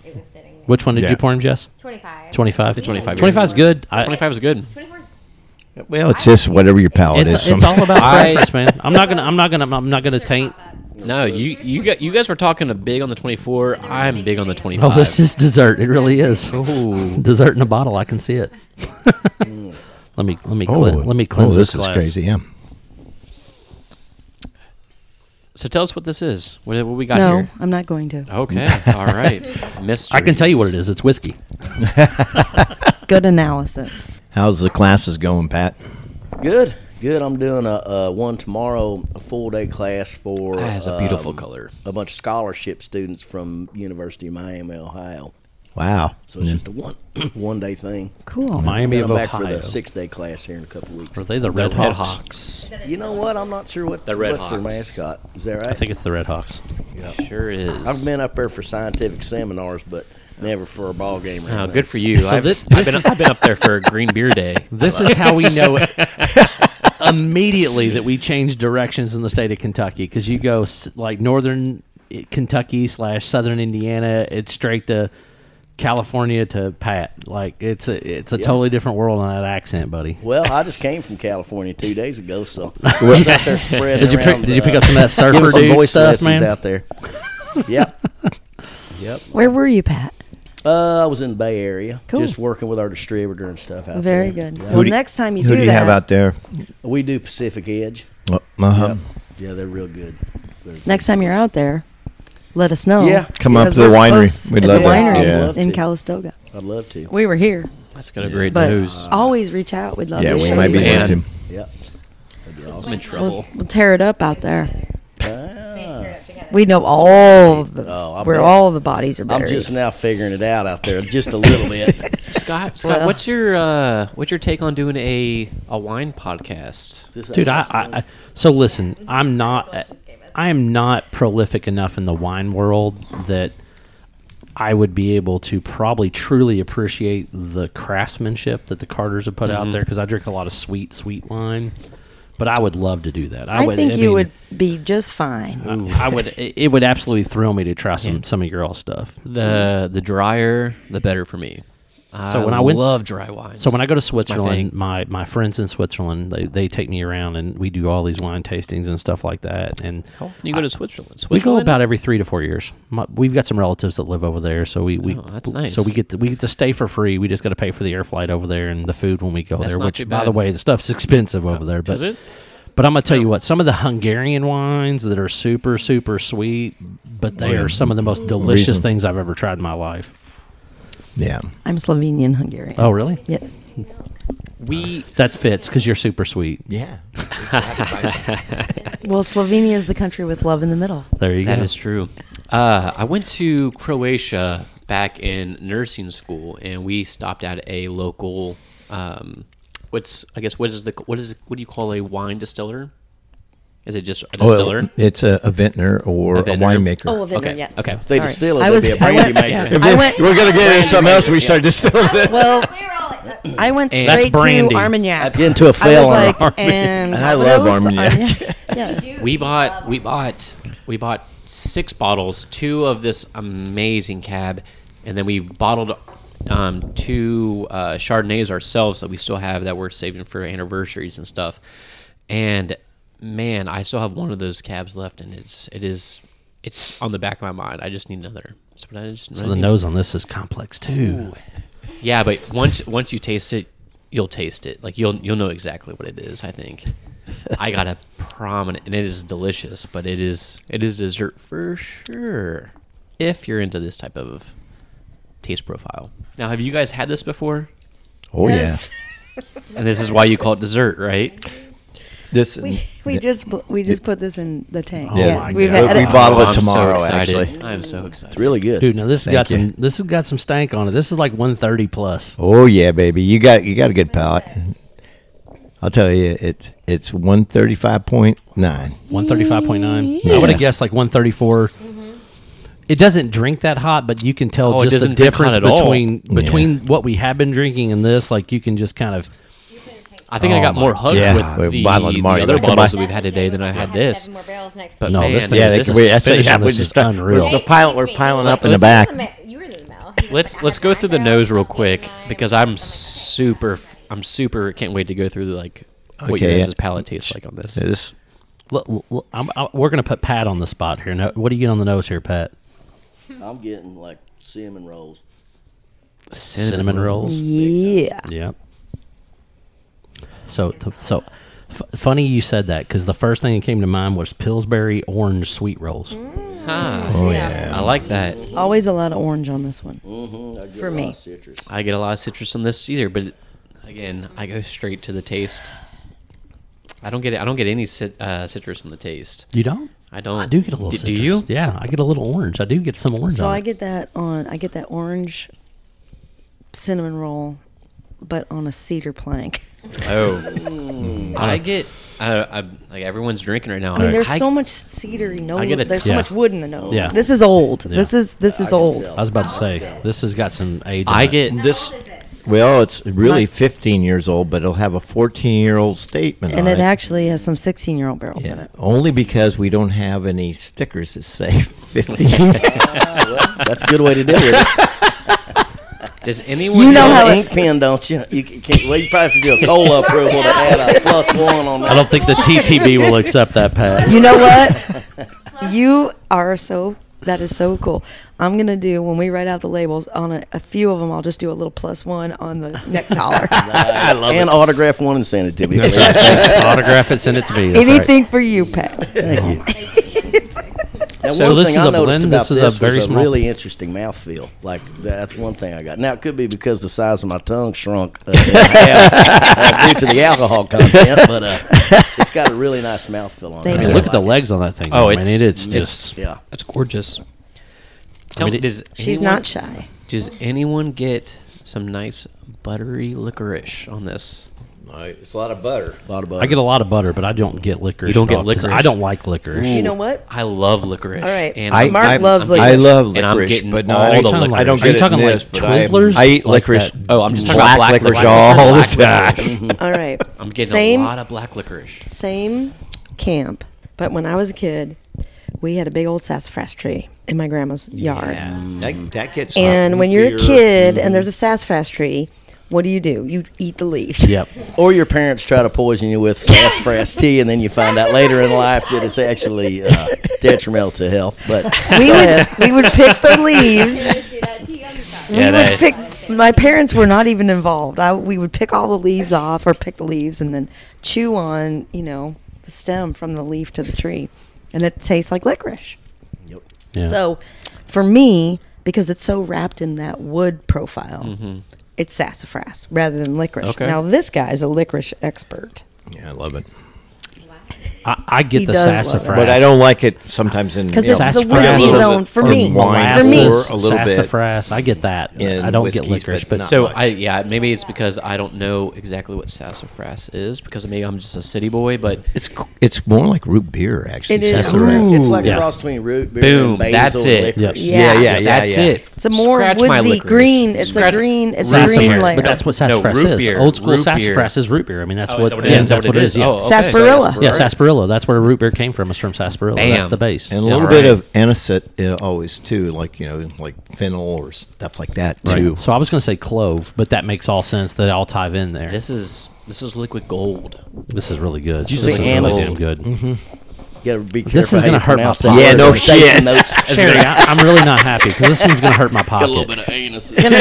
D: it was sitting there.
A: Which one did
F: Yeah.
A: you pour him, Jess?
D: 25.
A: 25?
D: Yeah,
C: 25, yeah.
A: 25 is good. I,
C: 25 is good.
D: 24 is
F: well, it's just whatever your palate
A: It's,
F: is.
A: it's all about
C: I-
A: preference, man. I'm not gonna. I'm not gonna. I'm not gonna taint.
C: No, you you got you guys were talking big on the 24. I'm big on the 25.
A: Oh, this is dessert. It really is. dessert in a bottle. I can see it. let me let me clean, let me cleanse
F: oh,
A: this,
F: this is
A: glass.
F: crazy. Yeah.
C: So tell us what this is. What, what we got
B: no,
C: here?
B: I'm not going to.
A: Oh.
C: Okay. All right. Mystery.
A: I can tell you what it is. It's whiskey.
B: Good analysis.
E: How's the classes going, Pat?
G: Good, good. I'm doing a, a one tomorrow, a full day class for. um,
C: That
A: Ah,
C: has a beautiful color.
G: A bunch of scholarship students from University of Miami, Ohio.
E: Wow.
G: So it's just a one one day thing.
B: Cool.
G: And
A: Miami
G: then
A: of
G: I'm back
A: Ohio.
G: for the six day class here in a couple weeks.
A: Are they the
C: The
A: Red,
C: Red
A: Hawks?
C: Hawks.
G: You know what? I'm not sure what
C: The Red
G: what's their
C: Hawks.
G: mascot. Is that right?
A: I think it's the Red Hawks.
C: Sure is.
G: I've been up there for scientific seminars, but never for a ball game. or
A: Ah,
C: Oh,
G: anything.
C: good for you. I've,
A: thi-
C: I've been, I've been up there for a Green Beer Day.
A: This is how we know it immediately that we changed directions in the state of Kentucky because you go s- like northern i- Kentucky slash southern Indiana, it's straight to California to Pat. Like it's a it's a totally different world on that accent, buddy.
G: Well, I just came from California two days ago, so I was out there spreading.
A: Did you pick,
G: around,
A: did you pick
G: uh,
A: up some of that
G: giving
A: surfer
G: some
A: dude
G: voice
A: stuff,
G: lessons
A: man?
G: out there? Yep. Yep.
B: Where were you, Pat?
G: Uh, I was in the Bay Area,
B: Cool.
G: just working with our distributor and stuff out
B: Very
G: there.
B: good.
G: Yeah.
B: Well, next time you
E: who
B: do,
E: do you
B: that,
E: have out there?
G: We do Pacific Edge.
E: Uh
A: Uh-huh.
E: huh.
G: Yep. Yeah, they're real good. They're-
B: next time you're out there, let us know.
G: Yeah.
E: Come up
B: because
E: to the
B: we're
E: winery.
B: close
E: We'd
B: at
E: love
B: the
G: it.
B: winery
G: Yeah. I'd love
B: in
G: to.
B: Calistoga.
G: I'd love to.
B: We were here,
C: That's got a great
B: but
C: nose.
B: always reach out. We'd love
E: Yeah,
B: to
E: we
B: show
E: might
B: you.
E: be
C: Man.
E: with him.
G: Yep. That'd be
C: I'm in
G: awesome.
C: trouble.
B: We'll tear it up out there.
G: Ah.
B: We know all the,
G: Oh, I
B: where
G: bet.
B: all the bodies are buried.
G: I'm just now figuring it out out there, just a little bit.
C: Scott, Scott,
B: Well-
C: what's your uh, what's your take on doing a a wine podcast?
A: Dude, I, I, I so listen. I'm not. I am not prolific enough in the wine world that I would be able to probably truly appreciate the craftsmanship that the Carters have put
C: Mm-hmm.
A: out there because I drink a lot of sweet, sweet wine. But I would love to do that.
B: I,
A: would,
B: think you
A: mean,
B: would be just fine.
A: I, I would. It it would absolutely thrill me to try some some of your all stuff.
C: The the drier, the better for me.
A: So when I went-
C: love dry wines.
A: So when I go to
C: It's my
A: Switzerland,
C: thing.
A: my, my, friends in Switzerland, they, they take me around and we do all these wine tastings and stuff like that. And
C: how often do you go to Switzerland?
A: We go
C: Switzerland?
A: about every three to four years. My, we've got some relatives that live over there, so we, we
C: Oh, that's nice.
A: So we get to, we get to stay for free. We just got to pay for the air flight over there and the food when we go
C: That's
A: there.
C: not
A: Which,
C: too
A: by the
C: bad.
A: way, the stuff's expensive over there. But
C: Is it?
A: but I'm gonna tell you what, some of the Hungarian wines that are super super sweet, but they are some of the most delicious
E: Reason.
A: things I've ever tried in my life.
E: Yeah.
B: I'm Slovenian Hungarian.
A: Oh, really?
B: Yes.
C: We
A: That fits because you're super sweet.
E: Yeah.
B: Well, Slovenia is the country with love in the middle.
A: There you
C: That
A: go.
C: is true. Uh, I went to Croatia back in nursing school, and we stopped at a local. Um, what's I guess what is the what is what do you call a wine distiller? Is it just a distiller?
E: it's a, a vintner or
C: A
E: a,
C: vintner.
E: winemaker.
B: Oh, well,
C: Okay, yes. okay.
G: They
B: Sorry.
G: distill it.
B: I
G: They'd
B: was-
G: be a
B: I
G: brandy
B: went-
G: maker.
C: Yeah.
F: If
B: I
F: it-
B: went-
F: we're gonna get into something else. We start distilling it.
B: Well,
D: We were all at the-
B: I went
C: And- That's
B: straight
A: brandy.
B: to
G: I'd
B: Armagnac.
G: get into a
B: I
G: fell
B: was
G: on
B: like,
A: Armagnac.
B: and,
F: And I love
B: what else?
F: Armagnac.
B: yeah.
C: we bought we bought we bought six bottles two of this amazing cab and then we bottled um, two uh, chardonnays ourselves that we still have that we're saving for anniversaries and stuff and man i still have one of those cabs left and it's it is it's on the back of my mind i just need another so what I just
A: So the nose on this is complex too.
C: yeah but once once you taste it you'll taste it like you'll you'll know exactly what it is i think i got a prominent and it is delicious but it is it is dessert for sure if you're into this type of taste profile now have you guys had this before
E: oh
C: and this is why you call it dessert right
E: yeah. This
B: We, we just bu- we just put this in the tank.
A: Yeah.
B: yes, we've
A: God.
B: had
E: we
B: it.
E: bottle
C: Oh, I'm
E: it tomorrow.
C: so excited
E: actually.
C: i'm so excited
G: It's really good.
A: Dude, now this has got
E: Thank you.
A: some. This has got some stank on it. This is like 130 plus.
E: Oh yeah, baby. You got you got a good palate. I'll tell you, it it's one thirty five point nine.
A: 135.9. I would
E: Yeah.
A: have guessed like 134.
B: Mm-hmm.
A: It doesn't drink that hot, but you can tell
C: Oh, it
A: just the
C: doesn't drink hot
A: difference
C: at all.
A: between
E: Yeah.
A: between what we have been drinking and this. Like you can just kind of
C: i think i
A: Oh
C: got
A: my
C: more hugs
E: Yeah,
C: with
E: we
C: the,
E: bottled
C: the
E: tomorrow.
C: other
E: Come
C: bottles
E: on.
C: that we've had today than i had
D: Jay was like,
C: this
D: seven more barrels next
C: But
D: week.
A: no.
C: Man,
A: this thing,
E: Yeah, they
A: this
E: could-
A: is
E: we- I tell you,
A: finishing
E: I was
A: this is
E: just-
A: unreal.
E: the
D: Jay,
E: pilot
D: excuse
E: were
D: me,
E: piling
D: you
E: up
D: were
E: in the
D: like-
E: back.
D: You were in the email.
C: let's let's go through the nose real quick because I'm super I'm super can't wait to go through like what
E: Okay.
C: your guys' palate tastes like on this.
E: This
A: Look, look, look, I'm, i we're gonna put Pat on the spot here. Now, what do you get on the nose here, Pat?
G: I'm getting like cinnamon rolls.
A: Cinnamon, rolls.
B: Yeah.
A: Yep. So th- so f- funny you said that because the first thing that came to mind was Pillsbury orange sweet rolls.
B: Mm-hmm.
C: Huh.
E: oh yeah.
C: I like that.
B: Always a lot of orange on this one.
G: Mm-hmm. I get
B: For
G: a lot
B: me.
G: of citrus.
C: I get a lot of citrus on this either, but Again, I go straight to the taste. I don't get it. I don't get any cit- uh, citrus in the taste.
A: You don't?
C: I don't.
A: I do get a little.
C: D-
A: citrus.
C: Do you?
A: Yeah, I get a little orange. I do get some orange.
B: So
A: on
B: I
A: it.
B: get that on I get that orange cinnamon roll, but on a cedar plank.
C: Oh, I get. I, I like everyone's drinking right now.
B: I mean, there's so much cedary no
C: I get a-
B: there's
A: yeah.
B: so much wood in the nose.
A: Yeah.
B: This is old.
A: Yeah.
B: This is this is
G: can
B: old.
G: tell.
A: I was about to
B: Oh,
A: say this has got some age.
C: I
A: in it.
C: get.
E: This, well, it's really
B: My-
E: 15 years old, but it'll have a 14 year old statement.
B: And
E: on
B: it actually has some 16 year old barrels in
E: Yeah,
B: it.
E: only because we don't have any stickers that say 15.
G: well, that's a good way to deal with it.
C: Does anyone?
B: You know
C: else-
G: You
B: how
G: have
B: it-
G: an ink pen, don't you? You c- can't. Well, you probably have to do a cola approval to add a plus one on that.
A: I don't think the TTB will accept that, Pat.
B: You know what? you are so that is so cool. I'm gonna do when we write out the labels on a, a few of them. I'll just do a little plus one on the neck collar.
G: I love and autograph one and send it to me. please.
A: Autograph it, send it to me. that's right.
B: Anything for you, Pat.
G: Now,
A: So
G: one
A: this
G: thing
A: is
G: I
A: a
G: noticed
A: blend,
G: about
A: this is a
G: was
A: very small-
G: really interesting mouthfeel. Like that's one thing I got. Now it could be because the size of my tongue shrunk uh, in half, uh, due to the alcohol content, but uh, it's got a really nice mouthfeel on it.
B: Thank
A: I
B: you.
A: mean,
G: really
A: look at the
G: like
A: legs on that thing.
C: Oh,
A: though.
C: it's
A: I mean, it is
C: it's-
A: just.
G: it. Yeah,
H: That's gorgeous.
C: Tell
A: mean,
C: me,
A: it-
C: does
B: She's
C: anyone-
B: not shy.
C: Does anyone get some nice buttery licorice on this?
G: it's a lot of butter. A lot of butter.
A: I get a lot of butter, but I don't get licorice.
C: You don't
A: at
C: get
A: all, 'cause
C: licorice?
A: I don't like licorice.
B: You know what?
C: I love licorice.
B: All right.
C: and
B: I-
C: I'm-
B: Mark
E: I,
B: loves
E: I
B: licorice.
E: love
C: And I'm
E: licorice,
C: getting
E: but no,
C: all
E: I
A: the
E: don't-
A: licorice.
E: I don't
A: Are you
E: get it
A: talking
E: in
A: like
E: this, but I,
A: Twizzlers?
E: I eat
A: Like
E: licorice.
A: that.
C: Oh, I'm just talking
E: black
C: about black
E: licorice
C: licorice.
E: all
C: Black
E: the
C: licorice. Um,
E: time.
B: All right.
C: I'm getting
B: same
C: a lot of black licorice.
B: same camp, but when I was a kid, we had a big old sassafras tree in my grandma's yard.
E: That, that gets hot
B: And when you're a
E: beer. Mm-hmm.
B: kid and there's a sassafras tree, what do you do? You eat the leaves.
A: Yep.
G: Or your parents try to poison you with sassafras tea, and then you find out later in life that it's actually uh, detrimental to health. But
B: we would we would pick the leaves. we would pick. My parents were not even involved. I, we would pick all the leaves off, or pick the leaves and then chew on, you know, the stem from the leaf to the tree, and it tastes like licorice.
A: Yeah.
B: So, for me, because it's so wrapped in that wood profile, it's sassafras rather than licorice.
C: Mm-hmm. Okay.
B: Now this guy is a licorice expert.
E: Yeah, I love it.
A: I, I get
B: He
A: the
B: does love it.
A: sassafras,
E: But I don't like it sometimes in
B: 'Cause
E: milk.
B: it's the
A: Sassafras. woodsy
E: Or a little
B: zone
E: bit-
B: for
E: or
B: me.
E: wine
B: For me.
E: Or a little bit.
A: sassafras. I get that.
E: in
A: I don't get
E: whiskeys,
A: licorice,
E: but
A: but,
E: not-
C: So
E: much.
C: I yeah maybe it's because I don't know exactly what sassafras is because maybe I'm just a city boy but
E: It's c- it's more like root beer actually.
B: It is.
E: sassafras.
B: Ooh.
G: it's like
A: Yeah.
G: a cross between root beer
C: boom
G: and basil
C: that's it
G: licorice.
A: Yes.
B: Yeah.
E: yeah, yeah,
C: that's
E: yeah.
C: it
B: It's a more
C: Scratch my
B: woodsy
C: licorice.
B: green. It's
C: Scratch-
B: a green. It's a
A: sassafras.
B: green layer.
A: But that's what sassafras
C: root
A: is.
C: beer,
A: Old school
C: root beer.
A: sassafras is root beer. I mean, that's
C: Oh, is
A: what,
C: that what it
A: yeah,
C: is? Is that
A: that's
C: what
A: what
C: it
A: it
C: is?
A: is. Yeah.
C: Oh, okay.
B: Sarsaparilla.
A: yeah,
C: Right.
A: sarsaparilla. That's where root beer came from. Is from sarsaparilla. That's
C: Bam.
A: the base.
E: And a
A: Yeah.
E: little
C: Alright.
E: bit of anisette uh, always too, like you know, like fennel or stuff like that
A: Right.
E: too.
A: So I was going to say clove, but that makes all sense that I'll tie in there. This,
C: this is this is liquid gold
A: is really good.
G: you
A: this
G: say
A: is
G: anise?
A: really damn good.
E: Mm-hmm.
G: You gotta be careful.
A: This is
G: how you
A: gonna hurt my
G: pronounce
A: palate.
G: that
E: Yeah,
G: word
E: no
G: on the tasting
E: shit.
G: notes.
A: Sherry, I, I'm really not happy because this one's going to hurt my pocket.
G: of anus.
A: This one's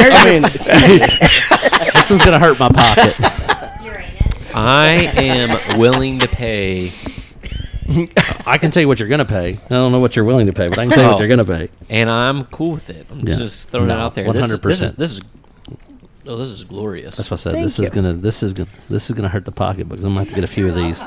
A: going to hurt my pocket.
C: I am willing to pay
A: I can tell you what you're going to pay. I don't know what you're willing to pay, but I can tell you
C: Oh.
A: what you're going to pay.
C: and I'm cool with it I'm
A: Yeah.
C: just throwing it
A: No,
C: out there This is- this is
A: 100%.
C: this is oh this is glorious
A: That's what I said.
B: Thank
A: this
B: you.
A: is gonna. This is gonna. This is gonna hurt the pocket because I'm gonna have to get a few of these.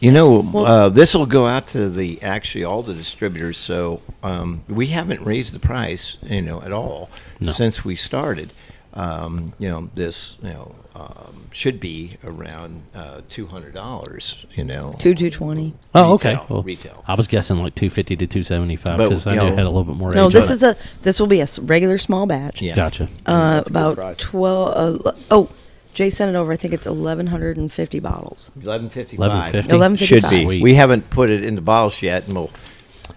E: You know, uh, this will go out to the actually all the distributors. So um, we haven't raised the price, you know, at all
A: No.
E: since we started. Um, you know, this you know um, should be around uh, two hundred dollars. You know,
B: two two twenty.
A: Oh,
E: Retail,
A: okay. Well,
E: retail.
A: I was guessing like 250 to 275
E: But,
A: because I
E: you
A: knew it
E: know-
A: had a little bit more.
B: No,
A: age
B: this
A: on
B: is
A: it.
B: a this will be a s- regular small batch.
E: Yeah.
A: Gotcha.
B: Uh,
G: That's a good price.
B: about twelve. Uh, oh, Jay sent it over. I think it's eleven hundred and fifty bottles.
E: eleven fifty
A: 11.50.
E: five.
B: Eleven
E: Should
B: fifty-five.
E: be.
A: Sweet.
E: We haven't put it in the bottles yet, and we'll.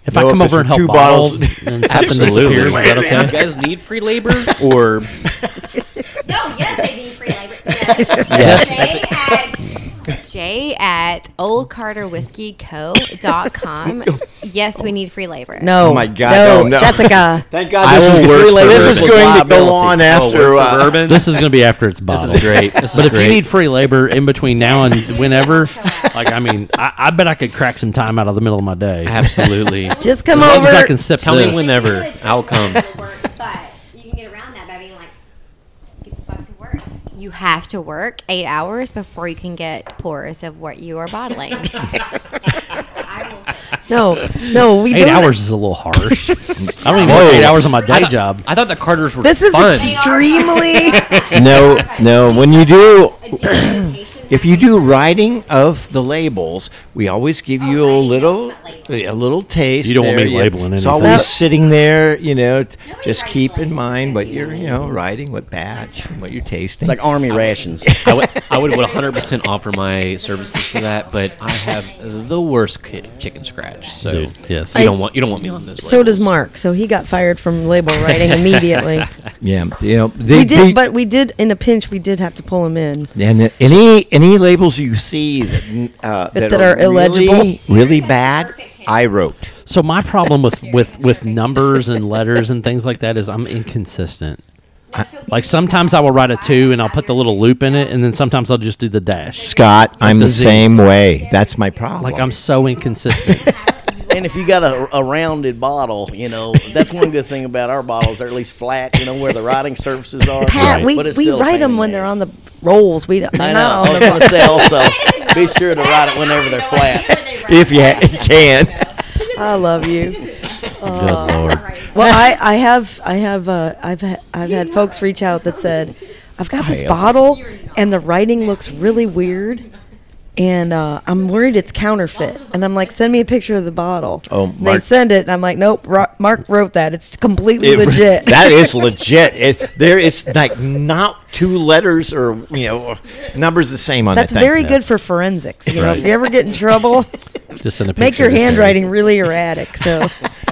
A: If
E: No,
A: I come
E: if it's
A: over and help
E: two
A: bottle
E: bottles-
A: and something
C: Absolutely.
A: disappears, is that
C: you
A: okay?
C: guys need free labor or
I: No, yes, they need free labor. Yes. Jay, at, Jay at oldcarterwhiskeyco.com. Yes, we need free labor.
B: No.
E: Oh my God, no, no.
B: That's a guy.
E: Thank God
G: I
E: this
G: will
E: is,
G: work for
E: this is going
G: Urban's
E: to go
G: liability.
E: on
C: oh,
E: after.
C: we're
E: uh,
C: suburban
A: This is gonna be after it's bottled.
C: this is great This is
A: But if you
C: great.
A: need free labor in between now and whenever, like I mean, I, I bet I could crack some time out of the middle of my day.
C: absolutely
B: Just come
A: As long
B: over.
A: as I can sip
C: Tell me
A: this.
C: when that- Never.
I: You can get a
C: Outcome.
I: job, it'll work, But you can get around that by being like, get the fucking work. You have to work eight hours before you can get porous of what you are bottling. I
B: No, no, we
A: Eight
B: don't.
A: hours is a little harsh. I don't even work eight hours on my day
C: I thought,
A: job.
C: I thought the Carters were
B: This is
C: fun.
B: extremely.
F: No, no. When you do,
I: will. A decantation
E: If you
I: manual.
E: do writing of the labels, we always give you a
I: writing,
E: little,
I: not labeling.
E: a little taste.
A: You don't want
E: there.
A: me
E: You-
A: labeling
E: It's
A: anything.
E: always sitting there, you know. t-
I: Nobody
E: Just
I: writes
E: keep in
I: labels,
E: mind what
I: do
E: you're, you know, writing, what batch, and what you're tasting.
G: It's like army rations.
C: I would, I would 100% offer my services for that, but I have the worst kid, chicken scratch. So
A: Dude, yes.
C: you don't want you don't want me on this.
B: so does
C: labels.
B: Mark. So he got fired from label writing immediately.
E: yeah, you know,
B: we
E: they- they-
B: did, but we did in a pinch. We did have to pull him in.
E: And uh, any any labels you see that uh, that,
B: That
E: are,
B: are illegible.
E: really, really bad, I wrote.
A: So my problem with with with numbers and letters and things like that is I'm inconsistent. Like sometimes I will write a two and I'll put the little loop in it, and then sometimes I'll just do the dash.
E: Scott, I'm
A: the
E: the,
A: Z.
E: same way. That's my problem.
A: Like I'm so inconsistent.
G: And if you got a, a rounded bottle, you know that's one good thing about our bottles. They're at least flat. You know where the writing surfaces are.
B: Pat, we,
G: But it's
B: we
G: still a
B: write
G: pain in
B: them when
G: the
B: they're
G: ass.
B: on the rolls. We don't. they're
G: I know.
B: not
G: I
B: on
G: was
B: the
G: gonna say also, be sure to write it whenever they're flat.
F: if you ha- can.
B: I love you.
A: Good lord.
B: Well, I, I have I have uh, I've ha- I've had folks reach out that said, I've got this bottle and the writing looks really weird, and uh, I'm worried it's counterfeit. And I'm like, send me a picture of the bottle.
F: Oh,
B: And they
F: Mark-
B: send it, and I'm like, nope, Ro- Mark wrote that. It's completely
E: It-
B: legit.
E: that is legit. It, there is like not two letters or you know or numbers the same on
B: That's
E: that thing.
B: very good for forensics. You know, if
E: Right.
B: you ever get in trouble,
A: Just send a picture.
B: make your
A: of it.
B: handwriting really erratic, so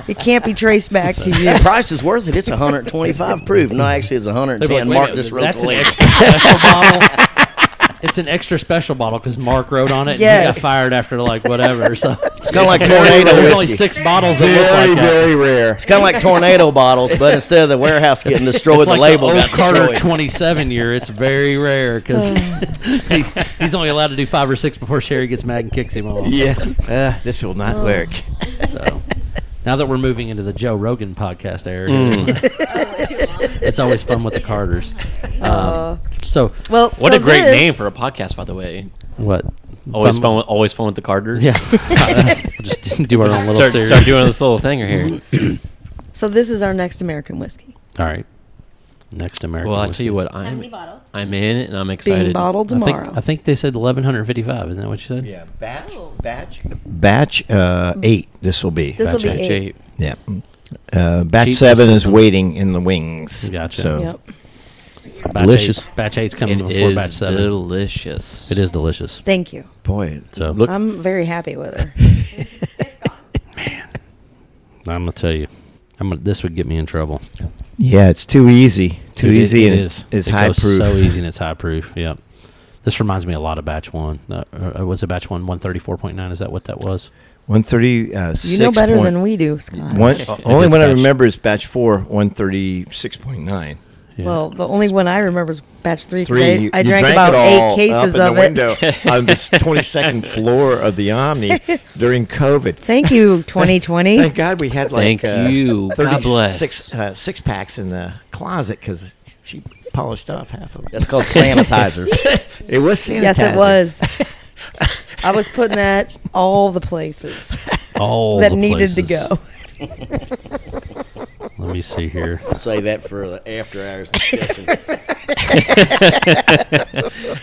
B: it can't be traced back to you.
G: That price is worth it. It's 125 proof. No, actually, it's 110.
A: They'd be like, "Wait a
G: Mark
A: minute,
G: just wrote
A: that's
G: the
A: an
G: label.
A: extra special bottle. It's an extra special bottle because Mark wrote on it. and
B: Yes.
A: He got fired after like whatever. So
G: It's kind of like
A: there's
G: tornado
A: only
G: whiskey.
A: six bottles that look
F: Very,
A: like that.
F: very rare.
G: It's kind of like tornado bottles, but instead of the warehouse getting destroyed,
A: It's like
G: the label
A: the old
G: got
A: Carter
G: destroyed.
A: 27 year. It's very rare because he, he's only allowed to do five or six before Sherry gets mad and kicks him off.
E: Yeah, uh, this will not work.
A: So now that we're moving into the Joe Rogan podcast area,
G: Mm.
A: it's always fun with the Carters. Um, so
B: Uh, Well,
C: What
B: so
C: a great
B: this-
C: name for a podcast, by the way.
A: what?
C: Always
A: Fun-
C: fun, with, always fun with the Carters.
A: Yeah. We'll just do our own little
C: Start,
A: series.
C: start doing this little thing right here.
B: So this is our next American whiskey
A: All right. Next American.
C: Well, I
A: whiskey.
C: tell you what,
I: How many
C: I'm
I: bottles?
C: I'm in it and I'm
B: being
C: excited.
B: bottled
A: I
B: tomorrow.
A: think, I think they said 1155. Isn't that what you said?
E: Yeah, batch,
I: Oh.
E: batch, batch uh, eight. This will be.
B: This will be
E: Batch
B: eight.
C: Jay,
E: Yeah. Uh, batch
C: Cheat the
E: seven is
C: system.
E: waiting in the wings.
A: Gotcha.
E: So
B: Yep.
A: So batch
F: Delicious.
A: Eight, batch eight's coming
C: It
A: before
C: is
A: batch seven.
C: delicious.
A: it is delicious.
B: Thank you.
E: boy,
A: So-
E: look,
B: I'm very happy with her.
A: I'm gonna tell you, I'm gonna, this would get me in trouble.
E: yeah, it's too easy, too
A: It-
E: easy,
A: it
E: and
A: is.
E: it's, it's
A: It
E: high
A: goes
E: proof.
A: So easy and it's high proof. Yep. This reminds me a lot of batch one. Uh, uh, was it batch one 134.9? Is that what that was?
E: One thirty. Uh,
B: You know better than we do, Scott.
E: One, only
A: it's
E: one I
A: batch-
E: remember is batch four, one thirty six point nine.
A: Yeah.
B: Well, the only one I remember is batch three. 'cause
E: Three.
B: I,
E: you-
B: I
E: you
B: drank,
E: it
B: about eight
E: all
B: cases
E: up in
B: of
E: the
B: it.
E: window on this twenty second floor of the Omni during COVID.
B: Thank you, 2020.
E: Thank God we had like uh,
C: Thank you. God bless.
E: six uh, six packs in the closet because she polished off half of them.
G: That's called sanitizer.
E: It was sanitizer.
B: yes, it was. I was putting that all the places
A: all
B: that
A: the
B: needed to
A: places.
B: go.
A: Let me see here.
G: Say that for the after hours discussion.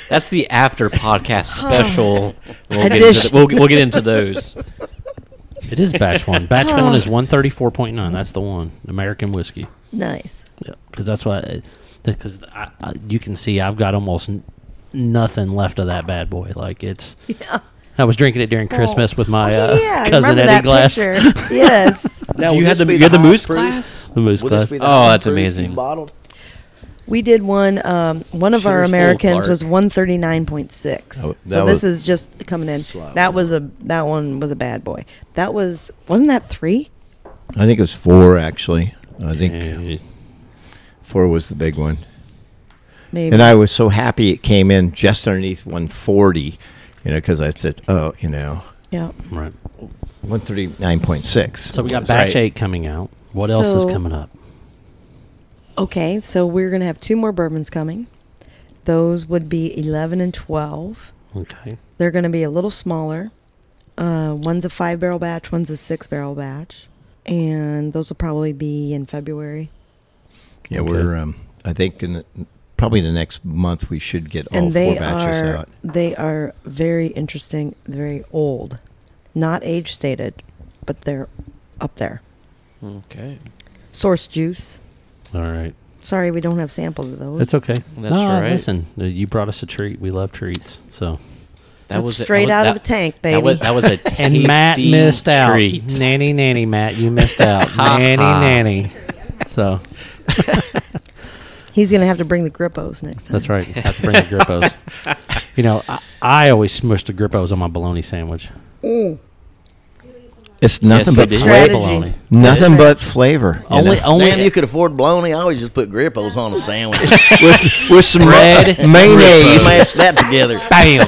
C: That's the after podcast special. We'll get, into the, we'll, we'll get into those.
A: It is batch one. Batch one is 134.9. That's the one. American whiskey.
B: Nice.
A: Yeah, because that's why. Because I, I, you can see I've got almost n- nothing left of that bad boy. Like it's.
B: Yeah.
A: I was drinking it during Christmas with my uh,
B: yeah, I
A: cousin Eddie
B: remember that
A: Glass.
B: picture. yes.
G: Now,
C: Do
G: will
C: you have
G: this
C: the,
G: be
C: you had the moose
G: highest proof?
C: class?
A: The moose
G: Will this
A: glass.
G: be the
C: Oh,
G: highest
C: that's
G: proof you've
C: amazing.
G: Bottled.
B: We did one. Um, one of
C: Sure
B: our
C: is full,
B: Americans
C: Clark.
B: was one thirty nine point six.
E: Oh,
B: So
E: that
B: this
E: was-
B: is just coming in.
G: Slightly.
B: That was a that one was a bad boy. That was wasn't that three?
E: I think it was four actually. I think
A: Yeah.
E: four was the big one.
B: Maybe.
E: And I was so happy it came in just underneath 140, you know, because I said, oh, you know,
B: yeah.
A: Right.
E: 139.6.
A: So we got
E: was.
A: batch
C: right.
A: eight coming out. What else is
B: So-
A: coming up?
B: Okay, so we're gonna have two more bourbons coming. Those would be 11 and 12.
A: Okay.
B: They're going to be a little smaller. Uh, one's a five barrel batch, one's a six barrel batch. And those will probably be in February.
E: Yeah, we're. Um, I think in the, probably the next month we should get all
B: and
E: four
B: they
E: batches
B: are
E: out.
B: they are very interesting, very old, not age stated, but they're up there.
I: Okay.
B: Source juice.
A: All right.
B: Sorry, we don't have samples of those.
A: It's okay.
I: That's
A: no,
I: all right.
A: listen, uh, you brought us a treat. We love treats. So
I: That
B: That's
I: was a-
B: straight
I: that
B: out
I: was-
B: of the tank,
I: That was,
B: baby.
I: that was a tasty
A: and Matt missed out.
I: treat.
A: Nanny, nanny, Matt, you missed out. nanny, nanny. So
B: He's gonna have to bring the grippos next time.
A: that's right. Have to bring the grippos. You know, I, I always smush the grippos on my bologna sandwich.
E: It's nothing
I: Yes, we
E: but
I: did.
E: flavor.
B: Strategy.
A: Bologna.
E: Nothing but flavor. you
A: Only,
E: know?
A: only
G: Damn, you could afford bologna. I always just put grippos on a sandwich.
J: with, with some
I: Bread,
J: red mayonnaise.
G: Smash that together.
I: Bam.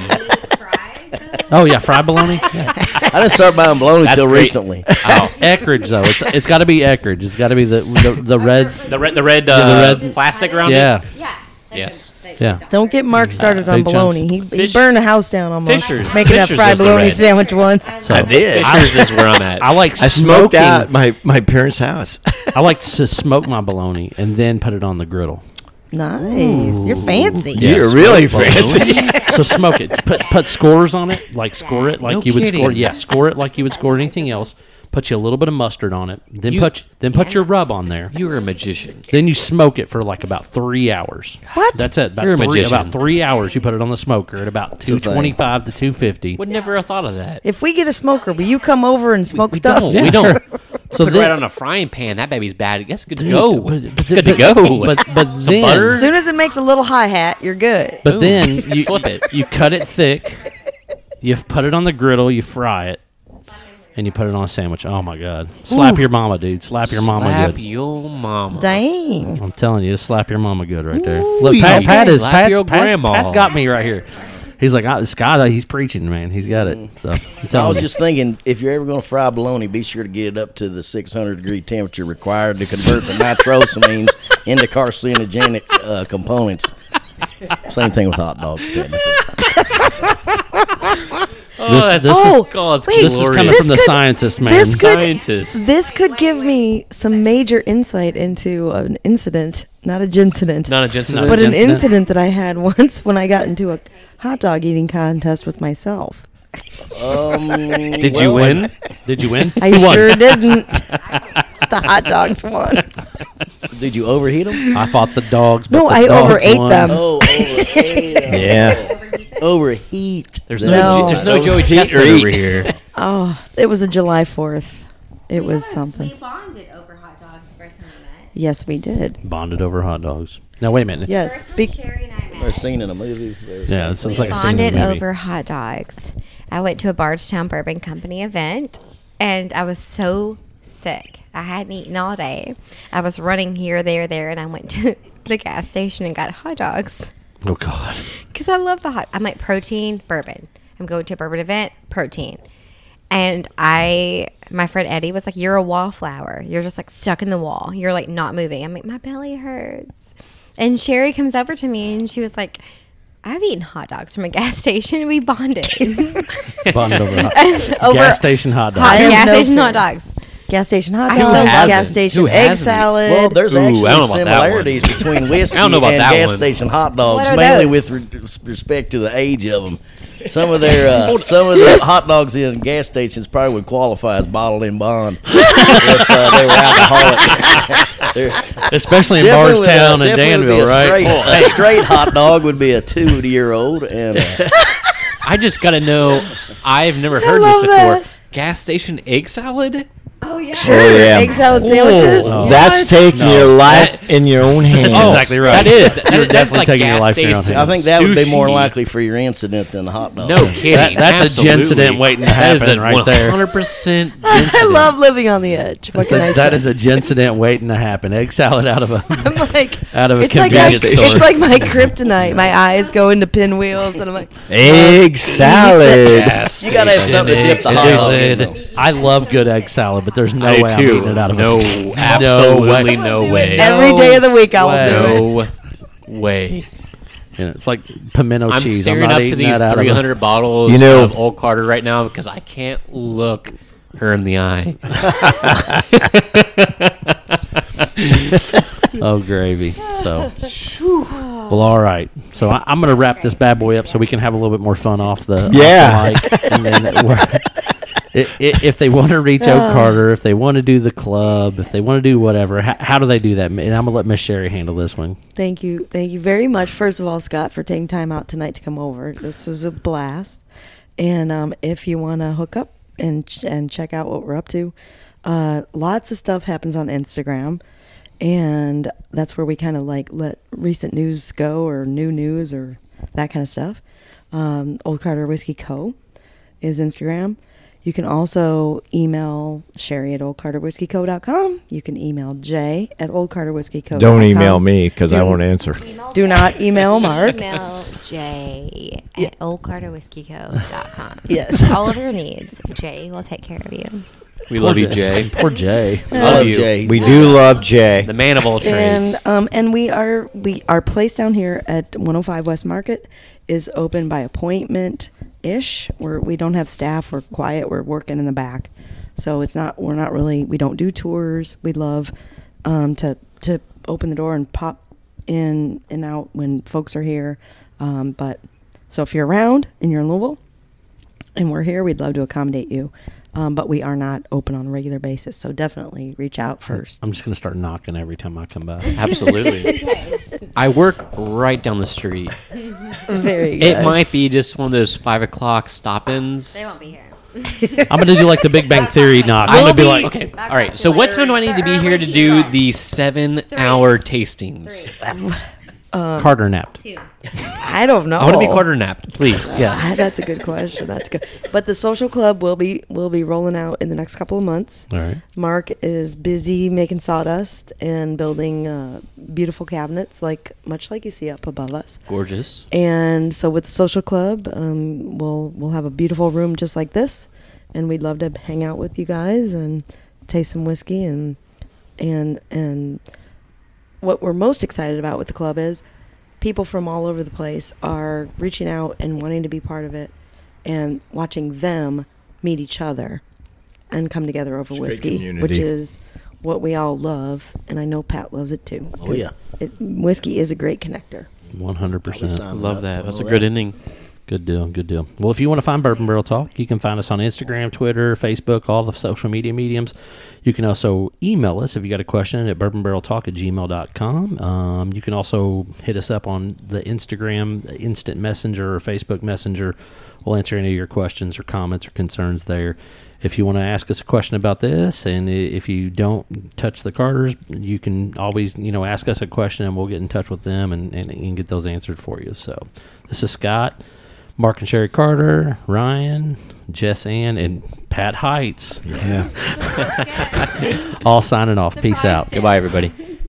A: Oh yeah, fried bologna. Yeah.
G: I didn't start buying bologna
I: That's
G: until
I: great.
G: recently.
I: Oh,
A: Eckridge though, it's it's got to be Eckridge. It's got to be the the, the red.
I: the red, the red,
A: the
I: uh,
A: red-
I: plastic around
A: Yeah,
D: Yeah. They
I: Yes.
D: could- they
A: Yeah.
D: could
B: Don't get Mark started on
A: Big chunks.
B: bologna. He, he
I: Fish-
B: burned a house down on
I: Fishers-
B: making that
I: Fishers
B: fried
I: is the
B: bologna
I: red.
B: sandwich once.
D: doctor.
A: So-
J: I did.
I: it. Pictures is where I'm at.
A: I like
E: I
A: smoking.
E: smoked out at my my parents' house.
A: I like to smoke my bologna and then put it on the griddle.
B: Nice. You're fancy.
J: You're really fancy.
A: so smoke it. Put put scores on it, like score it like
I: No
A: you would score.
I: kidding.
A: Yeah, score it like you would score anything else. Put you a little bit of mustard on it. Then
I: You-
A: put then put your rub on there.
I: You're a magician.
A: Then you smoke it for like about three hours.
B: What?
A: That's it. About
I: You're a
A: three,
I: magician.
A: About three hours. You put it on the smoker at about two
G: a thing.
A: twenty five to two fifty.
I: Would never have thought of that.
B: If we get a smoker, will you come over and smoke
I: We
B: stuff?
I: don't.
A: Yeah,
I: we don't.
A: sure. So
I: Put it
A: then-
I: right on a frying pan. That baby's bad. That's good to
A: Dude,
I: go.
A: but-
I: It's
A: but-
I: good to go.
A: But but
I: Some
A: then
I: butter?
B: As soon as it makes a little hi hat, you're good.
A: but
I: Ooh.
A: then you
I: Flip it.
A: You cut it thick. You f- put it on the griddle. You fry it. And you put it on a sandwich. Oh my God! Slap your mama, dude. Slap your mama
I: Slap
A: good.
I: your mama.
B: Dang.
A: I'm telling you, slap your mama good right there. Look, Pat,
I: yeah.
A: Pat is
I: Slap
A: Pat's,
I: your
A: Pat's,
I: grandma.
A: Pat's got me right here. He's like, "Ah, I, Scott, he's preaching, man. He's got it. So I'm
G: I was
A: telling you.
G: just thinking, if you're ever going to fry bologna, be sure to get it up to the 600 degree temperature required to convert the nitrosamines into carcinogenic uh, components. Same thing with hot dogs. technically.
I: Oh,
A: This-
I: that's
A: this is-
B: Oh,
I: God's
B: wait.
A: this is
I: glorious.
A: coming from the
B: could-
A: scientist, man.
B: this could-
I: scientist.
B: This could give me some major insight into an incident, not a gincident,
I: Not a Jensen.
A: Not
B: but
A: a
B: an
A: gincident.
B: incident that I had once when I got into a hot dog eating contest with myself.
G: Um,
I: Did
G: well,
I: you win?
A: Did you win?
B: I
A: Who won?
B: sure didn't. the hot dogs won.
G: Did you overheat them?
A: I fought the dogs. But
B: No,
A: the
B: I
A: dogs
B: overate
A: won.
B: them.
G: Oh, overheat.
E: yeah,
G: overheat.
I: There's
G: That-
I: no,
B: No.
I: there's no
A: Oh,
I: Joey
J: Heat or
I: Chestnut
J: eat.
I: over here.
B: Oh, it was a July 4th. It
D: We
B: was
D: were-
B: something.
D: We bonded over hot dogs the first time we met.
B: Yes, we did.
A: Bonded over hot dogs. Now, wait a minute.
B: Yes.
D: First time
B: Be-
D: Sherry and I met.
G: There's seen in a movie. There's-
A: Yeah, it sounds like a scene in
D: bonded
A: a movie.
D: over hot dogs. I went to a Bardstown Bourbon Company event and I was so sick. I hadn't eaten all day. I was running here, there, there, and I went to the gas station and got hot dogs
A: Oh, God.
D: because I love the hot. I'm like protein, bourbon. I'm going to a bourbon event, protein. And I, my friend Eddie was like, "You're a wallflower. You're just like stuck in the wall. You're like not moving." I'm like, "My belly hurts." And Sherry comes over to me and she was like, "I've eaten hot dogs from a gas station. We bonded
A: Bonded over hot
D: over
A: Gas station hot dogs.
B: I
D: hot,
B: have
D: gas
B: no
D: station
B: fear.
D: hot dogs."
B: Gas station hot
D: Who
B: dogs, gas
I: hasn't? Who
B: station egg
I: hasn't?
B: salad.
G: Well, there's
I: Ooh, I
G: actually
I: don't know about that
G: similarities
I: one.
G: between whiskey
I: I don't know about
G: and
I: that
G: gas
I: one.
G: station hot dogs,
D: What are
G: mainly
D: those?
G: with re- respect to the age of them. Some of their uh, some of the hot dogs in gas stations probably would qualify as bottled in bond if uh, they were alcoholic. They're-
A: Especially in
G: definitely would, uh,
A: Bardstown and
G: definitely would
A: Danville,
G: be a
A: right?
G: Straight, a straight hot dog would be a two-year-old, and uh,
I: I just gotta know. I've never heard this
B: love
I: before.
B: that.
I: Gas station egg salad.
D: Oh yeah.
J: Oh, yeah.
B: Egg salad sandwiches.
A: Oh.
J: That's taking your life
I: That-
J: in your own hands.
A: That's exactly right.
I: That is. That,
A: You're
I: that- that's
A: definitely
I: like
A: taking
I: gas
A: your life in your own
I: station.
G: I think that would be more
I: sushi.
G: likely for your incident than the hot dog.
I: No kidding.
A: that's a
I: Absolutely.
A: Jensen waiting to
I: That is
A: happen
I: a
A: right there.
I: 100%
B: I
I: Jensen.
B: love living on the edge. What can I
A: That
B: say?
A: is a gincident waiting to happen. Egg salad out of a
B: I'm like
A: out of a
B: it's like I,
A: convenience store.
B: it's like my kryptonite. My eyes go into pinwheels, and I'm like,
J: Egg salad.
I: Gas
G: You gotta have
I: station
G: something to
I: egg
G: dip the hot dog in,
I: salad.
G: though.
A: I love good egg salad, but there's no
I: I do
A: way
I: too.
A: I'm eating it out of
I: no,
A: a
I: absolutely
A: way.
I: no
B: do it
I: way.
B: every day of the week. I will do it.
I: No way.
A: And it's It's like pimento
C: I'm
A: cheese.
C: staring
A: not
C: up to
A: eating
C: these
A: that out of a-
C: 300 bottles
F: You know-
C: of Old Carter right now because I can't look her in the eye.
A: Oh, gravy. So, well, all right. So I, I'm going to wrap this bad boy up so we can have a little bit more fun off the off the
F: Yeah.
A: mic. and then we're- i- i- if they want to reach out Carter, if they want to do the club, if they want to do whatever, how, how do they do that? And I'm gonna let Miss Sherry handle this one.
B: Thank you. Thank you very much, first of all, Scott, for taking time out tonight to come over. This was a blast. And um, if you want to hook up and, ch- and check out what we're up to, uh, lots of stuff happens on Instagram. And that's where we kind of like let recent news go or new news or that kind of stuff. Um, Old Carter Whiskey Co. is Instagram. You can also email Sherry at oldcarterwhiskeyco.com. You can email Jay at oldcarterwhiskeyco.com.
E: Don't email me because I
B: Do-
E: won't answer.
B: Do not email Mark.
I: Email Jay at oldcarterwhiskeyco.com.
B: Yes.
I: All of your needs, Jay will take care of you.
C: We love you,
A: Poor
C: Jay.
A: Poor Jay.
G: Love
C: you.
G: Jay.
E: We do love Jay.
C: The man of all trades.
B: And um, and we are we our place down here at 105 West Market is open by appointment ish. We're we don't have staff. We're quiet. We're working in the back, so it's not we're not really we don't do tours. We love um, to to open the door and pop in and out when folks are here. Um, but so if you're around and you're in Louisville, and we're here, we'd love to accommodate you. Um, but we are not open on a regular basis, so definitely reach out first.
C: Um,
A: I'm just gonna start knocking every time I come by.
C: Absolutely. I work right down the street.
B: Very
C: It might be just one of those five o'clock stop ins.
I: They won't be here.
A: I'm gonna do like the Big Bang Theory knock. I'm
C: I
A: gonna
C: would
A: be like,
C: okay,
I: Back
C: all right.
I: up
C: So,
I: to
C: what
I: like
C: time do I need to be
I: the
C: here to
I: early
C: do
I: kickoff.
C: the seven-hour tastings?
A: Carter napped.
I: Two.
B: I don't know. Ah,
C: I want to be quarter napped, please. Yes.
B: That's a good question. That's good. But the social club will be will be rolling out in the next couple of months.
A: All right.
B: Mark is busy making sawdust and building uh, beautiful cabinets, like much like you see up above us.
C: Gorgeous.
B: And so with the social club, um, we'll we'll have a beautiful room just like this, and we'd love to hang out with you guys and taste some whiskey and and and what we're most excited about with the club is people from all over the place are reaching out and wanting to be part of it and watching them meet each other and come together over
E: It's a great
B: whiskey,
E: community.
B: which is what we all love, and I know Pat loves it too.
G: Oh,
B: 'cause
G: yeah.
B: it, whiskey is a great connector.
A: 100. percent
G: Sign
C: Love
G: up,
C: that. That's a
G: all
C: good ending.
A: Good deal, good deal. Well, if you want to find Bourbon Barrel Talk, you can find us on Instagram, Twitter, Facebook, all the social media mediums. You can also email us if you got a question at bourbonbarreltalk at gmail.com. Um, you can also hit us up on the Instagram the Instant Messenger or Facebook Messenger. We'll answer any of your questions or comments or concerns there. If you want to ask us a question about this, and i- if you don't touch the Carters, you can always you know ask us a question, and we'll get in touch with them and, and, and get those answered for you. So this is Scott. Mark and Sherry Carter, Ryan, Jess Ann, and Pat Heights. Yeah. All signing off. Peace out.
C: Goodbye, everybody.